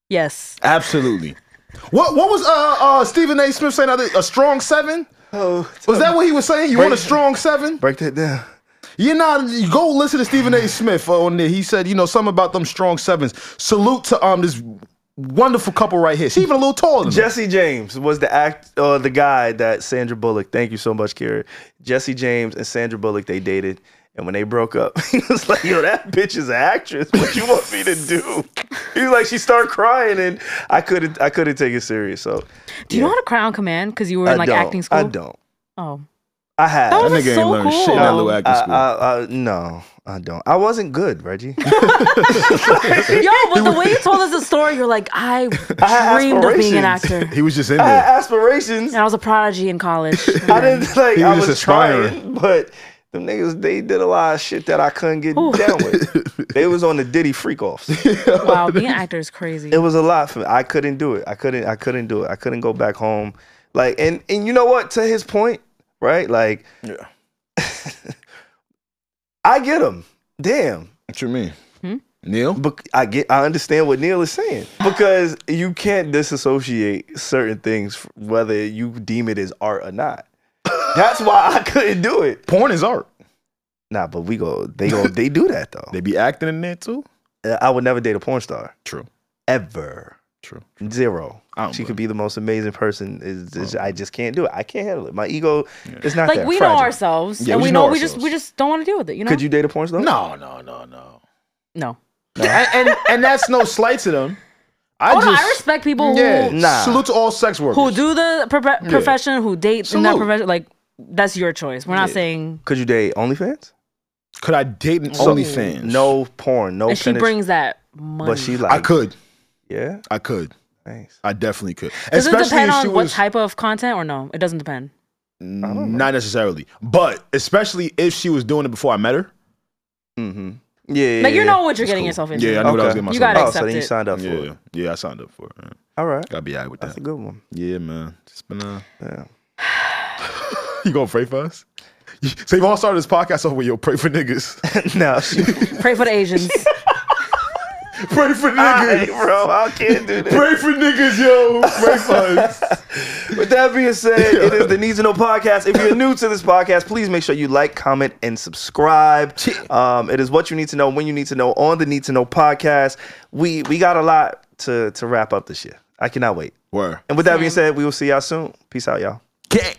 Speaker 4: Yes.
Speaker 3: Absolutely. What what was uh uh Stephen A. Smith saying? other- A strong seven?
Speaker 1: Oh,
Speaker 3: Was that what he was saying? You want a strong seven?
Speaker 1: break that down.
Speaker 3: You know, go listen to Stephen A. Smith on there. He said, you know, something about them strong sevens. Salute to um this wonderful couple right here. She's even a little taller than me.
Speaker 1: Jesse James was the act uh, the guy that Sandra Bullock. Thank you so much, Kieran. Jesse James and Sandra Bullock they dated. And when they broke up, (laughs) he was like, "Yo, that bitch is an actress. What you want me to do?" He was like, "She started crying, and I couldn't, I couldn't take it serious." So,
Speaker 4: Do you know how to cry on command? Because you were
Speaker 1: I
Speaker 4: in like
Speaker 1: don't,
Speaker 4: acting school.
Speaker 1: I don't.
Speaker 4: Oh,
Speaker 1: I had.
Speaker 4: that, was
Speaker 3: nigga ain't
Speaker 4: so
Speaker 3: learned
Speaker 4: cool. Um,
Speaker 3: shit in that little
Speaker 1: I,
Speaker 3: acting school.
Speaker 1: I, I, no, I don't. I wasn't good,
Speaker 3: (laughs)
Speaker 1: Reggie.
Speaker 4: (laughs)
Speaker 1: (laughs)
Speaker 4: Yo, but the way you told us the story, you're like,
Speaker 1: (laughs)
Speaker 4: I
Speaker 1: had
Speaker 4: dreamed of being an
Speaker 1: aspirations.
Speaker 4: actor.
Speaker 3: he was just in
Speaker 1: I
Speaker 3: there.
Speaker 1: had aspirations.
Speaker 4: And I was a prodigy in college.
Speaker 1: (laughs) I didn't like.
Speaker 3: He was
Speaker 1: I was
Speaker 3: just aspiring.
Speaker 1: trying, but them niggas they did a lot of shit that I couldn't get down
Speaker 3: (laughs)
Speaker 1: with. they was on the Diddy freak offs.
Speaker 4: wow, being an actor is crazy.
Speaker 1: It was a lot for me. I couldn't do it. I couldn't. I couldn't do it. I couldn't go back home. Like and and you know what? To his point, right? Like, yeah. (laughs) I get him. Damn.
Speaker 3: What you mean?
Speaker 4: Hmm?
Speaker 3: Neil?
Speaker 1: But I get, I understand what Neil is saying because you can't disassociate certain things, f- whether you deem it as art or not. That's why I couldn't do it.
Speaker 3: Porn is art.
Speaker 1: Nah, but we go, they go, they do that though.
Speaker 3: (laughs) They be acting in there too.
Speaker 1: Uh, I would never date a porn star
Speaker 3: True.
Speaker 1: ever.
Speaker 3: True.
Speaker 1: Zero.
Speaker 3: I don't
Speaker 1: She
Speaker 3: blame
Speaker 1: could be the most amazing person. Is is- I just can't do it. I can't handle it. My ego is not
Speaker 4: like
Speaker 1: there.
Speaker 4: we
Speaker 1: Fragile.
Speaker 4: know ourselves,
Speaker 3: Yeah,
Speaker 4: and
Speaker 3: we
Speaker 4: we
Speaker 3: know
Speaker 4: know we just
Speaker 3: ourselves.
Speaker 4: we just don't want to deal with it. You know?
Speaker 1: Could you date a porn star?
Speaker 3: No, no, no, no.
Speaker 4: No.
Speaker 3: and, and and that's no slight to them. I
Speaker 4: Oh,
Speaker 3: just
Speaker 4: no, I respect people who
Speaker 3: yeah,
Speaker 1: Nah.
Speaker 3: Salute to all sex workers.
Speaker 4: who do the profe- profession, who date in that
Speaker 3: Salute.
Speaker 4: profession. Like that's your choice. We're not saying.
Speaker 1: Could you date OnlyFans?
Speaker 3: Could I date an OnlyFans?
Speaker 1: No porn. No.
Speaker 4: and she
Speaker 1: penetra-
Speaker 4: brings that money.
Speaker 1: But she like.
Speaker 3: I could.
Speaker 1: Yeah.
Speaker 3: I could.
Speaker 1: Thanks.
Speaker 3: I definitely could.
Speaker 4: Does it
Speaker 3: Especially
Speaker 4: depend
Speaker 3: if she
Speaker 4: on what
Speaker 3: was
Speaker 4: type of content or no? It doesn't depend.
Speaker 3: not necessarily, but especially if she was doing it before I met her.
Speaker 1: Mm-hmm. Yeah.
Speaker 4: Like you
Speaker 1: yeah,
Speaker 4: know what you're getting
Speaker 3: cool.
Speaker 4: yourself into.
Speaker 3: Yeah, I knew what I was
Speaker 1: Okay.
Speaker 3: getting myself.
Speaker 4: You gotta
Speaker 1: Oh,
Speaker 3: into.
Speaker 1: so then you
Speaker 4: accept it.
Speaker 1: signed up for
Speaker 3: yeah,
Speaker 1: it.
Speaker 3: yeah, I signed up for it. man.
Speaker 1: All right.
Speaker 3: Gotta be all right with
Speaker 1: That's
Speaker 3: that.
Speaker 1: a good
Speaker 3: (laughs)
Speaker 1: one. (laughs)
Speaker 3: Yeah, man. It's been a.
Speaker 1: Yeah.
Speaker 3: (laughs) You gonna pray for us? So you've all started this podcast off with yo, pray for niggas,
Speaker 1: no, she, (laughs)
Speaker 4: Pray for the Asians.
Speaker 3: (laughs) (laughs) pray for
Speaker 1: I,
Speaker 3: niggas,
Speaker 1: bro, I can't do this.
Speaker 3: pray for niggas, yo, pray for (laughs) us.
Speaker 1: With that being said, it is the Needs to Know podcast. If you're new to this podcast, please make sure you like, comment, and subscribe. Um, it is what you need to know when you need to know on the Need to Know podcast. We we got a lot to to wrap up this year. I cannot wait.
Speaker 3: Where?
Speaker 1: And with that being said, we will see y'all soon. Peace out, y'all.
Speaker 3: Gang.